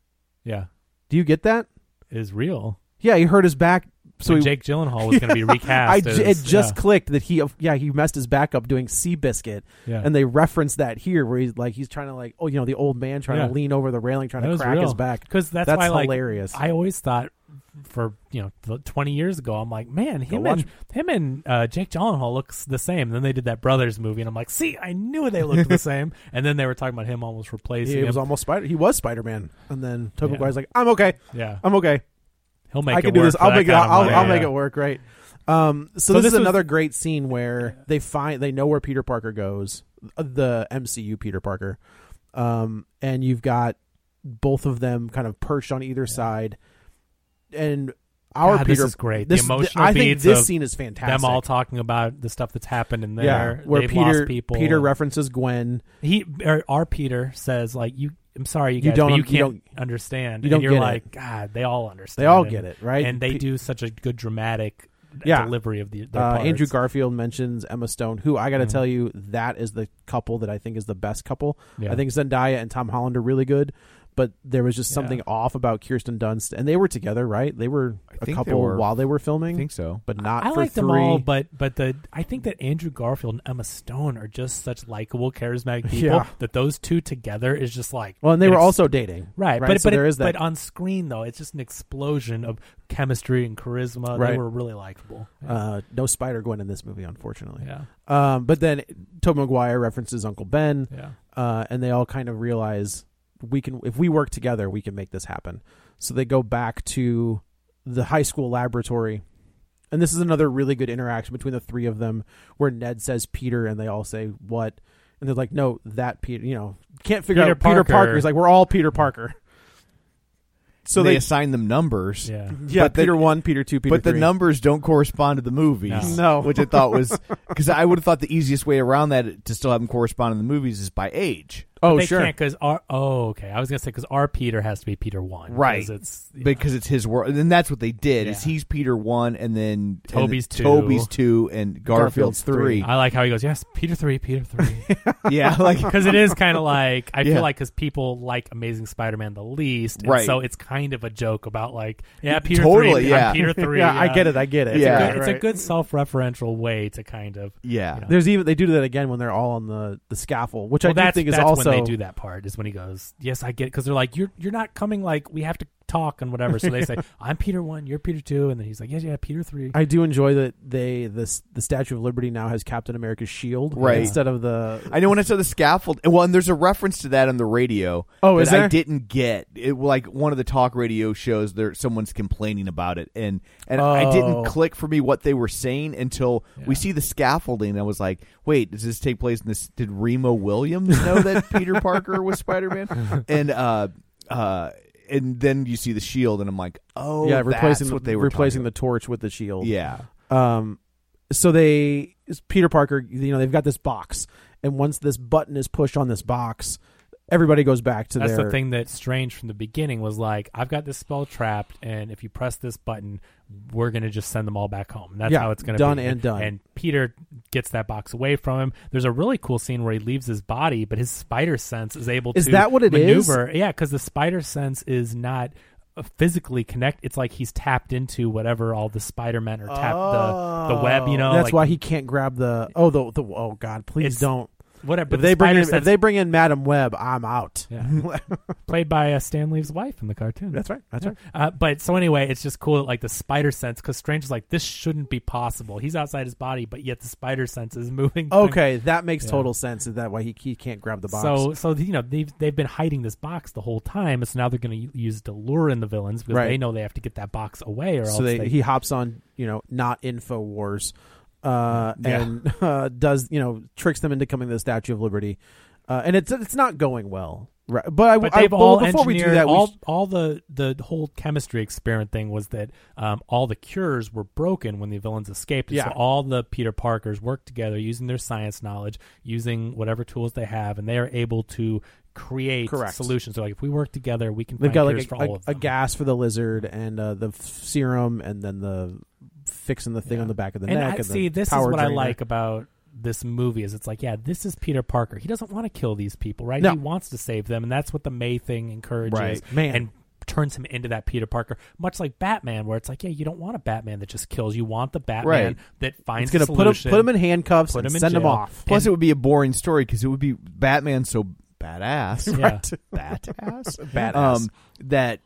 [SPEAKER 4] yeah,
[SPEAKER 3] Do you get that?
[SPEAKER 4] it is real.
[SPEAKER 3] Yeah, he hurt his back, so
[SPEAKER 4] So
[SPEAKER 3] he,
[SPEAKER 4] Jake Gyllenhaal was going to be recast.
[SPEAKER 3] *laughs* I j-
[SPEAKER 4] as-
[SPEAKER 3] it just
[SPEAKER 4] yeah.
[SPEAKER 3] clicked that he yeah he messed his back up doing Seabiscuit,
[SPEAKER 4] Yeah.
[SPEAKER 3] and they reference that here where he's like he's trying to like oh you know the old man trying
[SPEAKER 4] Yeah.
[SPEAKER 3] to lean over the railing trying
[SPEAKER 4] That
[SPEAKER 3] to
[SPEAKER 4] was
[SPEAKER 3] crack
[SPEAKER 4] real.
[SPEAKER 3] his back.
[SPEAKER 4] 'Cause that's
[SPEAKER 3] that's
[SPEAKER 4] why, like,
[SPEAKER 3] hilarious.
[SPEAKER 4] I always thought for you know th- 20 years ago, I'm like, man, him
[SPEAKER 3] watch-
[SPEAKER 4] and him and uh, Jake Gyllenhaal looks the same. then they did that Brothers movie, and I'm like, see, I knew they looked
[SPEAKER 3] *laughs*
[SPEAKER 4] the same. And then they were talking about him almost replacing
[SPEAKER 3] he
[SPEAKER 4] him.
[SPEAKER 3] was almost Spider. He was Spider Man, and then
[SPEAKER 4] Yeah.
[SPEAKER 3] Tobey Maguire's like I'm okay,
[SPEAKER 4] yeah,
[SPEAKER 3] I'm okay,
[SPEAKER 4] he'll make
[SPEAKER 3] Um, I
[SPEAKER 4] it
[SPEAKER 3] can do
[SPEAKER 4] work
[SPEAKER 3] this.
[SPEAKER 4] for
[SPEAKER 3] I'll
[SPEAKER 4] that
[SPEAKER 3] make it.
[SPEAKER 4] kind of
[SPEAKER 3] I'll,
[SPEAKER 4] money,
[SPEAKER 3] I'll
[SPEAKER 4] yeah.
[SPEAKER 3] make it work. Right. Um, so,
[SPEAKER 4] So
[SPEAKER 3] this,
[SPEAKER 4] this
[SPEAKER 3] is
[SPEAKER 4] was-
[SPEAKER 3] another great scene where they find they know where Peter Parker goes, uh, the MCU Peter Parker, um, and you've got both of them kind of perched on either side, and our
[SPEAKER 4] God, this
[SPEAKER 3] Peter
[SPEAKER 4] is great. The
[SPEAKER 3] This,
[SPEAKER 4] emotional
[SPEAKER 3] I think
[SPEAKER 4] beats
[SPEAKER 3] this
[SPEAKER 4] of
[SPEAKER 3] scene is fantastic.
[SPEAKER 4] Them all talking about the stuff that's happened in there.
[SPEAKER 3] where
[SPEAKER 4] They've
[SPEAKER 3] Peter
[SPEAKER 4] lost people.
[SPEAKER 3] Peter references Gwen.
[SPEAKER 4] he or our Peter says like you. I'm sorry, you
[SPEAKER 3] You
[SPEAKER 4] guys,
[SPEAKER 3] don't-
[SPEAKER 4] but you
[SPEAKER 3] you
[SPEAKER 4] can't
[SPEAKER 3] don't-
[SPEAKER 4] understand.
[SPEAKER 3] you don't
[SPEAKER 4] and you're
[SPEAKER 3] get it.
[SPEAKER 4] like, God, they all understand.
[SPEAKER 3] They all
[SPEAKER 4] and-
[SPEAKER 3] get it, right?
[SPEAKER 4] and they
[SPEAKER 3] Pe-
[SPEAKER 4] do such a good dramatic
[SPEAKER 3] Yeah.
[SPEAKER 4] delivery of the their
[SPEAKER 3] Uh,
[SPEAKER 4] parts.
[SPEAKER 3] Andrew Garfield mentions Emma Stone, who I got to
[SPEAKER 4] Mhm.
[SPEAKER 3] tell you, that is the couple that I think is the best couple.
[SPEAKER 4] Yeah.
[SPEAKER 3] I think Zendaya and Tom Holland are really good, but there was just something
[SPEAKER 4] Yeah.
[SPEAKER 3] off about Kirsten Dunst, and they were together, right? They were
[SPEAKER 2] I
[SPEAKER 3] a
[SPEAKER 2] think they
[SPEAKER 3] couple
[SPEAKER 2] were-
[SPEAKER 3] while they were
[SPEAKER 2] I
[SPEAKER 3] filming,
[SPEAKER 2] think so.
[SPEAKER 3] but not.
[SPEAKER 4] I
[SPEAKER 3] for
[SPEAKER 4] like
[SPEAKER 3] three.
[SPEAKER 4] them all, but but the I think that Andrew Garfield and Emma Stone are just such likable, charismatic people
[SPEAKER 3] Yeah.
[SPEAKER 4] that those two together is just like
[SPEAKER 3] well, and they
[SPEAKER 4] an
[SPEAKER 3] were
[SPEAKER 4] ex-
[SPEAKER 3] also dating,
[SPEAKER 4] right, but
[SPEAKER 3] so
[SPEAKER 4] but,
[SPEAKER 3] there
[SPEAKER 4] it-
[SPEAKER 3] is that.
[SPEAKER 4] but on screen though, it's just an explosion of chemistry and charisma. They
[SPEAKER 3] Right.
[SPEAKER 4] were really likable.
[SPEAKER 3] uh, no Spider Gwen in this movie, unfortunately.
[SPEAKER 4] yeah,
[SPEAKER 3] Um, but then Tobey Maguire references Uncle Ben,
[SPEAKER 4] yeah.
[SPEAKER 3] uh, and they all kind of realize we can if we work together we can make this happen so they go back to the high school laboratory and this is another really good interaction between the three of them where ned says peter and they all say what and they're like no that peter you know can't figure
[SPEAKER 4] Peter
[SPEAKER 3] out peter
[SPEAKER 4] Parker.
[SPEAKER 3] parker he's like we're all peter parker so they,
[SPEAKER 2] assign them numbers.
[SPEAKER 4] *laughs* Yeah.
[SPEAKER 3] yeah
[SPEAKER 2] but the-
[SPEAKER 3] peter 1 peter 2 peter
[SPEAKER 2] but the
[SPEAKER 3] 3.
[SPEAKER 2] numbers don't correspond to the movies.
[SPEAKER 3] No. No.
[SPEAKER 2] which I thought *laughs* was because I would have thought the easiest way around that to still have them correspond in the movies is by age.
[SPEAKER 3] oh
[SPEAKER 4] they
[SPEAKER 3] sure
[SPEAKER 4] can't because our oh okay. I was gonna say because our Peter has to be Peter one, 'cause
[SPEAKER 2] Right.
[SPEAKER 4] It's yeah.
[SPEAKER 2] Because it's his world, and that's what they did. Is
[SPEAKER 4] Yeah.
[SPEAKER 2] he's Peter one, and then and
[SPEAKER 4] Toby's two.
[SPEAKER 2] Toby's two, and Garfield's,
[SPEAKER 3] Garfield's
[SPEAKER 2] three.
[SPEAKER 3] three.
[SPEAKER 4] I like how he goes. Yes, Peter three, Peter
[SPEAKER 3] *laughs*
[SPEAKER 4] three,
[SPEAKER 2] *laughs* yeah, like
[SPEAKER 4] because it is kind of like I
[SPEAKER 2] Yeah.
[SPEAKER 4] feel like because people like Amazing Spider Man the least, and
[SPEAKER 2] Right.
[SPEAKER 4] So it's kind of a joke about like yeah, Peter
[SPEAKER 2] Totally,
[SPEAKER 4] three,
[SPEAKER 2] yeah.
[SPEAKER 4] I'm
[SPEAKER 3] *laughs*
[SPEAKER 4] Peter three.
[SPEAKER 3] yeah, i get it i get it
[SPEAKER 2] Yeah.
[SPEAKER 4] It's,
[SPEAKER 2] Right,
[SPEAKER 4] a good, it's a good self-referential way to kind of.
[SPEAKER 2] yeah.
[SPEAKER 4] Yeah.
[SPEAKER 3] there's even they do that again when they're all on the the scaffold which
[SPEAKER 4] Well,
[SPEAKER 3] i do
[SPEAKER 4] that's,
[SPEAKER 3] think is
[SPEAKER 4] that's
[SPEAKER 3] also
[SPEAKER 4] when they do that part is when he goes, "Yes, I get," because they're like, "You're you're not coming like we have to talk and whatever." So they
[SPEAKER 3] *laughs*
[SPEAKER 4] say, "I'm Peter one, you're Peter two, and then he's like, "Yeah, yeah, Peter three.
[SPEAKER 3] I do enjoy that they this the Statue of Liberty now has Captain America's shield
[SPEAKER 2] Right.
[SPEAKER 3] instead of the
[SPEAKER 2] I know when I saw the scaffold. Well, and there's a reference to that on the radio.
[SPEAKER 3] Oh,
[SPEAKER 2] that
[SPEAKER 3] is
[SPEAKER 2] I
[SPEAKER 3] there?
[SPEAKER 2] didn't get it. Like one of the talk radio shows, there someone's complaining about it, and and I
[SPEAKER 3] Oh.
[SPEAKER 2] didn't click for me what they were saying until we see the scaffolding. And I was like, wait, does this take place in this? Did Remo Williams know
[SPEAKER 3] *laughs*
[SPEAKER 2] that Peter Parker was Spider Man? And uh, uh, and then you see the shield, and I'm like, oh,
[SPEAKER 3] yeah
[SPEAKER 2] that's
[SPEAKER 3] replacing
[SPEAKER 2] what they were
[SPEAKER 3] replacing
[SPEAKER 2] talking
[SPEAKER 3] the torch with the shield.
[SPEAKER 2] about. yeah.
[SPEAKER 3] Um. So they Peter Parker, you know, they've got this box, and once this button is pushed on this box, everybody goes back to
[SPEAKER 4] That's
[SPEAKER 3] their.
[SPEAKER 4] the thing that's strange from the beginning was like, I've got this spell trapped, and if you press this button, we're gonna just send them all back home. That's
[SPEAKER 3] Yeah,
[SPEAKER 4] how it's gonna
[SPEAKER 3] done
[SPEAKER 4] be.
[SPEAKER 3] and done.
[SPEAKER 4] And Peter gets that box away from him. There's a really cool scene where he leaves his body, but his spider sense is able
[SPEAKER 3] Is
[SPEAKER 4] to
[SPEAKER 3] that what it is?
[SPEAKER 4] maneuver. Yeah, because the spider sense is not uh, physically connect. It's like he's tapped into whatever all the Spider Men are tapped the the web. You know,
[SPEAKER 3] Oh. That's
[SPEAKER 4] like,
[SPEAKER 3] why he can't grab the. Oh, the, the oh God! Please
[SPEAKER 4] It's-
[SPEAKER 3] don't.
[SPEAKER 4] whatever. But
[SPEAKER 3] If
[SPEAKER 4] the
[SPEAKER 3] they bring
[SPEAKER 4] spider
[SPEAKER 3] in, if
[SPEAKER 4] sense,
[SPEAKER 3] they bring in Madam Web, I'm out. *laughs*
[SPEAKER 4] Yeah. played by uh, Stan Lee's wife in the cartoon.
[SPEAKER 3] That's right. That's right.
[SPEAKER 4] Uh, but so anyway, it's just cool that like the spider sense because Strange is like this shouldn't be possible. He's outside his body, but yet the spider sense is *laughs* moving. through-
[SPEAKER 3] Okay, that makes total sense. Is that why he, he can't grab the box?
[SPEAKER 4] So so you know they've they've been hiding this box the whole time. So now they're going to use it to lure in the villains because
[SPEAKER 3] Right.
[SPEAKER 4] they know they have to get that box away or else
[SPEAKER 3] so they, he hops on you know not infowars uh
[SPEAKER 2] Yeah.
[SPEAKER 3] and uh, does you know tricks them into coming to the statue of liberty uh and it's it's not going well right but i,
[SPEAKER 4] But
[SPEAKER 3] I
[SPEAKER 4] they've
[SPEAKER 3] well,
[SPEAKER 4] all
[SPEAKER 3] before we do
[SPEAKER 4] engineered-
[SPEAKER 3] that we
[SPEAKER 4] all,
[SPEAKER 3] sh-
[SPEAKER 4] all the the whole chemistry experiment thing was that um, all the cures were broken when the villains escaped. And
[SPEAKER 3] Yeah.
[SPEAKER 4] So all the Peter Parkers worked together using their science knowledge, using whatever tools they have, and they are able to create
[SPEAKER 3] Correct.
[SPEAKER 4] solutions. So like if we work together, we can
[SPEAKER 3] they've
[SPEAKER 4] find
[SPEAKER 3] got
[SPEAKER 4] cures
[SPEAKER 3] like a,
[SPEAKER 4] for all
[SPEAKER 3] a,
[SPEAKER 4] of
[SPEAKER 3] a
[SPEAKER 4] them.
[SPEAKER 3] gas for the lizard and uh the f- serum and then the fixing the thing on the back of the
[SPEAKER 4] and
[SPEAKER 3] neck
[SPEAKER 4] I,
[SPEAKER 3] and the
[SPEAKER 4] see, this is
[SPEAKER 3] power
[SPEAKER 4] what I
[SPEAKER 3] drainer.
[SPEAKER 4] like about this movie is it's like yeah this is peter parker he doesn't want to kill these people right
[SPEAKER 3] No.
[SPEAKER 4] he wants to save them and that's what the may thing encourages
[SPEAKER 2] Right.
[SPEAKER 3] Man.
[SPEAKER 4] and turns him into that peter parker much like batman where it's like yeah you don't want a batman that just kills you want the batman
[SPEAKER 2] Right.
[SPEAKER 4] that
[SPEAKER 3] it's
[SPEAKER 4] finds
[SPEAKER 3] gonna
[SPEAKER 4] a
[SPEAKER 3] put him
[SPEAKER 4] solution
[SPEAKER 3] put him in handcuffs
[SPEAKER 4] put
[SPEAKER 3] and
[SPEAKER 4] him in
[SPEAKER 3] send him
[SPEAKER 4] jail.
[SPEAKER 3] off *laughs*
[SPEAKER 2] Plus,
[SPEAKER 4] And-
[SPEAKER 2] it would be a boring story because it would be Batman so
[SPEAKER 3] *laughs*
[SPEAKER 2] badass,
[SPEAKER 4] Yeah. Right. *laughs*
[SPEAKER 2] badass,
[SPEAKER 3] Badass.
[SPEAKER 2] Um, that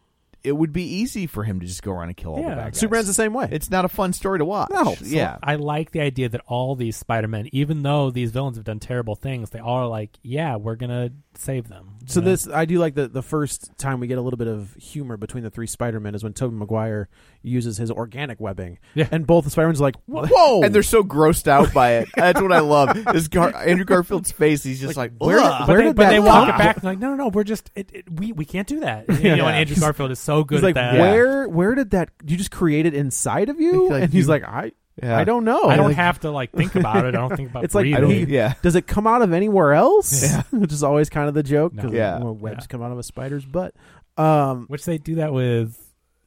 [SPEAKER 2] it would be easy for him to just go around and kill all the
[SPEAKER 4] Yeah.
[SPEAKER 2] bad guys.
[SPEAKER 3] superman's the same way
[SPEAKER 2] It's not a fun story to watch.
[SPEAKER 3] No.
[SPEAKER 2] yeah,
[SPEAKER 4] I like the idea that all these Spider-Men, even though these villains have done terrible things, they all are like, yeah, we're going to save them.
[SPEAKER 3] So
[SPEAKER 4] you know?
[SPEAKER 3] this, I do like the the first time we get a little bit of humor between the three Spider Men is when Tobey Maguire uses his organic webbing,
[SPEAKER 4] Yeah.
[SPEAKER 3] and both the Spider Men's like, "Whoa!"
[SPEAKER 2] and they're so grossed out by it. That's what I love. Is Gar- Andrew Garfield's face? He's just like,
[SPEAKER 3] where did-
[SPEAKER 2] "Ugh."
[SPEAKER 4] but
[SPEAKER 3] where
[SPEAKER 4] they,
[SPEAKER 3] did
[SPEAKER 4] but
[SPEAKER 3] that
[SPEAKER 4] they walk
[SPEAKER 3] come
[SPEAKER 4] it back and like, no, no, no, we're just, it, it, we, we can't do that. You know, and Andrew Garfield is so good
[SPEAKER 3] he's like,
[SPEAKER 4] at that.
[SPEAKER 3] "Where where did that? You just create it inside of you?"
[SPEAKER 2] Like
[SPEAKER 3] and he's
[SPEAKER 2] you-
[SPEAKER 3] like, "I
[SPEAKER 2] Yeah.
[SPEAKER 3] I don't know.
[SPEAKER 4] I don't
[SPEAKER 3] Like,
[SPEAKER 4] have to like think about it. I don't think about
[SPEAKER 3] It's like
[SPEAKER 4] breathing.
[SPEAKER 2] I don't-
[SPEAKER 3] he-
[SPEAKER 2] yeah.
[SPEAKER 3] Does it come out of anywhere else? *laughs* Which is always kind of the joke.
[SPEAKER 4] No.
[SPEAKER 3] 'cause,
[SPEAKER 2] Yeah.
[SPEAKER 3] well, webs
[SPEAKER 4] Yeah.
[SPEAKER 3] come out of a spider's butt. Um,
[SPEAKER 4] Which they do that with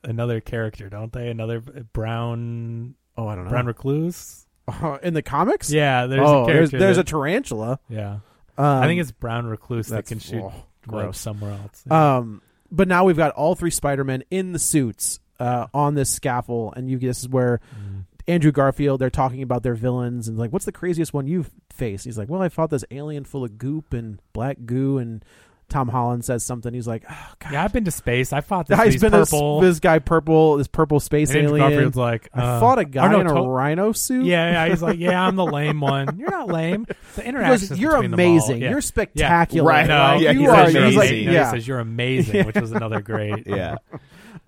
[SPEAKER 4] another character, don't they? Another brown
[SPEAKER 3] oh, I don't know.
[SPEAKER 4] brown recluse.
[SPEAKER 3] *laughs* in the comics,
[SPEAKER 4] Yeah, there's
[SPEAKER 3] oh,
[SPEAKER 4] a
[SPEAKER 3] there's,
[SPEAKER 4] character.
[SPEAKER 3] there's a
[SPEAKER 4] that-
[SPEAKER 3] tarantula.
[SPEAKER 4] yeah.
[SPEAKER 3] Um,
[SPEAKER 4] I think it's brown recluse that
[SPEAKER 3] that's-
[SPEAKER 4] can shoot
[SPEAKER 3] oh,
[SPEAKER 4] webs
[SPEAKER 3] gross.
[SPEAKER 4] somewhere else.
[SPEAKER 3] Um, but now we've got all three Spider-Men in the suits uh, on this scaffold, and you this is where
[SPEAKER 4] Mm-hmm.
[SPEAKER 3] Andrew Garfield they're talking about their villains and like, what's the craziest one you've faced? He's like, well, I fought this alien full of goop and black goo, and Tom Holland says something. He's like, oh god,
[SPEAKER 4] Yeah, I've been to space. I fought this,
[SPEAKER 3] I've
[SPEAKER 4] these
[SPEAKER 3] been this,
[SPEAKER 4] purple.
[SPEAKER 3] this guy purple, this purple space
[SPEAKER 4] and Andrew
[SPEAKER 3] alien.
[SPEAKER 4] Garfield's like,
[SPEAKER 3] I
[SPEAKER 4] uh,
[SPEAKER 3] fought a
[SPEAKER 4] or
[SPEAKER 3] guy
[SPEAKER 4] no,
[SPEAKER 3] in a
[SPEAKER 4] to-
[SPEAKER 3] rhino suit.
[SPEAKER 4] Yeah, yeah, he's like, yeah, I'm the lame one. You're not lame. The
[SPEAKER 3] He
[SPEAKER 4] interaction.
[SPEAKER 3] goes, you're amazing. You're spectacular.
[SPEAKER 2] Right.
[SPEAKER 3] Like,
[SPEAKER 2] No, yeah,
[SPEAKER 3] you
[SPEAKER 2] he
[SPEAKER 3] are.
[SPEAKER 2] says you're
[SPEAKER 3] he's like,
[SPEAKER 2] amazing.
[SPEAKER 4] No,
[SPEAKER 3] yeah.
[SPEAKER 4] He says you're amazing, which
[SPEAKER 2] *laughs*
[SPEAKER 4] was another great.
[SPEAKER 3] *laughs*
[SPEAKER 2] Yeah.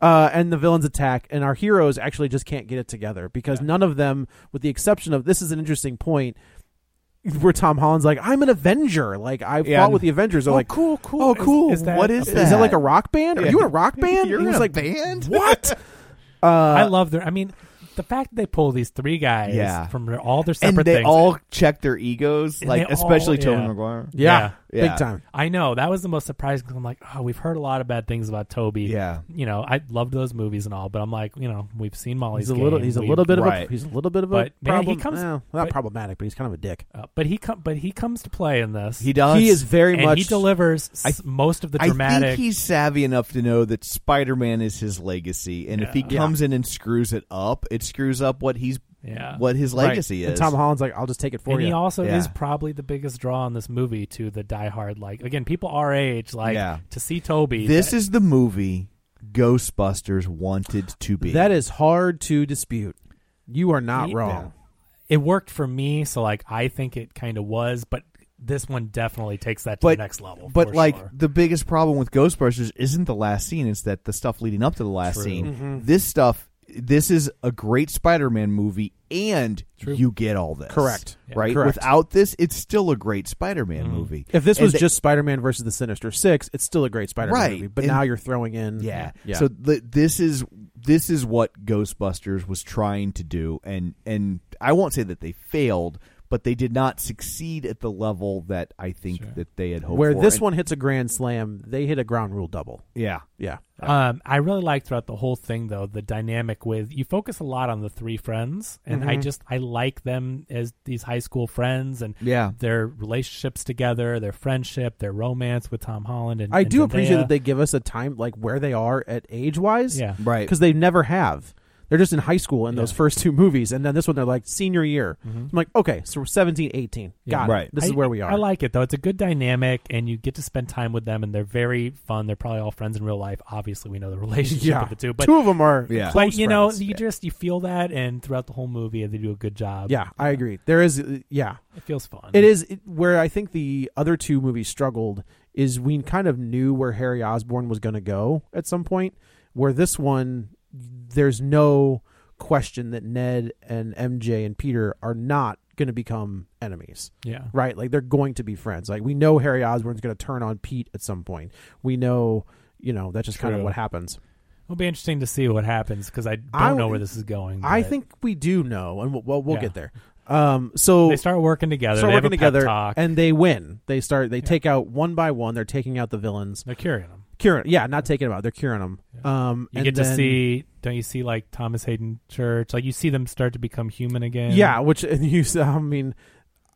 [SPEAKER 3] uh, and the villains attack, and our heroes actually just can't get it together because none of them, with the exception of this, is an interesting point where Tom Holland's like, "I'm an Avenger, like I
[SPEAKER 2] Yeah.
[SPEAKER 3] fought with the Avengers." They're like,
[SPEAKER 2] cool, cool.
[SPEAKER 3] oh, cool.
[SPEAKER 4] is that-
[SPEAKER 2] what is
[SPEAKER 3] Is
[SPEAKER 2] that?
[SPEAKER 3] that like a rock band? Are
[SPEAKER 2] Yeah.
[SPEAKER 3] you in a rock
[SPEAKER 2] *laughs*
[SPEAKER 3] band?"
[SPEAKER 2] You're
[SPEAKER 3] he
[SPEAKER 2] in
[SPEAKER 3] was
[SPEAKER 2] a
[SPEAKER 3] like,
[SPEAKER 2] band?
[SPEAKER 3] *laughs*
[SPEAKER 2] *laughs*
[SPEAKER 3] "What?" uh,
[SPEAKER 4] I love their. I mean, the fact that they pull these three guys
[SPEAKER 2] Yeah.
[SPEAKER 4] from their, all their
[SPEAKER 2] and
[SPEAKER 4] separate
[SPEAKER 2] they
[SPEAKER 4] things.
[SPEAKER 2] all check their egos,
[SPEAKER 4] And
[SPEAKER 2] like
[SPEAKER 4] they
[SPEAKER 2] especially
[SPEAKER 4] all-
[SPEAKER 2] Tobey
[SPEAKER 4] yeah.
[SPEAKER 2] Maguire.
[SPEAKER 3] yeah,
[SPEAKER 2] Yeah. Yeah.
[SPEAKER 3] big time.
[SPEAKER 4] I know that was the most surprising. 'cause I'm like, oh, we've heard a lot of bad things about Toby.
[SPEAKER 2] Yeah.
[SPEAKER 4] you know, I loved those movies and all, but I'm like, you know, we've seen Molly's.
[SPEAKER 3] He's a little.
[SPEAKER 4] Game.
[SPEAKER 3] He's a
[SPEAKER 4] We-
[SPEAKER 3] little bit of
[SPEAKER 2] right.
[SPEAKER 3] a. He's a little bit of a
[SPEAKER 4] But, man,
[SPEAKER 3] problem.
[SPEAKER 4] he comes-
[SPEAKER 3] no, not
[SPEAKER 4] but-
[SPEAKER 3] problematic, but he's kind of a dick.
[SPEAKER 4] uh, but he come, but he comes to play in this.
[SPEAKER 2] He does.
[SPEAKER 3] he is very
[SPEAKER 4] and
[SPEAKER 3] much.
[SPEAKER 4] he delivers s-
[SPEAKER 2] I-
[SPEAKER 4] most of the
[SPEAKER 2] I
[SPEAKER 4] dramatic.
[SPEAKER 2] think he's savvy enough to know that Spider-Man is his legacy, and if he
[SPEAKER 4] Yeah.
[SPEAKER 2] comes in and screws it up, it screws up what he's
[SPEAKER 4] yeah,
[SPEAKER 2] what his
[SPEAKER 3] Right.
[SPEAKER 2] legacy
[SPEAKER 3] And
[SPEAKER 2] is.
[SPEAKER 3] Tom Holland's like, "I'll just take it for
[SPEAKER 4] and
[SPEAKER 3] you."
[SPEAKER 4] he also
[SPEAKER 2] Yeah.
[SPEAKER 4] is probably the biggest draw in this movie to the diehard. Like again, people our age, like
[SPEAKER 2] Yeah.
[SPEAKER 4] to see Toby.
[SPEAKER 2] this
[SPEAKER 4] that-
[SPEAKER 2] is the movie Ghostbusters wanted to be.
[SPEAKER 3] That is hard to dispute. You are not
[SPEAKER 4] Ye-
[SPEAKER 3] wrong.
[SPEAKER 4] it worked for me, so like I think it kind of was, but this one definitely takes that to
[SPEAKER 2] but
[SPEAKER 4] the next level.
[SPEAKER 2] But
[SPEAKER 4] for
[SPEAKER 2] like
[SPEAKER 4] sure.
[SPEAKER 2] the biggest problem with Ghostbusters isn't the last scene; it's that the stuff leading up to the last
[SPEAKER 4] True. Mm-hmm.
[SPEAKER 2] scene. This stuff. This is a great Spider-Man movie, and
[SPEAKER 4] True.
[SPEAKER 2] you get all this
[SPEAKER 3] Correct. Yeah.
[SPEAKER 2] Right.
[SPEAKER 3] Correct.
[SPEAKER 2] Without this, it's still a great Spider-Man
[SPEAKER 4] Mm-hmm.
[SPEAKER 2] movie.
[SPEAKER 3] If this
[SPEAKER 2] And
[SPEAKER 3] was
[SPEAKER 2] they-
[SPEAKER 3] just Spider Man versus the Sinister Six, it's still a great Spider Man
[SPEAKER 2] Right.
[SPEAKER 3] movie. But
[SPEAKER 2] And-
[SPEAKER 3] now you're throwing in
[SPEAKER 2] Yeah.
[SPEAKER 3] Mm-hmm. yeah.
[SPEAKER 2] So th- this is this is what Ghostbusters was trying to do, and and I won't say that they failed, but they did not succeed at the level that I think that they had hoped.
[SPEAKER 3] where
[SPEAKER 2] for.
[SPEAKER 3] this
[SPEAKER 2] And-
[SPEAKER 3] one hits a grand slam, they hit a ground rule double.
[SPEAKER 2] yeah,
[SPEAKER 3] Yeah.
[SPEAKER 4] Um, I really like throughout the whole thing though the dynamic with you focus a lot on the three friends, and
[SPEAKER 2] Mm-hmm.
[SPEAKER 4] I just I like them as these high school friends and
[SPEAKER 2] Yeah.
[SPEAKER 4] their relationships together, their friendship, their romance with Tom Holland. And
[SPEAKER 3] I
[SPEAKER 4] and
[SPEAKER 3] do appreciate
[SPEAKER 4] Zendaya.
[SPEAKER 3] that they uh, give us a time like where they are at age wise.
[SPEAKER 4] Yeah.
[SPEAKER 2] Right.
[SPEAKER 3] Because they never have. They're just in high school in those first two movies. And then this one, they're like senior year. I'm like, okay, so we're 17, 18. Got it.
[SPEAKER 2] Right.
[SPEAKER 3] This is
[SPEAKER 4] I-
[SPEAKER 3] where we are.
[SPEAKER 4] I like it though. It's a good dynamic, and you get to spend time with them, and they're very fun. They're probably all friends in real life. Obviously, we know the *laughs* relationship
[SPEAKER 3] yeah.
[SPEAKER 4] of the two, but
[SPEAKER 3] two of them are.
[SPEAKER 2] Yeah.
[SPEAKER 3] close
[SPEAKER 4] but you know,
[SPEAKER 3] friends.
[SPEAKER 4] you just you feel that, and throughout the whole movie, they do a good job.
[SPEAKER 3] Yeah, I agree. There is, uh, yeah.
[SPEAKER 4] it feels fun.
[SPEAKER 3] It is it, where I think the other two movies struggled is we kind of knew where Harry Osborne was going to go at some point. Where this one, there's no question that Ned and MJ and Peter are not going to become enemies,
[SPEAKER 4] Yeah,
[SPEAKER 3] right? Like they're going to be friends. Like we know Harry Osborne's going to turn on Pete at some point. We know, you know, that's just kind of
[SPEAKER 4] True.
[SPEAKER 3] what happens.
[SPEAKER 4] it'll be interesting to see what happens because I don't
[SPEAKER 3] I-
[SPEAKER 4] know where this is going.
[SPEAKER 3] I
[SPEAKER 4] but
[SPEAKER 3] think we do know, and we'll we'll, we'll
[SPEAKER 4] Yeah.
[SPEAKER 3] get there. Um, so
[SPEAKER 4] they start working together.
[SPEAKER 3] start
[SPEAKER 4] they have
[SPEAKER 3] working
[SPEAKER 4] a pep
[SPEAKER 3] together
[SPEAKER 4] talk.
[SPEAKER 3] and they win. They start they take out one by one. They're taking out the villains.
[SPEAKER 4] they're curing them.
[SPEAKER 3] Curing, yeah, not taking them out. They're curing them. Um,
[SPEAKER 4] You
[SPEAKER 3] and
[SPEAKER 4] get to
[SPEAKER 3] then-
[SPEAKER 4] see, don't you see, like Thomas Hayden Church? Like you see them start to become human again.
[SPEAKER 3] yeah, which *laughs* and you. s- I mean,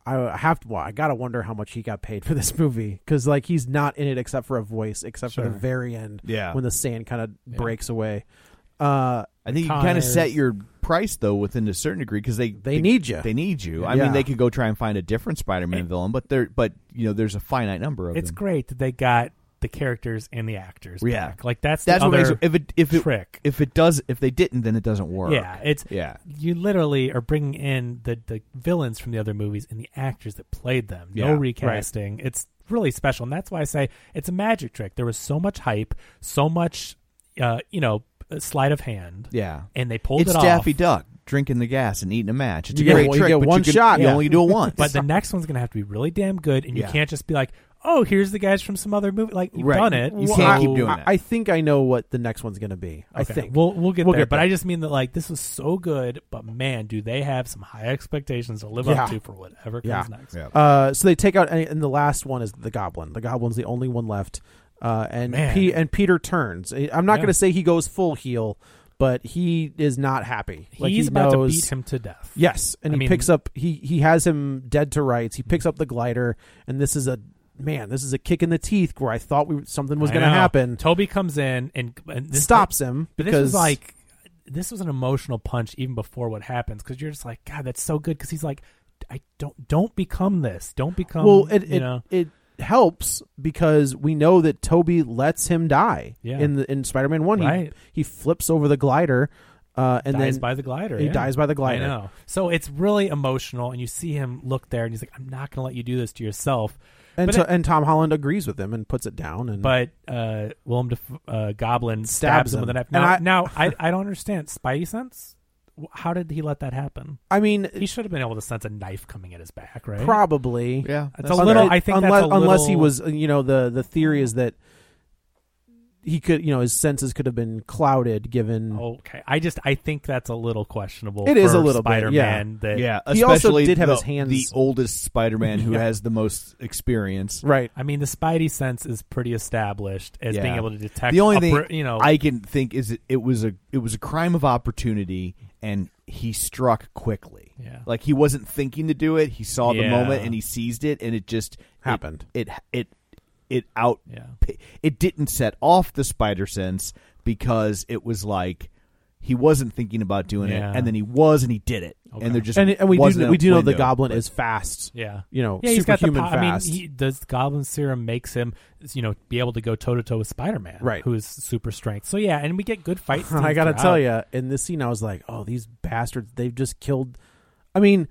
[SPEAKER 3] I have to. Well, I gotta wonder how much he got paid for this movie because like he's not in it except for a voice, except for the
[SPEAKER 4] Sure.
[SPEAKER 3] very end.
[SPEAKER 2] Yeah.
[SPEAKER 3] when the sand kind of
[SPEAKER 4] Yeah.
[SPEAKER 3] breaks away. Uh,
[SPEAKER 2] I think you kind of
[SPEAKER 4] Connors.
[SPEAKER 2] set your price though within a certain degree because they,
[SPEAKER 3] They need ya.
[SPEAKER 2] They need you. I
[SPEAKER 3] Yeah.
[SPEAKER 2] mean, they could go try and find a different Spider-Man villain, but there, but you know, there's a finite number of
[SPEAKER 4] it's
[SPEAKER 2] them.
[SPEAKER 4] great that they got the characters and the actors.
[SPEAKER 2] Yeah.
[SPEAKER 4] back. like that's the
[SPEAKER 2] That's what
[SPEAKER 4] other
[SPEAKER 2] makes it, if it if it
[SPEAKER 4] trick.
[SPEAKER 2] if it does if they didn't then it doesn't work.
[SPEAKER 4] yeah, it's
[SPEAKER 2] Yeah.
[SPEAKER 4] You literally are bringing in the the villains from the other movies and the actors that played them.
[SPEAKER 2] Yeah,
[SPEAKER 4] no
[SPEAKER 2] right.
[SPEAKER 4] recasting. It's really special, and that's why I say it's a magic trick. There was so much hype, so much, uh, you know, sleight of hand.
[SPEAKER 2] Yeah.
[SPEAKER 4] and they pulled
[SPEAKER 2] it's
[SPEAKER 4] it off.
[SPEAKER 2] Daffy Duck drinking the gas and eating a match. It's
[SPEAKER 3] You
[SPEAKER 2] a
[SPEAKER 3] get
[SPEAKER 2] great
[SPEAKER 3] one- you
[SPEAKER 2] trick.
[SPEAKER 3] get
[SPEAKER 2] but
[SPEAKER 3] one
[SPEAKER 2] you can-
[SPEAKER 3] shot.
[SPEAKER 2] You
[SPEAKER 3] Yeah.
[SPEAKER 2] only do
[SPEAKER 3] *laughs*
[SPEAKER 2] it once.
[SPEAKER 4] But the next one's gonna have to be really damn good, and
[SPEAKER 2] Yeah.
[SPEAKER 4] you can't just be like, "Oh, here's the guys from some other movie." Like you've
[SPEAKER 2] Right.
[SPEAKER 4] done it.
[SPEAKER 2] You
[SPEAKER 4] so-
[SPEAKER 2] can't keep doing
[SPEAKER 3] I,
[SPEAKER 2] that.
[SPEAKER 3] I think I know what the next one's gonna be. I
[SPEAKER 4] Okay,
[SPEAKER 3] think
[SPEAKER 4] we'll we'll get
[SPEAKER 3] We'll
[SPEAKER 4] there,
[SPEAKER 3] get
[SPEAKER 4] but
[SPEAKER 3] there.
[SPEAKER 4] I just mean that like this was so good, but man, do they have some high expectations to live
[SPEAKER 3] Yeah.
[SPEAKER 4] up to for whatever comes
[SPEAKER 3] Yeah.
[SPEAKER 4] next?
[SPEAKER 2] Yeah.
[SPEAKER 3] Uh, so they take out, and and the last one is the goblin. The goblin's the only one left, uh, and
[SPEAKER 4] Man.
[SPEAKER 3] P- and Peter turns. I'm not
[SPEAKER 4] Yeah.
[SPEAKER 3] going to say he goes full heel, but he is not happy. Like,
[SPEAKER 4] He's
[SPEAKER 3] he
[SPEAKER 4] about
[SPEAKER 3] knows-
[SPEAKER 4] to beat him to death.
[SPEAKER 3] Yes, and
[SPEAKER 4] I
[SPEAKER 3] he
[SPEAKER 4] mean-
[SPEAKER 3] picks up. He he has him dead to rights. He picks up the glider, and this is a man, this is a kick in the teeth where I thought we something was
[SPEAKER 4] I
[SPEAKER 3] going to
[SPEAKER 4] know.
[SPEAKER 3] happen.
[SPEAKER 4] Toby comes in and, and this-
[SPEAKER 3] stops him
[SPEAKER 4] But
[SPEAKER 3] because
[SPEAKER 4] this was like this was an emotional punch even before what happens because you're just like God, that's so good because he's like, I don't don't become this, don't become.
[SPEAKER 3] well, it
[SPEAKER 4] you
[SPEAKER 3] it,
[SPEAKER 4] know,
[SPEAKER 3] it helps because we know that Toby lets him die.
[SPEAKER 4] Yeah.
[SPEAKER 3] In the, in Spider Man One,
[SPEAKER 4] Right.
[SPEAKER 3] he he flips over the glider, uh, and
[SPEAKER 4] dies
[SPEAKER 3] then
[SPEAKER 4] by the glider.
[SPEAKER 3] he
[SPEAKER 4] yeah.
[SPEAKER 3] dies by the glider.
[SPEAKER 4] I know. So it's really emotional, and you see him look there, and he's like, "I'm not going to let you do this to yourself."
[SPEAKER 3] and
[SPEAKER 4] but
[SPEAKER 3] to,
[SPEAKER 4] it-
[SPEAKER 3] and Tom Holland agrees with him and puts it down. And
[SPEAKER 4] But uh, Willem Def- uh, Goblin stabs,
[SPEAKER 3] Stabs
[SPEAKER 4] him with an
[SPEAKER 3] him.
[SPEAKER 4] knife.
[SPEAKER 3] And
[SPEAKER 4] Now,
[SPEAKER 3] I-
[SPEAKER 4] now I, I don't understand Spidey sense. Wh- How did he let that happen?
[SPEAKER 3] I mean,
[SPEAKER 4] He should have been able to sense a knife coming at his back, right?
[SPEAKER 3] probably
[SPEAKER 2] Yeah, that's
[SPEAKER 4] It's a
[SPEAKER 2] fair.
[SPEAKER 4] little- I think that's
[SPEAKER 3] unless
[SPEAKER 4] a little-
[SPEAKER 3] unless he was, uh, you know, the the theory is that he could, you know, his senses could have been clouded given.
[SPEAKER 4] Okay, I just I think that's a little questionable.
[SPEAKER 3] It is
[SPEAKER 4] for
[SPEAKER 3] a little bit,
[SPEAKER 4] Spider-Man. That,
[SPEAKER 2] Yeah,
[SPEAKER 3] He also
[SPEAKER 2] especially
[SPEAKER 3] did have
[SPEAKER 2] the,
[SPEAKER 3] his hands-
[SPEAKER 2] The oldest Spider-Man
[SPEAKER 3] *laughs*
[SPEAKER 2] who
[SPEAKER 4] Yeah.
[SPEAKER 2] has the most experience.
[SPEAKER 3] Right.
[SPEAKER 4] I mean, the Spidey sense is pretty established as
[SPEAKER 2] Yeah.
[SPEAKER 4] being able to detect.
[SPEAKER 2] The only
[SPEAKER 4] a
[SPEAKER 2] thing
[SPEAKER 4] br- you know,
[SPEAKER 2] I can think is it, it was a it was a crime of opportunity, and he struck quickly.
[SPEAKER 4] Yeah.
[SPEAKER 2] like he wasn't thinking to do it. He saw the
[SPEAKER 4] Yeah.
[SPEAKER 2] moment and he seized it, and it just it-
[SPEAKER 3] Happened.
[SPEAKER 2] It it it out.
[SPEAKER 4] Yeah.
[SPEAKER 2] It didn't set off the spider sense because it was like. He wasn't thinking about doing
[SPEAKER 4] Yeah.
[SPEAKER 2] it, and then he was, and he did it,
[SPEAKER 4] Okay.
[SPEAKER 2] and there just
[SPEAKER 3] And, and we
[SPEAKER 2] wasn't
[SPEAKER 3] do
[SPEAKER 2] a
[SPEAKER 3] we do know the
[SPEAKER 2] window,
[SPEAKER 3] Goblin
[SPEAKER 2] but-
[SPEAKER 3] is fast.
[SPEAKER 4] yeah,
[SPEAKER 3] You know,
[SPEAKER 4] yeah, he's got the
[SPEAKER 3] superhuman
[SPEAKER 4] po-
[SPEAKER 3] fast.
[SPEAKER 4] I mean, he, the Goblin serum makes him you know be able to go toe to toe with Spider-Man,
[SPEAKER 3] Right.
[SPEAKER 4] Who's super strength. So yeah, and we get good fights.
[SPEAKER 3] *laughs* I gotta tell you, in this scene, I was like, "Oh, these bastards—they've just killed." I mean,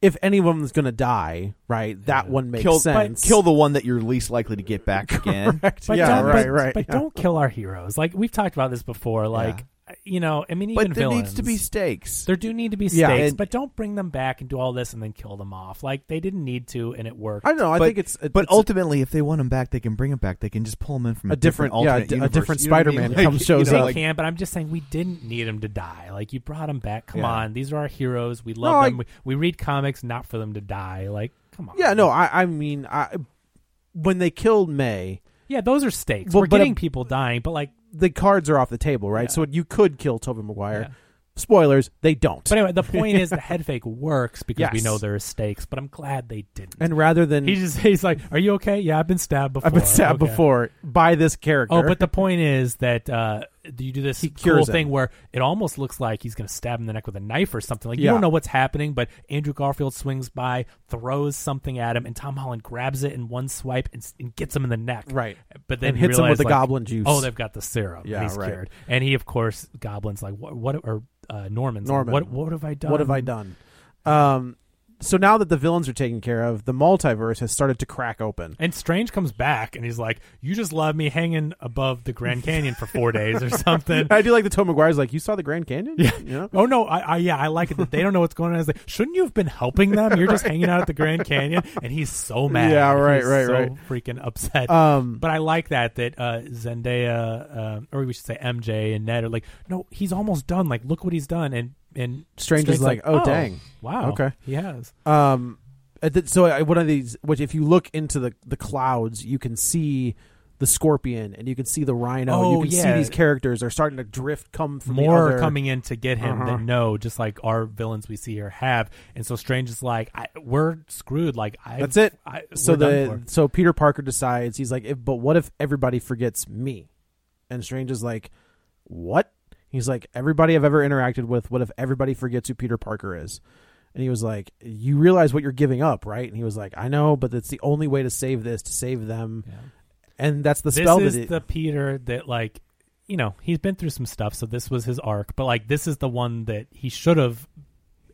[SPEAKER 3] if any of them's gonna die, right? That one makes
[SPEAKER 2] kill,
[SPEAKER 3] sense.
[SPEAKER 2] kill the one that you're least likely to get
[SPEAKER 4] *laughs*
[SPEAKER 2] back again.
[SPEAKER 4] But
[SPEAKER 3] yeah,
[SPEAKER 4] don't,
[SPEAKER 3] right,
[SPEAKER 4] but,
[SPEAKER 3] right.
[SPEAKER 4] But
[SPEAKER 3] yeah.
[SPEAKER 4] don't kill our heroes. Like we've talked about this before. Like you know, I mean, even
[SPEAKER 2] but there
[SPEAKER 4] villains,
[SPEAKER 2] needs to be stakes.
[SPEAKER 4] There do need to be stakes,
[SPEAKER 3] Yeah, and-
[SPEAKER 4] but don't bring them back and do all this and then kill them off. Like they didn't need to, and it worked.
[SPEAKER 3] I don't know. I
[SPEAKER 2] but,
[SPEAKER 3] think it's,
[SPEAKER 2] but
[SPEAKER 3] it's
[SPEAKER 2] ultimately, if they want him back, they can bring him back. They can just pull him in from
[SPEAKER 3] A
[SPEAKER 2] a,
[SPEAKER 3] different- yeah,
[SPEAKER 2] alternate
[SPEAKER 3] a di- a
[SPEAKER 2] universe.
[SPEAKER 3] different
[SPEAKER 2] You know what I mean?
[SPEAKER 3] Spider-Man comes shows
[SPEAKER 2] you know,
[SPEAKER 3] up.
[SPEAKER 4] they
[SPEAKER 2] like,
[SPEAKER 4] can, but I'm just saying we didn't need him to die. Like you brought him back. Come
[SPEAKER 2] Yeah.
[SPEAKER 4] on, these are our heroes. We
[SPEAKER 3] No,
[SPEAKER 4] love
[SPEAKER 3] I-
[SPEAKER 4] them. We, we read comics not for them to die. Like come on.
[SPEAKER 3] yeah. No, I I mean, I when they killed May,
[SPEAKER 4] yeah, those are stakes.
[SPEAKER 3] Well,
[SPEAKER 4] We're
[SPEAKER 3] but
[SPEAKER 4] getting
[SPEAKER 3] a-
[SPEAKER 4] people dying, but like,
[SPEAKER 3] the cards are off the table,
[SPEAKER 4] Yeah.
[SPEAKER 3] right? So you could kill Tobey Maguire.
[SPEAKER 4] Yeah.
[SPEAKER 3] Spoilers: they don't.
[SPEAKER 4] but anyway, the point is the head fake works because we
[SPEAKER 3] Yes.
[SPEAKER 4] know there are stakes. But I'm glad they didn't.
[SPEAKER 3] and rather than
[SPEAKER 4] he just he's like, "Are you okay? Yeah, I've been stabbed before.
[SPEAKER 3] I've been stabbed
[SPEAKER 4] Okay.
[SPEAKER 3] before by this character.
[SPEAKER 4] Oh, but the point is that uh, you do this
[SPEAKER 3] He
[SPEAKER 4] cool
[SPEAKER 3] cures him.
[SPEAKER 4] thing where it almost looks like he's going to stab him in the neck with a knife or something. Like you
[SPEAKER 3] Yeah.
[SPEAKER 4] don't know what's happening, but Andrew Garfield swings by, throws something at him, and Tom Holland grabs it in one swipe and, s- and gets him in the neck.
[SPEAKER 3] Right.
[SPEAKER 4] But then
[SPEAKER 3] And
[SPEAKER 4] he
[SPEAKER 3] hits him with
[SPEAKER 4] realized,
[SPEAKER 3] the
[SPEAKER 4] like,
[SPEAKER 3] goblin juice.
[SPEAKER 4] Oh, they've got the serum.
[SPEAKER 3] Yeah,
[SPEAKER 4] he's
[SPEAKER 3] right.
[SPEAKER 4] cured. And he, of course, Goblin's like, what? What? Or uh, Norman's
[SPEAKER 3] Norman.
[SPEAKER 4] Like, what? What have I done?
[SPEAKER 3] what have I done? Um, so now that the villains are taken care of, the multiverse has started to crack open.
[SPEAKER 4] And Strange comes back and he's like, "You just left me hanging above the Grand Canyon for four days
[SPEAKER 3] *laughs*
[SPEAKER 4] or something."
[SPEAKER 3] I do like the Tom McGuire's like, you saw the Grand Canyon? Yeah. You know?
[SPEAKER 4] Oh no! I, I yeah, I like it that they don't know what's going on. It's like, shouldn't you have been helping them? You're just hanging out at the Grand Canyon, and he's so mad.
[SPEAKER 3] *laughs* Yeah, right,
[SPEAKER 4] He's
[SPEAKER 3] right,
[SPEAKER 4] so
[SPEAKER 3] right.
[SPEAKER 4] Freaking upset.
[SPEAKER 3] Um,
[SPEAKER 4] but I like that that uh, Zendaya, um, or we should say MJ and Ned are like, no, he's almost done. Like, look what he's done. And and
[SPEAKER 3] Strange is like, oh, dang.
[SPEAKER 4] wow,
[SPEAKER 3] Okay.
[SPEAKER 4] he has.
[SPEAKER 3] Um, at the- so I, one of these, which if you look into the, the clouds, you can see the scorpion and you can see the rhino.
[SPEAKER 4] Oh,
[SPEAKER 3] you can see
[SPEAKER 4] yeah.
[SPEAKER 3] these characters are starting to drift, come from the
[SPEAKER 4] More
[SPEAKER 3] other- Uh-huh.
[SPEAKER 4] are coming in to get him than no, just like our villains we see here have. And so Strange is like, I, we're screwed. Like, I,
[SPEAKER 3] That's it.
[SPEAKER 4] I,
[SPEAKER 3] so
[SPEAKER 4] we're done
[SPEAKER 3] the
[SPEAKER 4] for.
[SPEAKER 3] so Peter Parker decides he's like, if, but what if everybody forgets me? And Strange is like, what? He's like, everybody I've ever interacted with. What if everybody forgets who Peter Parker is? And he was like, you realize what you're giving up, right? And he was like, I know, but it's the only way to save this, to save them. And that's the spell
[SPEAKER 4] this
[SPEAKER 3] that
[SPEAKER 4] is
[SPEAKER 3] it,
[SPEAKER 4] the Peter that like you know he's been through some stuff, so this was his arc. But like this is the one that he should have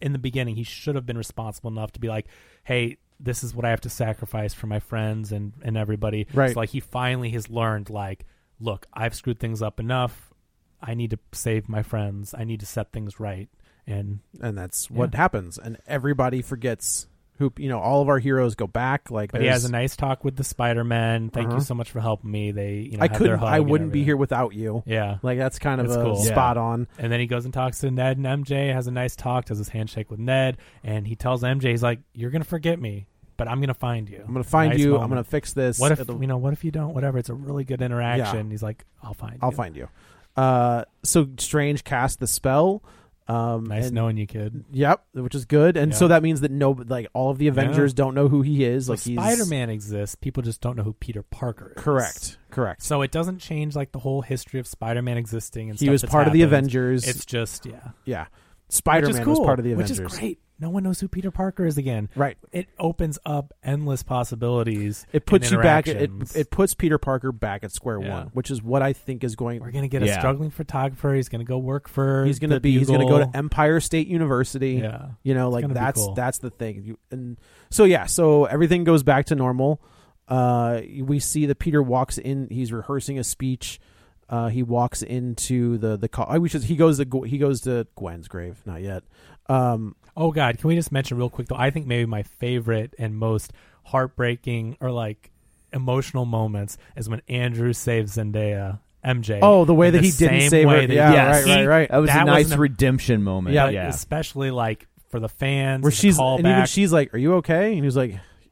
[SPEAKER 4] in the beginning. He should have been responsible enough to be like, hey. This is what I have to sacrifice for my friends and, and everybody.
[SPEAKER 3] Right.
[SPEAKER 4] So like he finally has learned like, look, I've screwed things up enough. I need to save my friends. I need to set things right. And
[SPEAKER 3] and that's what happens. And everybody forgets who you know. All of our heroes go back. Like,
[SPEAKER 4] but he has
[SPEAKER 3] there's-
[SPEAKER 4] a nice talk with the Spider Man. Thank
[SPEAKER 3] Uh-huh.
[SPEAKER 4] you so much for helping me. They you know
[SPEAKER 3] I
[SPEAKER 4] have their
[SPEAKER 3] couldn't.
[SPEAKER 4] hug
[SPEAKER 3] I
[SPEAKER 4] and
[SPEAKER 3] wouldn't be
[SPEAKER 4] everything.
[SPEAKER 3] here without you.
[SPEAKER 4] Yeah.
[SPEAKER 3] Like that's kind of
[SPEAKER 4] That's
[SPEAKER 3] a
[SPEAKER 4] cool. Yeah.
[SPEAKER 3] spot on.
[SPEAKER 4] And then he goes and talks to Ned and MJ, has a nice talk, does his handshake with Ned, and he tells MJ, he's like, "You're gonna forget me, but I'm gonna find you.
[SPEAKER 3] I'm gonna find
[SPEAKER 4] Nice
[SPEAKER 3] you. I'm
[SPEAKER 4] moment.
[SPEAKER 3] gonna fix this.
[SPEAKER 4] What if
[SPEAKER 3] It'll-
[SPEAKER 4] you know? What if you don't? Whatever. It's a really good interaction. He's like, "I'll find.
[SPEAKER 3] I'll
[SPEAKER 4] you.
[SPEAKER 3] find you. Uh, so Strange cast the spell. Um,
[SPEAKER 4] Nice
[SPEAKER 3] and-
[SPEAKER 4] knowing you, kid.
[SPEAKER 3] Yep, which is good. And so
[SPEAKER 4] Yeah.
[SPEAKER 3] that means that no, like all of the Avengers don't know who he is. Like he's
[SPEAKER 4] Spider Man exists. People just don't know who Peter Parker is.
[SPEAKER 3] Correct. Correct.
[SPEAKER 4] So it doesn't change like the whole history of Spider Man existing. And
[SPEAKER 3] He
[SPEAKER 4] stuff
[SPEAKER 3] was
[SPEAKER 4] that's
[SPEAKER 3] part of the
[SPEAKER 4] happened.
[SPEAKER 3] Avengers.
[SPEAKER 4] It's just yeah.
[SPEAKER 3] yeah. Spider
[SPEAKER 4] which
[SPEAKER 3] Man
[SPEAKER 4] is cool,
[SPEAKER 3] was part of the
[SPEAKER 4] which
[SPEAKER 3] Avengers.
[SPEAKER 4] is great. No one knows who Peter Parker is again.
[SPEAKER 3] Right.
[SPEAKER 4] It opens up endless possibilities.
[SPEAKER 3] It puts
[SPEAKER 4] and
[SPEAKER 3] you back. It
[SPEAKER 4] interactions.
[SPEAKER 3] it puts Peter Parker back at square
[SPEAKER 4] Yeah.
[SPEAKER 3] one, which is what I think is going.
[SPEAKER 4] We're gonna get
[SPEAKER 2] Yeah.
[SPEAKER 4] a struggling photographer. He's gonna go work for.
[SPEAKER 3] he's
[SPEAKER 4] the
[SPEAKER 3] gonna be. He's gonna go
[SPEAKER 4] Bugle.
[SPEAKER 3] to Empire State University.
[SPEAKER 4] Yeah.
[SPEAKER 3] You know,
[SPEAKER 4] gonna
[SPEAKER 3] like
[SPEAKER 4] be
[SPEAKER 3] that's
[SPEAKER 4] cool.
[SPEAKER 3] that's the thing. You, and so yeah, so everything goes back to normal. Uh, we see that Peter walks in. He's rehearsing a speech. Uh, he walks into the the. Co- I wish he goes to Gw- he goes to Gwen's grave. Not yet. Um,
[SPEAKER 4] Oh God! Can we just mention real quick though? I think maybe my favorite and most heartbreaking or like emotional moments is when Andrew saves Zendaya, MJ.
[SPEAKER 3] Oh, the way
[SPEAKER 4] in
[SPEAKER 3] that he didn't
[SPEAKER 4] same
[SPEAKER 3] save her.
[SPEAKER 4] way that-
[SPEAKER 3] Yeah,
[SPEAKER 4] yes.
[SPEAKER 3] right, right, right.
[SPEAKER 2] That was
[SPEAKER 4] That
[SPEAKER 2] a nice
[SPEAKER 4] wasn't a-
[SPEAKER 2] redemption moment.
[SPEAKER 4] Yeah,
[SPEAKER 2] Yeah,
[SPEAKER 4] like, especially like for the fans.
[SPEAKER 3] where
[SPEAKER 4] the
[SPEAKER 3] she's and even
[SPEAKER 4] callback.
[SPEAKER 3] she's like, "Are you okay?" And he's like,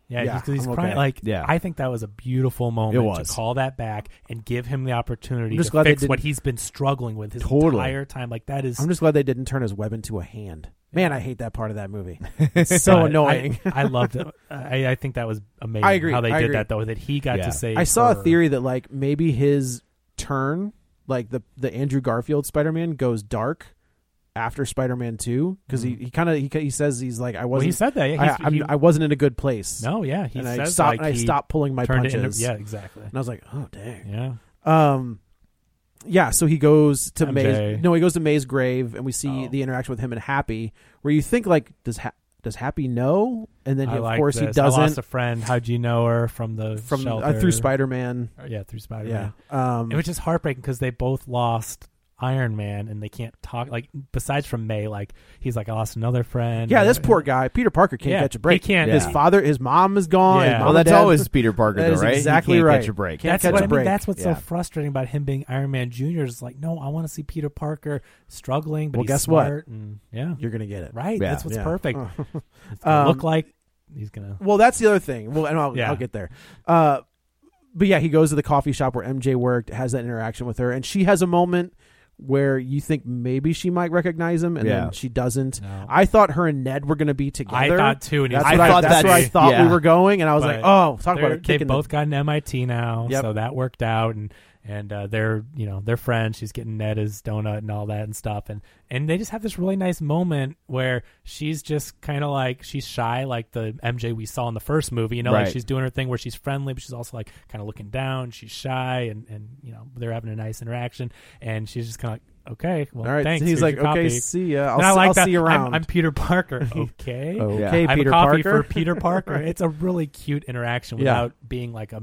[SPEAKER 4] yeah,
[SPEAKER 3] yeah,
[SPEAKER 4] he's- 'cause he's
[SPEAKER 3] I'm
[SPEAKER 4] crying.
[SPEAKER 3] okay.
[SPEAKER 4] Like,
[SPEAKER 2] Yeah.
[SPEAKER 4] I think that was a beautiful moment
[SPEAKER 2] It was.
[SPEAKER 4] to call that back and give him the opportunity
[SPEAKER 3] I'm just
[SPEAKER 4] to
[SPEAKER 3] glad they
[SPEAKER 4] fix what
[SPEAKER 3] didn't-
[SPEAKER 4] he's been struggling with his
[SPEAKER 2] Totally.
[SPEAKER 4] entire time. Like that is *laughs*
[SPEAKER 3] "I'm just glad they didn't turn his web into a hand." Man, I hate that part of
[SPEAKER 4] *laughs*
[SPEAKER 3] that movie. It's so
[SPEAKER 4] Uh,
[SPEAKER 3] annoying.
[SPEAKER 4] I, I loved
[SPEAKER 3] *laughs*
[SPEAKER 4] it. I, I think that was amazing.
[SPEAKER 3] I agree,
[SPEAKER 4] how they
[SPEAKER 3] I
[SPEAKER 4] did
[SPEAKER 3] agree.
[SPEAKER 4] that though. That he got
[SPEAKER 2] Yeah.
[SPEAKER 4] to say.
[SPEAKER 3] I saw a theory that like maybe his turn, like the the Andrew Garfield Spider Man, goes dark after Spider Man Two because he, he kind of he, he says he's like I
[SPEAKER 4] Hmm. Well,
[SPEAKER 3] wasn't
[SPEAKER 4] he said that. Yeah,
[SPEAKER 3] I,
[SPEAKER 4] he's-
[SPEAKER 3] I'm,
[SPEAKER 4] he-
[SPEAKER 3] I wasn't in a good place.
[SPEAKER 4] no, yeah, he
[SPEAKER 3] and I
[SPEAKER 4] says
[SPEAKER 3] stopped
[SPEAKER 4] like
[SPEAKER 3] and I
[SPEAKER 4] he
[SPEAKER 3] stopped pulling my
[SPEAKER 4] turned
[SPEAKER 3] punches.
[SPEAKER 4] It into, yeah, exactly.
[SPEAKER 3] and I was like, oh dang.
[SPEAKER 4] Yeah,
[SPEAKER 3] Um, yeah. So he goes to
[SPEAKER 4] MJ.
[SPEAKER 3] May's. No, he goes to May's grave, and we see
[SPEAKER 4] Oh.
[SPEAKER 3] the interaction with him and Happy, where you think like does ha- does Happy know? And then he,
[SPEAKER 4] I
[SPEAKER 3] of
[SPEAKER 4] like
[SPEAKER 3] course he
[SPEAKER 4] this. I lost
[SPEAKER 3] doesn't
[SPEAKER 4] a friend. How'd you know her from the
[SPEAKER 3] from uh,
[SPEAKER 4] shelter?
[SPEAKER 3] through Spider Man.
[SPEAKER 4] Yeah, through Spider.
[SPEAKER 3] Yeah.
[SPEAKER 4] Yeah,
[SPEAKER 3] Um,
[SPEAKER 4] it was just heartbreaking because they both lost. Iron Man and they can't talk like besides from May like he's like I lost another friend Uh,
[SPEAKER 3] Yeah, this poor guy, Peter Parker, can't
[SPEAKER 4] Yeah,
[SPEAKER 3] catch a break.
[SPEAKER 4] he can't.
[SPEAKER 3] His
[SPEAKER 2] Yeah.
[SPEAKER 3] father, his mom is gone.
[SPEAKER 4] Yeah.
[SPEAKER 3] his mom
[SPEAKER 2] Well,
[SPEAKER 3] and
[SPEAKER 2] that's
[SPEAKER 3] dad-
[SPEAKER 2] always Peter Parker,
[SPEAKER 3] That
[SPEAKER 2] though,
[SPEAKER 3] is
[SPEAKER 2] right? He
[SPEAKER 3] exactly
[SPEAKER 2] can't
[SPEAKER 3] right.
[SPEAKER 2] Catch a break.
[SPEAKER 3] Can't
[SPEAKER 4] that's
[SPEAKER 3] catch
[SPEAKER 4] what
[SPEAKER 3] a
[SPEAKER 4] I
[SPEAKER 3] break.
[SPEAKER 4] mean. That's what's
[SPEAKER 2] Yeah.
[SPEAKER 4] so frustrating about him being Iron Man Jr. is like, no, I want to see Peter Parker struggling. But
[SPEAKER 3] Well,
[SPEAKER 4] he's
[SPEAKER 3] guess what?
[SPEAKER 4] smart And, yeah,
[SPEAKER 3] *laughs* You're gonna get it.
[SPEAKER 4] right.
[SPEAKER 2] Yeah.
[SPEAKER 4] That's what's
[SPEAKER 3] Yeah.
[SPEAKER 4] perfect. It's gonna
[SPEAKER 3] *laughs* Um,
[SPEAKER 4] look like he's gonna.
[SPEAKER 3] Well, that's the other thing. Well, and I'll,
[SPEAKER 4] Yeah.
[SPEAKER 3] I'll get there. Uh, but yeah, he goes to the coffee shop where MJ worked, has that interaction with her, and she has a moment where you think maybe she might recognize him, and
[SPEAKER 2] Yeah.
[SPEAKER 3] then she doesn't.
[SPEAKER 4] No.
[SPEAKER 3] I thought her and Ned were gonna be together.
[SPEAKER 4] thought too, and he
[SPEAKER 3] that's
[SPEAKER 4] was
[SPEAKER 3] what I
[SPEAKER 2] like,
[SPEAKER 3] thought that's
[SPEAKER 2] that's
[SPEAKER 3] where I
[SPEAKER 2] it.
[SPEAKER 3] thought we
[SPEAKER 2] Yeah.
[SPEAKER 3] were going, and I was like,
[SPEAKER 4] But
[SPEAKER 3] oh, talk about
[SPEAKER 4] They're-
[SPEAKER 3] a
[SPEAKER 4] They've
[SPEAKER 3] kick in the-
[SPEAKER 4] both gotten MIT now,
[SPEAKER 3] Yep.
[SPEAKER 4] so that worked out, and and uh, they're you know they're friends. She's getting Ned his donut and all that and stuff, and and they just have this really nice moment where she's just kind of like she's shy, like the MJ we saw in the first movie. You know,
[SPEAKER 2] Right.
[SPEAKER 4] like she's doing her thing where she's friendly, but she's also like kind of looking down. She's shy, and and you know they're having a nice interaction, and she's just kind of like, okay, well,
[SPEAKER 3] All right,
[SPEAKER 4] thanks.
[SPEAKER 3] he's
[SPEAKER 4] here's
[SPEAKER 3] like,
[SPEAKER 4] your
[SPEAKER 3] okay,
[SPEAKER 4] copy."
[SPEAKER 3] see ya. I'll,
[SPEAKER 4] And I
[SPEAKER 3] s-
[SPEAKER 4] like
[SPEAKER 3] I'll
[SPEAKER 4] that.
[SPEAKER 3] see you
[SPEAKER 4] I'm-
[SPEAKER 3] around.
[SPEAKER 4] I'm, Peter
[SPEAKER 3] *laughs*
[SPEAKER 4] Parker. Okay.
[SPEAKER 3] okay,
[SPEAKER 2] Yeah.
[SPEAKER 4] I have
[SPEAKER 3] Peter
[SPEAKER 4] a coffee
[SPEAKER 3] Parker.
[SPEAKER 4] for
[SPEAKER 3] *laughs*
[SPEAKER 4] Peter Parker. It's a really cute interaction
[SPEAKER 3] Yeah.
[SPEAKER 4] without being like a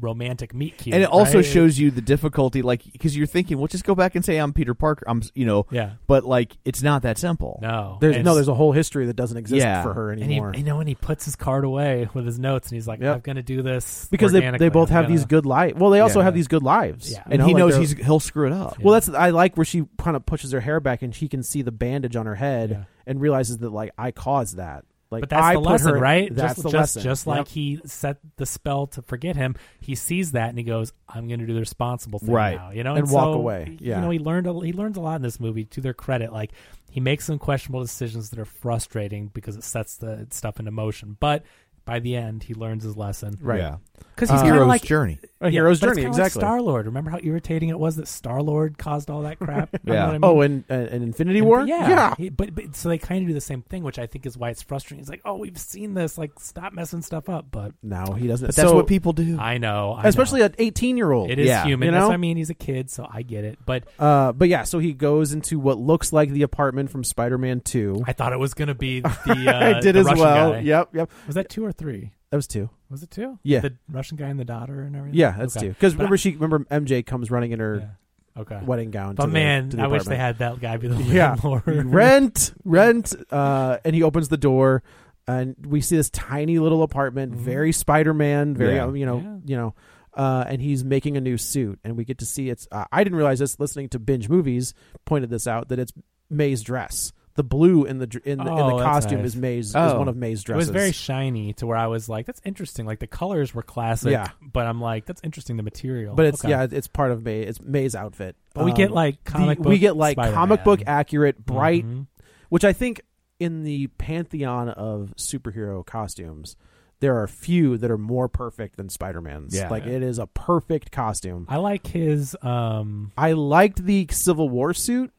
[SPEAKER 4] romantic meet cute.
[SPEAKER 2] and it also
[SPEAKER 4] right?
[SPEAKER 2] shows you the difficulty, like because you're thinking, well, just go back and say I'm Peter Parker. I'm, s- you know,
[SPEAKER 4] Yeah.
[SPEAKER 2] But like, it's not that simple.
[SPEAKER 4] No,
[SPEAKER 3] There's
[SPEAKER 4] And-
[SPEAKER 3] no, there's a whole history that doesn't exist
[SPEAKER 2] Yeah.
[SPEAKER 3] for her
[SPEAKER 4] and he,
[SPEAKER 3] anymore.
[SPEAKER 4] you know, and he puts his card away with his notes, and he's like,
[SPEAKER 3] Yep.
[SPEAKER 4] "I'm going to do this
[SPEAKER 3] because they, they
[SPEAKER 4] organically.
[SPEAKER 3] both
[SPEAKER 4] I'm
[SPEAKER 3] have
[SPEAKER 4] gonna-
[SPEAKER 3] these good lives. Well, they also
[SPEAKER 2] Yeah.
[SPEAKER 3] have these good lives,
[SPEAKER 4] Yeah.
[SPEAKER 3] you
[SPEAKER 2] and
[SPEAKER 3] know,
[SPEAKER 2] he
[SPEAKER 3] like
[SPEAKER 2] knows
[SPEAKER 3] they're-
[SPEAKER 2] he's he'll screw it up.
[SPEAKER 3] Well, that's I like where she kind of pushes her hair back and she can see the bandage on her head
[SPEAKER 4] Yeah.
[SPEAKER 3] and realizes that like I caused that. Like
[SPEAKER 4] But that's
[SPEAKER 3] I
[SPEAKER 4] the
[SPEAKER 3] put
[SPEAKER 4] lesson,
[SPEAKER 3] her-
[SPEAKER 4] right?
[SPEAKER 3] That's
[SPEAKER 4] just,
[SPEAKER 3] the
[SPEAKER 4] just,
[SPEAKER 3] lesson.
[SPEAKER 4] Just
[SPEAKER 3] Yep.
[SPEAKER 4] like he set the spell to forget him, he sees that and he goes, "I'm going to do the responsible thing
[SPEAKER 2] Right.
[SPEAKER 4] now," you know,
[SPEAKER 3] And walk
[SPEAKER 4] so,
[SPEAKER 3] away. Yeah.
[SPEAKER 4] you know, he learned a, he learns a lot in this movie. To their credit, like he makes some questionable decisions that are frustrating because it sets the stuff into motion, but. By the end, he learns his lesson.
[SPEAKER 3] Right.
[SPEAKER 2] Yeah.
[SPEAKER 4] Because he's kind
[SPEAKER 2] Hero's
[SPEAKER 4] of like
[SPEAKER 2] journey.
[SPEAKER 3] a hero's journey. exactly.
[SPEAKER 4] Star Lord. Remember how irritating it was that Star Lord caused all that
[SPEAKER 3] *laughs*
[SPEAKER 4] crap? You know
[SPEAKER 2] Yeah.
[SPEAKER 4] what I mean?
[SPEAKER 3] oh, and uh, and Infinity
[SPEAKER 4] And-
[SPEAKER 3] War.
[SPEAKER 4] Yeah. He- but, but so they kind of do the same thing, which I think is why it's frustrating. It's like, oh, we've seen this. Like, stop messing stuff up. But
[SPEAKER 3] No, he doesn't.
[SPEAKER 2] But that's
[SPEAKER 3] so-
[SPEAKER 2] what people do.
[SPEAKER 4] I know, I
[SPEAKER 3] especially
[SPEAKER 4] know.
[SPEAKER 3] an eighteen year old.
[SPEAKER 4] it is
[SPEAKER 2] Yeah.
[SPEAKER 4] human.
[SPEAKER 3] you
[SPEAKER 4] That's
[SPEAKER 3] know?
[SPEAKER 4] what I mean, he's a kid, so I get it. But
[SPEAKER 3] Uh, but yeah, so he goes into what looks like the apartment from Spider-Man Two.
[SPEAKER 4] I thought it was gonna be the. Uh,
[SPEAKER 3] *laughs* I did
[SPEAKER 4] the
[SPEAKER 3] as
[SPEAKER 4] Russian
[SPEAKER 3] well.
[SPEAKER 4] guy.
[SPEAKER 3] Yep, yep.
[SPEAKER 4] Was that two or three?
[SPEAKER 3] That was two.
[SPEAKER 4] Was it two?
[SPEAKER 3] Yeah.
[SPEAKER 4] The Russian guy and the daughter and everything.
[SPEAKER 3] Yeah, that's
[SPEAKER 4] Okay.
[SPEAKER 3] two. Because
[SPEAKER 4] But
[SPEAKER 3] remember, she remember MJ comes running in
[SPEAKER 4] I-
[SPEAKER 3] her
[SPEAKER 4] yeah. Okay.
[SPEAKER 3] wedding gown.
[SPEAKER 4] But
[SPEAKER 3] to the-
[SPEAKER 4] man,
[SPEAKER 3] to the
[SPEAKER 4] I wish they
[SPEAKER 3] apartment.
[SPEAKER 4] had that guy be the *laughs*
[SPEAKER 3] Yeah.
[SPEAKER 4] landlord.
[SPEAKER 3] *laughs* rent, rent. Uh, and he opens the door, and we see this tiny little apartment, very Spider Man, very
[SPEAKER 2] Yeah.
[SPEAKER 3] um, you know,
[SPEAKER 4] Mm-hmm. Yeah.
[SPEAKER 3] you know. Uh, and he's making a new suit, and we get to see it's. Uh, I didn't realize this. Listening to binge movies pointed this out that it's May's dress, the the blue in the dr- in the, in
[SPEAKER 4] Oh,
[SPEAKER 3] the
[SPEAKER 4] that's
[SPEAKER 3] costume
[SPEAKER 4] nice.
[SPEAKER 3] is May's is
[SPEAKER 2] Oh.
[SPEAKER 3] one of May's
[SPEAKER 4] It
[SPEAKER 3] dresses.
[SPEAKER 4] was very shiny to where I was like, that's interesting. Like the colors were classic,
[SPEAKER 3] Yeah.
[SPEAKER 4] but I'm like, that's interesting, the material.
[SPEAKER 3] but it's
[SPEAKER 4] Okay.
[SPEAKER 3] yeah, it's part of May. It's May's outfit.
[SPEAKER 4] But we get
[SPEAKER 3] Um,
[SPEAKER 4] like
[SPEAKER 3] the-
[SPEAKER 4] comic book
[SPEAKER 3] we get like comic
[SPEAKER 4] Spider-Man.
[SPEAKER 3] book accurate, bright,
[SPEAKER 4] Mhm.
[SPEAKER 3] which I think in the pantheon of superhero costumes, there are few that are more perfect than Spider Man's.
[SPEAKER 2] Yeah.
[SPEAKER 3] Like it is a perfect costume.
[SPEAKER 4] I like his um
[SPEAKER 3] I liked the Civil War suit.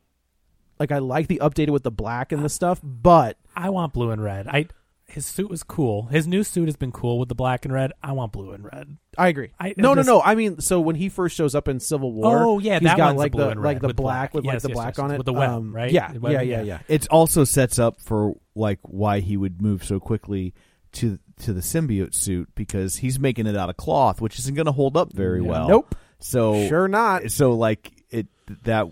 [SPEAKER 3] Like I like the updated with the black and the stuff, but
[SPEAKER 4] I want blue and red. I his suit was cool. His new suit has been cool with the black and red. I want blue and red.
[SPEAKER 3] I agree.
[SPEAKER 4] I-
[SPEAKER 3] no,
[SPEAKER 4] just-
[SPEAKER 3] no, no. I mean, so when he first shows up in Civil War,
[SPEAKER 4] Oh, yeah,
[SPEAKER 3] he's
[SPEAKER 4] that
[SPEAKER 3] got
[SPEAKER 4] one's the
[SPEAKER 3] like
[SPEAKER 4] blue
[SPEAKER 3] the
[SPEAKER 4] and
[SPEAKER 3] like
[SPEAKER 4] red
[SPEAKER 3] the
[SPEAKER 4] with
[SPEAKER 3] black
[SPEAKER 4] black.
[SPEAKER 3] with like
[SPEAKER 4] Yes,
[SPEAKER 3] the
[SPEAKER 4] yes,
[SPEAKER 3] black
[SPEAKER 4] yes,
[SPEAKER 3] on it
[SPEAKER 4] with the web,
[SPEAKER 3] Um,
[SPEAKER 4] right?
[SPEAKER 3] Yeah,
[SPEAKER 4] The web,
[SPEAKER 3] yeah, yeah,
[SPEAKER 4] yeah.
[SPEAKER 3] yeah.
[SPEAKER 2] It also sets up for like why he would move so quickly to to the symbiote suit because he's making it out of cloth, which isn't going to hold up very well.
[SPEAKER 3] Nope.
[SPEAKER 2] So
[SPEAKER 3] Sure not.
[SPEAKER 2] So like it that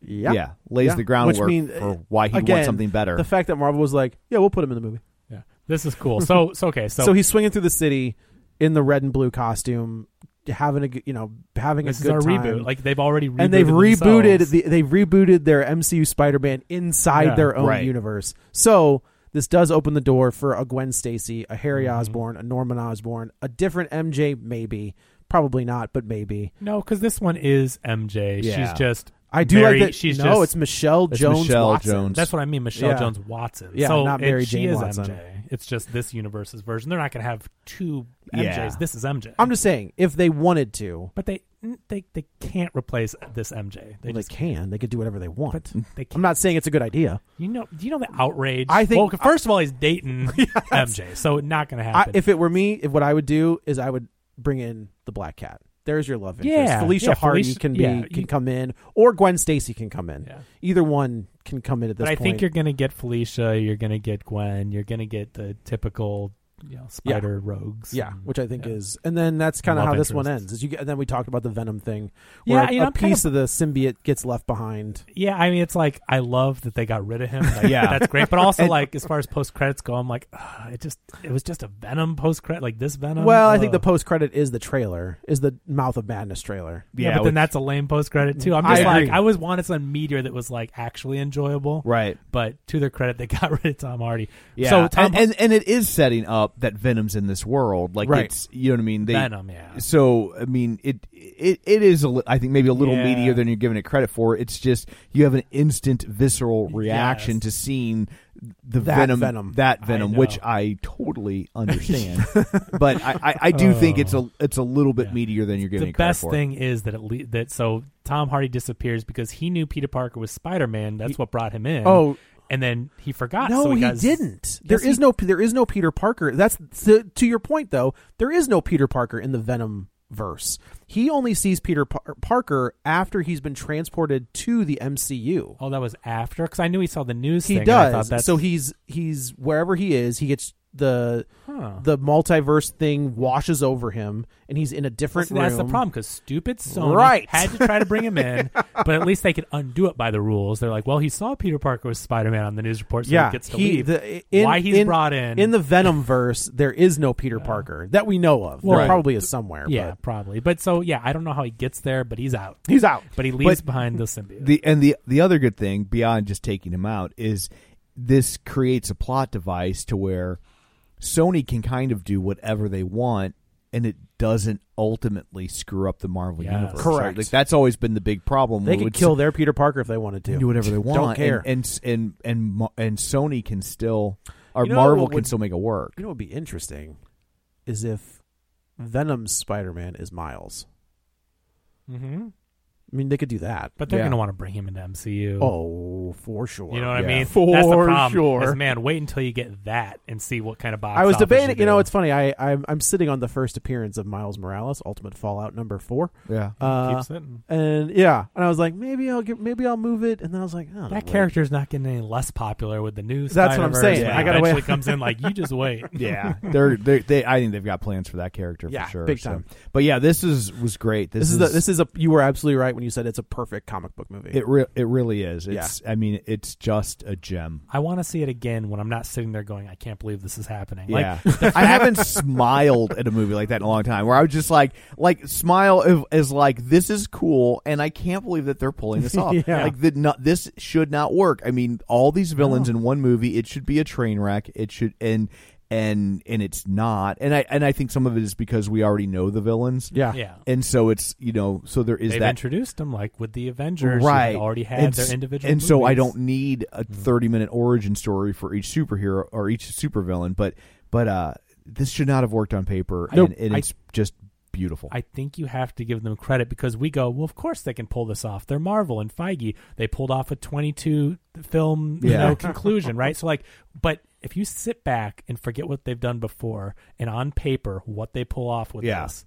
[SPEAKER 3] Yeah,
[SPEAKER 2] yeah lays
[SPEAKER 3] Yeah.
[SPEAKER 2] the groundwork
[SPEAKER 3] Which mean,
[SPEAKER 2] for why he
[SPEAKER 3] again,
[SPEAKER 2] wants something better.
[SPEAKER 3] The fact that Marvel was like, yeah, we'll put him in the movie.
[SPEAKER 4] Yeah. This is *laughs* cool. So so okay, so,
[SPEAKER 3] So, he's swinging through the city in the red and blue costume, having a g- you know having
[SPEAKER 4] this
[SPEAKER 3] a
[SPEAKER 4] is
[SPEAKER 3] good
[SPEAKER 4] our
[SPEAKER 3] time.
[SPEAKER 4] reboot. Like they've already rebooted
[SPEAKER 3] and they've rebooted
[SPEAKER 4] themselves.
[SPEAKER 3] the, they've rebooted their MCU Spider-Man inside
[SPEAKER 4] Yeah,
[SPEAKER 3] their own
[SPEAKER 2] right.
[SPEAKER 3] universe. So this does open the door for a Gwen Stacy, a Harry
[SPEAKER 4] Mm-hmm.
[SPEAKER 3] Osborn, a Norman Osborn, a different MJ, maybe, probably not, but maybe.
[SPEAKER 4] No, because this one is MJ.
[SPEAKER 2] Yeah.
[SPEAKER 4] She's just
[SPEAKER 3] I do
[SPEAKER 4] Mary-
[SPEAKER 3] like that.
[SPEAKER 4] She's
[SPEAKER 3] no,
[SPEAKER 4] just,
[SPEAKER 3] it's Michelle
[SPEAKER 2] It's
[SPEAKER 3] Jones.
[SPEAKER 2] Michelle
[SPEAKER 3] Watson.
[SPEAKER 2] Jones.
[SPEAKER 4] That's what I mean, Michelle
[SPEAKER 3] Yeah.
[SPEAKER 4] Jones Watson.
[SPEAKER 3] Yeah,
[SPEAKER 4] so
[SPEAKER 3] not
[SPEAKER 4] it-
[SPEAKER 3] Mary
[SPEAKER 4] she
[SPEAKER 3] Jane
[SPEAKER 4] is
[SPEAKER 3] Watson.
[SPEAKER 4] MJ. It's just this universe's version. They're not going to have two MJs.
[SPEAKER 2] Yeah.
[SPEAKER 4] This is MJ.
[SPEAKER 3] I'm just saying, if they wanted to,
[SPEAKER 4] but they they they can't replace this MJ. They
[SPEAKER 3] well, they
[SPEAKER 4] just
[SPEAKER 3] can. They could do whatever they want. *laughs*
[SPEAKER 4] but they can't.
[SPEAKER 3] I'm not saying it's a good idea.
[SPEAKER 4] you know do you know the outrage.
[SPEAKER 3] I think-
[SPEAKER 4] well, first of all, he's dating MJ, so not going to
[SPEAKER 3] I,
[SPEAKER 4] happen.
[SPEAKER 3] if it were me, if what I would do is I would bring in the Black Cat. There's your love interest.
[SPEAKER 4] Yeah,
[SPEAKER 3] Felicia
[SPEAKER 4] yeah,
[SPEAKER 3] Hardy
[SPEAKER 4] Felicia-
[SPEAKER 3] can be
[SPEAKER 4] yeah,
[SPEAKER 3] can
[SPEAKER 4] you-
[SPEAKER 3] come in, or Gwen Stacy can come in.
[SPEAKER 4] Yeah.
[SPEAKER 3] Either one can come in at this
[SPEAKER 4] but I
[SPEAKER 3] point.
[SPEAKER 4] think you're going to get Felicia. You're going to get Gwen. You're going to get the typical you know spider rogues.
[SPEAKER 3] yeah,
[SPEAKER 4] and-
[SPEAKER 3] which I think
[SPEAKER 4] yeah.
[SPEAKER 3] is, and then that's kind of
[SPEAKER 4] Love
[SPEAKER 3] how this one
[SPEAKER 4] interests.
[SPEAKER 3] ends. Is you get, and then we talked about the Venom thing,
[SPEAKER 4] Yeah,
[SPEAKER 3] where a,
[SPEAKER 4] you know,
[SPEAKER 3] a
[SPEAKER 4] I'm kind
[SPEAKER 3] piece of, the symbiote gets left behind.
[SPEAKER 4] Yeah, I mean, it's like I love that they got rid of him. Like,
[SPEAKER 2] Yeah.
[SPEAKER 4] that's great. But also,
[SPEAKER 2] And-
[SPEAKER 4] like as far as post credits go, I'm like, ugh, it just it was just a Venom post credit, like this Venom.
[SPEAKER 3] well, I think the
[SPEAKER 4] ugh.
[SPEAKER 3] post credit is the trailer, is the Mouth of Madness trailer.
[SPEAKER 4] yeah,
[SPEAKER 2] Yeah,
[SPEAKER 4] but then
[SPEAKER 2] which-
[SPEAKER 4] that's a lame post credit too. I'm just
[SPEAKER 2] I
[SPEAKER 4] like,
[SPEAKER 2] agree.
[SPEAKER 4] I was wanted some meteor that was like actually enjoyable,
[SPEAKER 2] right.
[SPEAKER 4] But to their credit, they *laughs* got rid of Tom Hardy.
[SPEAKER 2] Yeah.
[SPEAKER 4] So Tom
[SPEAKER 2] and, and and it is setting up that Venom's in this world. Like
[SPEAKER 3] Right.
[SPEAKER 2] it's you know what I mean. They,
[SPEAKER 4] Venom, yeah.
[SPEAKER 2] So I mean it it, it is a li- I think maybe a little
[SPEAKER 4] Yeah.
[SPEAKER 2] meatier than you're giving it credit for. It's just you have an instant visceral reaction
[SPEAKER 4] Yes.
[SPEAKER 2] to seeing the
[SPEAKER 3] That
[SPEAKER 2] venom,
[SPEAKER 3] Venom.
[SPEAKER 2] that
[SPEAKER 4] I
[SPEAKER 2] venom,
[SPEAKER 4] know.
[SPEAKER 2] which I
[SPEAKER 4] *laughs*
[SPEAKER 2] totally understand. but I, I, I do think it's a it's a little bit
[SPEAKER 4] Yeah.
[SPEAKER 2] meatier than you're giving
[SPEAKER 4] the
[SPEAKER 2] it credit
[SPEAKER 4] best
[SPEAKER 2] for.
[SPEAKER 4] thing is that it le- that so Tom Hardy disappears because he knew Peter Parker was Spider Man. That's what brought him in.
[SPEAKER 3] Oh.
[SPEAKER 4] and then he forgot.
[SPEAKER 3] No,
[SPEAKER 4] so
[SPEAKER 3] he
[SPEAKER 4] got z-
[SPEAKER 3] didn't. There is
[SPEAKER 4] Yes, he-
[SPEAKER 3] no there is no Peter Parker. That's to, to your point though. There is no Peter Parker in the Venom verse. He only sees Peter Par- Parker after he's been transported to the MCU.
[SPEAKER 4] Oh, that was after because I knew he saw the news.
[SPEAKER 3] He
[SPEAKER 4] thing and I thought
[SPEAKER 3] does.
[SPEAKER 4] that's-
[SPEAKER 3] So he's he's wherever he is, he gets the
[SPEAKER 4] Huh.
[SPEAKER 3] the multiverse thing washes over him and he's in a different
[SPEAKER 4] See, *laughs* that's the
[SPEAKER 3] room.
[SPEAKER 4] problem because stupid Sony
[SPEAKER 3] Right.
[SPEAKER 4] had to try to bring him
[SPEAKER 3] *laughs*
[SPEAKER 4] in, but at least they could undo it by the rules. They're like, well, he saw Peter Parker was Spider Man on the news report, so
[SPEAKER 3] yeah,
[SPEAKER 4] he gets to
[SPEAKER 3] he-
[SPEAKER 4] leave.
[SPEAKER 3] the- in-
[SPEAKER 4] Why he's
[SPEAKER 3] in-
[SPEAKER 4] brought in?
[SPEAKER 3] in the Venom verse? There is no Peter Parker that we know of.
[SPEAKER 4] Well,
[SPEAKER 3] there
[SPEAKER 4] Right.
[SPEAKER 3] probably is somewhere.
[SPEAKER 4] yeah,
[SPEAKER 3] but
[SPEAKER 4] probably. But so yeah, I don't know how he gets there, but he's out.
[SPEAKER 3] he's out.
[SPEAKER 4] But he leaves
[SPEAKER 2] But
[SPEAKER 4] behind the symbiote.
[SPEAKER 2] The and the the other good thing beyond just taking him out is this creates a plot device to where Sony can kind of do whatever they want and it doesn't ultimately screw up the Marvel
[SPEAKER 4] Yes.
[SPEAKER 2] universe.
[SPEAKER 3] Correct.
[SPEAKER 2] Like that's always been the big problem.
[SPEAKER 3] They
[SPEAKER 2] where
[SPEAKER 3] could
[SPEAKER 2] it's-
[SPEAKER 3] kill their Peter Parker if they wanted to.
[SPEAKER 2] do whatever they want.
[SPEAKER 3] Don't care.
[SPEAKER 2] And and and and, Mo- and Sony can still or
[SPEAKER 3] You know
[SPEAKER 2] Marvel
[SPEAKER 3] what
[SPEAKER 2] can
[SPEAKER 3] would-
[SPEAKER 2] still make it work.
[SPEAKER 3] you know what would be interesting is if Venom's Spider Man is Miles.
[SPEAKER 4] hmm
[SPEAKER 3] I mean, they could do that.
[SPEAKER 4] But they're
[SPEAKER 2] Yeah.
[SPEAKER 4] going to want to bring him into MCU.
[SPEAKER 3] Oh, for sure.
[SPEAKER 4] You know
[SPEAKER 2] Yeah.
[SPEAKER 4] what I mean?
[SPEAKER 3] For
[SPEAKER 4] That's the problem.
[SPEAKER 3] sure.
[SPEAKER 4] Is, man, wait until you get that and see what kind of box.
[SPEAKER 3] I was
[SPEAKER 4] office
[SPEAKER 3] debating.
[SPEAKER 4] do.
[SPEAKER 3] You know, it's funny. I I'm, I'm sitting on the first appearance of Miles Morales, Ultimate Fallout number four.
[SPEAKER 2] Yeah.
[SPEAKER 3] Uh,
[SPEAKER 4] Keep sitting.
[SPEAKER 3] and yeah, and I was like, maybe I'll get, maybe I'll move it. And then I was like, oh, I don't know,
[SPEAKER 4] That character's not getting any less popular with the new.
[SPEAKER 3] That's what I'm
[SPEAKER 4] Spider-Verse
[SPEAKER 3] saying.
[SPEAKER 4] when
[SPEAKER 2] I
[SPEAKER 4] it
[SPEAKER 3] gotta wait.
[SPEAKER 4] eventually comes in like you just
[SPEAKER 3] *laughs*
[SPEAKER 4] wait.
[SPEAKER 2] Yeah, they're, they're they. I think they've got plans for that character
[SPEAKER 3] Yeah,
[SPEAKER 2] for sure.
[SPEAKER 3] big
[SPEAKER 2] so-
[SPEAKER 3] time.
[SPEAKER 2] But yeah, this is was great. This,
[SPEAKER 3] This is a, this is a you were absolutely right when you said it's a perfect comic book movie.
[SPEAKER 2] It re- it really is. It's I mean it's just a gem.
[SPEAKER 4] I want to see it again when I'm not sitting there going, I can't believe this is happening.
[SPEAKER 2] Yeah,
[SPEAKER 4] Like,
[SPEAKER 2] I haven't smiled at a movie like that in a long time. Where I was just like, like smile is, is like this is cool, and I can't believe that they're pulling
[SPEAKER 3] *laughs*
[SPEAKER 2] this off.
[SPEAKER 3] Yeah.
[SPEAKER 2] Like that, not this should not work. I mean, all these villains in one movie, it should be a train wreck. It should and and and it's not. And I and I think some of it is because we already know the villains.
[SPEAKER 3] yeah.
[SPEAKER 4] yeah.
[SPEAKER 2] and so it's you know so there is
[SPEAKER 4] They've
[SPEAKER 2] that
[SPEAKER 4] introduced them like with the Avengers. who
[SPEAKER 2] right
[SPEAKER 4] had already had
[SPEAKER 2] and,
[SPEAKER 4] their
[SPEAKER 2] s-
[SPEAKER 4] individual.
[SPEAKER 2] and so i
[SPEAKER 4] movies. Mm-hmm.
[SPEAKER 2] don't need a 30 minute origin story for each superhero or each supervillain but but uh this should not have worked on paper
[SPEAKER 4] Nope.
[SPEAKER 2] and, and
[SPEAKER 4] I-
[SPEAKER 2] it's just beautiful
[SPEAKER 4] I think you have to give them credit because we go, well, of course they can pull this off. They're Marvel and Feige. They pulled off a 22 film, you
[SPEAKER 2] Yeah. *laughs*
[SPEAKER 4] know, conclusion, right? So like, but if you sit back and forget what they've done before and on paper what they pull off with
[SPEAKER 2] Yeah.
[SPEAKER 4] this,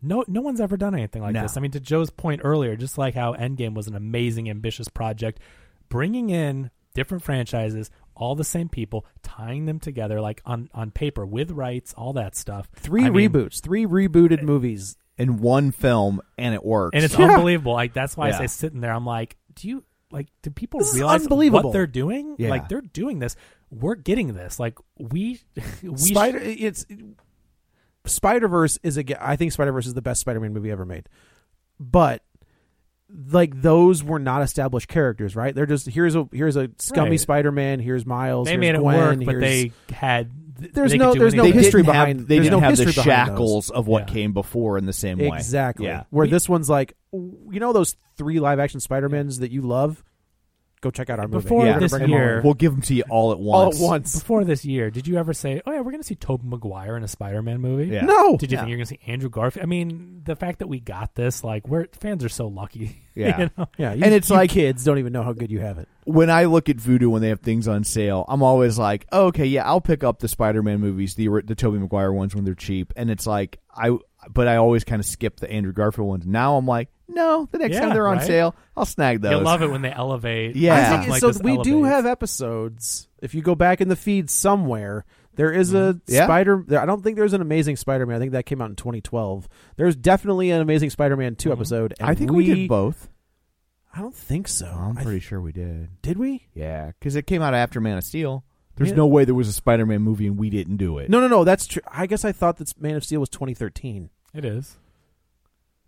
[SPEAKER 4] no, no one's ever done anything like
[SPEAKER 2] No.
[SPEAKER 4] this. I mean, to Joe's point earlier, just like how Endgame was an amazing, ambitious project, bringing in different franchises, all the same people, tying them together, like on on paper with rights, all that stuff.
[SPEAKER 3] Three
[SPEAKER 4] I mean,
[SPEAKER 3] reboots, three rebooted movies.
[SPEAKER 2] in one film and it works Um,
[SPEAKER 4] and it's *laughs*
[SPEAKER 3] *laughs*
[SPEAKER 4] unbelievable. Like that's why
[SPEAKER 2] Yeah.
[SPEAKER 4] I say sitting there, I'm like, do you like? Do people
[SPEAKER 3] This is
[SPEAKER 4] realize
[SPEAKER 3] unbelievable.
[SPEAKER 4] what they're doing?
[SPEAKER 2] Yeah.
[SPEAKER 4] Like they're doing this. We're getting this. Like we, *laughs* we sh-
[SPEAKER 3] Spider, it's Spider Verse is a. ge- I think Spider Verse is the best Spider Man movie ever made, but like those were not established characters, right? They're just here's a here's a scummy
[SPEAKER 4] Right.
[SPEAKER 3] Spider Man. Here's Miles.
[SPEAKER 4] they
[SPEAKER 3] here's
[SPEAKER 4] made it
[SPEAKER 3] Gwen,
[SPEAKER 4] work, but
[SPEAKER 3] here's-
[SPEAKER 4] they had. th-
[SPEAKER 3] There's
[SPEAKER 4] they could
[SPEAKER 3] no-
[SPEAKER 4] do
[SPEAKER 3] there's no
[SPEAKER 2] they
[SPEAKER 4] anything.
[SPEAKER 3] history
[SPEAKER 2] didn't
[SPEAKER 3] behind-
[SPEAKER 2] have, they
[SPEAKER 3] there's
[SPEAKER 2] didn't
[SPEAKER 3] no
[SPEAKER 2] have the
[SPEAKER 3] history behind
[SPEAKER 2] shackles of what
[SPEAKER 4] Yeah.
[SPEAKER 2] came before in the same way
[SPEAKER 3] exactly
[SPEAKER 2] yeah
[SPEAKER 3] where this one's like you know those three live action Spider Mans that you love. Go check out our movie.
[SPEAKER 4] Before
[SPEAKER 3] We're gonna
[SPEAKER 4] this
[SPEAKER 3] bring 'em all
[SPEAKER 4] year-
[SPEAKER 3] in.
[SPEAKER 2] we'll give them to you all at
[SPEAKER 3] all
[SPEAKER 2] once
[SPEAKER 3] at once.
[SPEAKER 4] Before this year, did you ever say, "Oh yeah, we're going to see Tobey Maguire in a Spider-Man movie"?
[SPEAKER 2] Yeah.
[SPEAKER 3] No,
[SPEAKER 4] Did you think you're going to see Andrew Garfield? I mean, the fact that we got this, like, we're fans are so lucky. *laughs*
[SPEAKER 2] Yeah.
[SPEAKER 4] you know?
[SPEAKER 3] Yeah,
[SPEAKER 2] And it's
[SPEAKER 3] you
[SPEAKER 2] like-
[SPEAKER 3] kids don't even know how good you have it.
[SPEAKER 2] when I look at Voodoo when they have things on sale, I'm always like, oh, okay, yeah, I'll pick up the Spider-Man movies, the the Tobey Maguire ones when they're cheap, and it's like I, but I always kind of skip the Andrew Garfield ones. Now I'm like, no, the next
[SPEAKER 4] Yeah,
[SPEAKER 2] time they're on
[SPEAKER 4] right?
[SPEAKER 2] sale, I'll snag those.
[SPEAKER 4] You love it when they elevate.
[SPEAKER 2] Yeah. I
[SPEAKER 4] stuff
[SPEAKER 2] think
[SPEAKER 4] like
[SPEAKER 3] so
[SPEAKER 4] this
[SPEAKER 3] we do
[SPEAKER 4] elevates.
[SPEAKER 3] have episodes. If you go back in the feed somewhere, there is a
[SPEAKER 2] Mm-hmm. Yeah.
[SPEAKER 3] Spider. There, I don't think there's an Amazing Spider-Man. I think that came out in 2012. There's definitely an Amazing Spider-Man 2 episode. And
[SPEAKER 2] Mm-hmm. I think we, did both.
[SPEAKER 3] I don't think so.
[SPEAKER 2] Oh, I'm
[SPEAKER 3] I-
[SPEAKER 2] pretty sure we did.
[SPEAKER 3] did we?
[SPEAKER 2] Yeah, because it came out after Man of Steel. There's
[SPEAKER 3] Yeah.
[SPEAKER 2] no way there was a Spider-Man movie and we didn't do it.
[SPEAKER 3] No, no, no. That's true. I guess I thought that Man of Steel was 2013,
[SPEAKER 4] It is.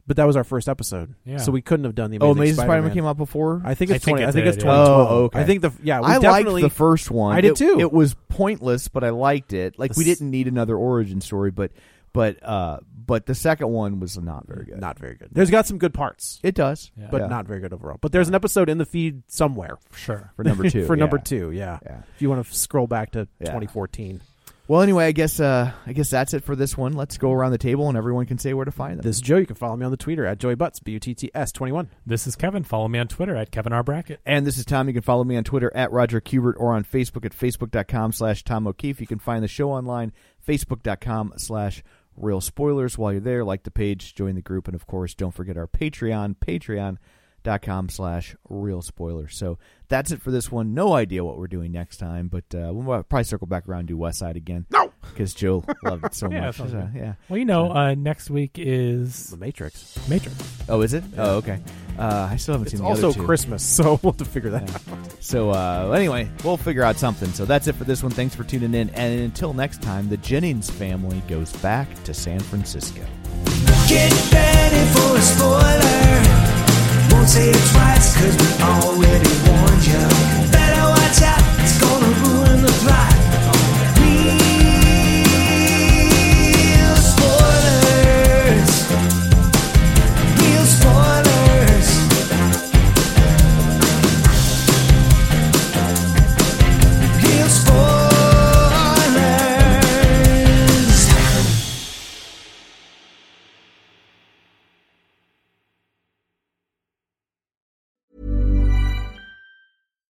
[SPEAKER 3] but that was our first episode.
[SPEAKER 4] Yeah.
[SPEAKER 3] So we couldn't have done the Amazing,
[SPEAKER 2] oh, Amazing Spider-Man.
[SPEAKER 3] Spider-Man
[SPEAKER 2] came out before.
[SPEAKER 3] I think
[SPEAKER 4] I
[SPEAKER 3] it's
[SPEAKER 4] think
[SPEAKER 3] 20. I
[SPEAKER 4] it
[SPEAKER 3] think
[SPEAKER 4] did,
[SPEAKER 3] it's
[SPEAKER 4] yeah.
[SPEAKER 3] 2012.
[SPEAKER 2] Oh, okay.
[SPEAKER 3] I think the yeah. We
[SPEAKER 2] I liked
[SPEAKER 3] definitely
[SPEAKER 2] the first one.
[SPEAKER 3] I did
[SPEAKER 2] It-
[SPEAKER 3] too.
[SPEAKER 2] It was pointless, but I liked it. Like we
[SPEAKER 3] The s-
[SPEAKER 2] didn't need another origin story, but but uh but the second one was not very good.
[SPEAKER 3] not very good. There's got some good parts.
[SPEAKER 2] It does,
[SPEAKER 4] Yeah.
[SPEAKER 3] but not very good overall. But there's an episode in the feed somewhere
[SPEAKER 4] Sure.
[SPEAKER 2] for number two.
[SPEAKER 3] *laughs* for number
[SPEAKER 2] yeah.
[SPEAKER 3] two. Yeah.
[SPEAKER 2] Yeah.
[SPEAKER 3] if you want to scroll back to
[SPEAKER 2] Yeah.
[SPEAKER 3] 2014,
[SPEAKER 2] Well, anyway, I guess uh I guess that's it for this one. Let's go around the table and everyone can say where to find them.
[SPEAKER 3] this is Joe. You can follow me on the Twitter at Joey Butts B U T T S 21.
[SPEAKER 4] This is Kevin. Follow me on Twitter at Kevin R. Brackett.
[SPEAKER 2] And this is Tom. You can follow me on Twitter at Roger Kubert or on Facebook at Facebook.com slash Tom O'Keefe. You can find the show online, Facebook.com slash Real Spoilers. While you're there, like the page, join the group, and of course, don't forget our Patreon, patreon.com slash Real Spoilers. So that's it for this one. No idea what we're doing next time, but uh, we'll probably circle back around and do West Side again. *laughs* No! Because Joe loved it so
[SPEAKER 4] Yeah,
[SPEAKER 2] much.
[SPEAKER 4] that sounds
[SPEAKER 2] So,
[SPEAKER 4] good.
[SPEAKER 2] yeah.
[SPEAKER 4] Well, you know, uh, next week is
[SPEAKER 3] The Matrix.
[SPEAKER 4] Matrix.
[SPEAKER 2] Oh, is it? Oh, okay. Uh, I still haven't
[SPEAKER 3] It's
[SPEAKER 2] seen the
[SPEAKER 3] also
[SPEAKER 2] other two.
[SPEAKER 3] Christmas, *laughs* so we'll have to figure that out.
[SPEAKER 2] So uh, anyway, we'll figure out something. So that's it for this one. Thanks for tuning in, and until next time, the Jennings family goes back to San Francisco.
[SPEAKER 1] Get ready for a spoiler. Won't say it twice, cause we already warned you. Better watch out, it's gonna ruin the plot. Real spoilers. Real spoilers. Real spoilers.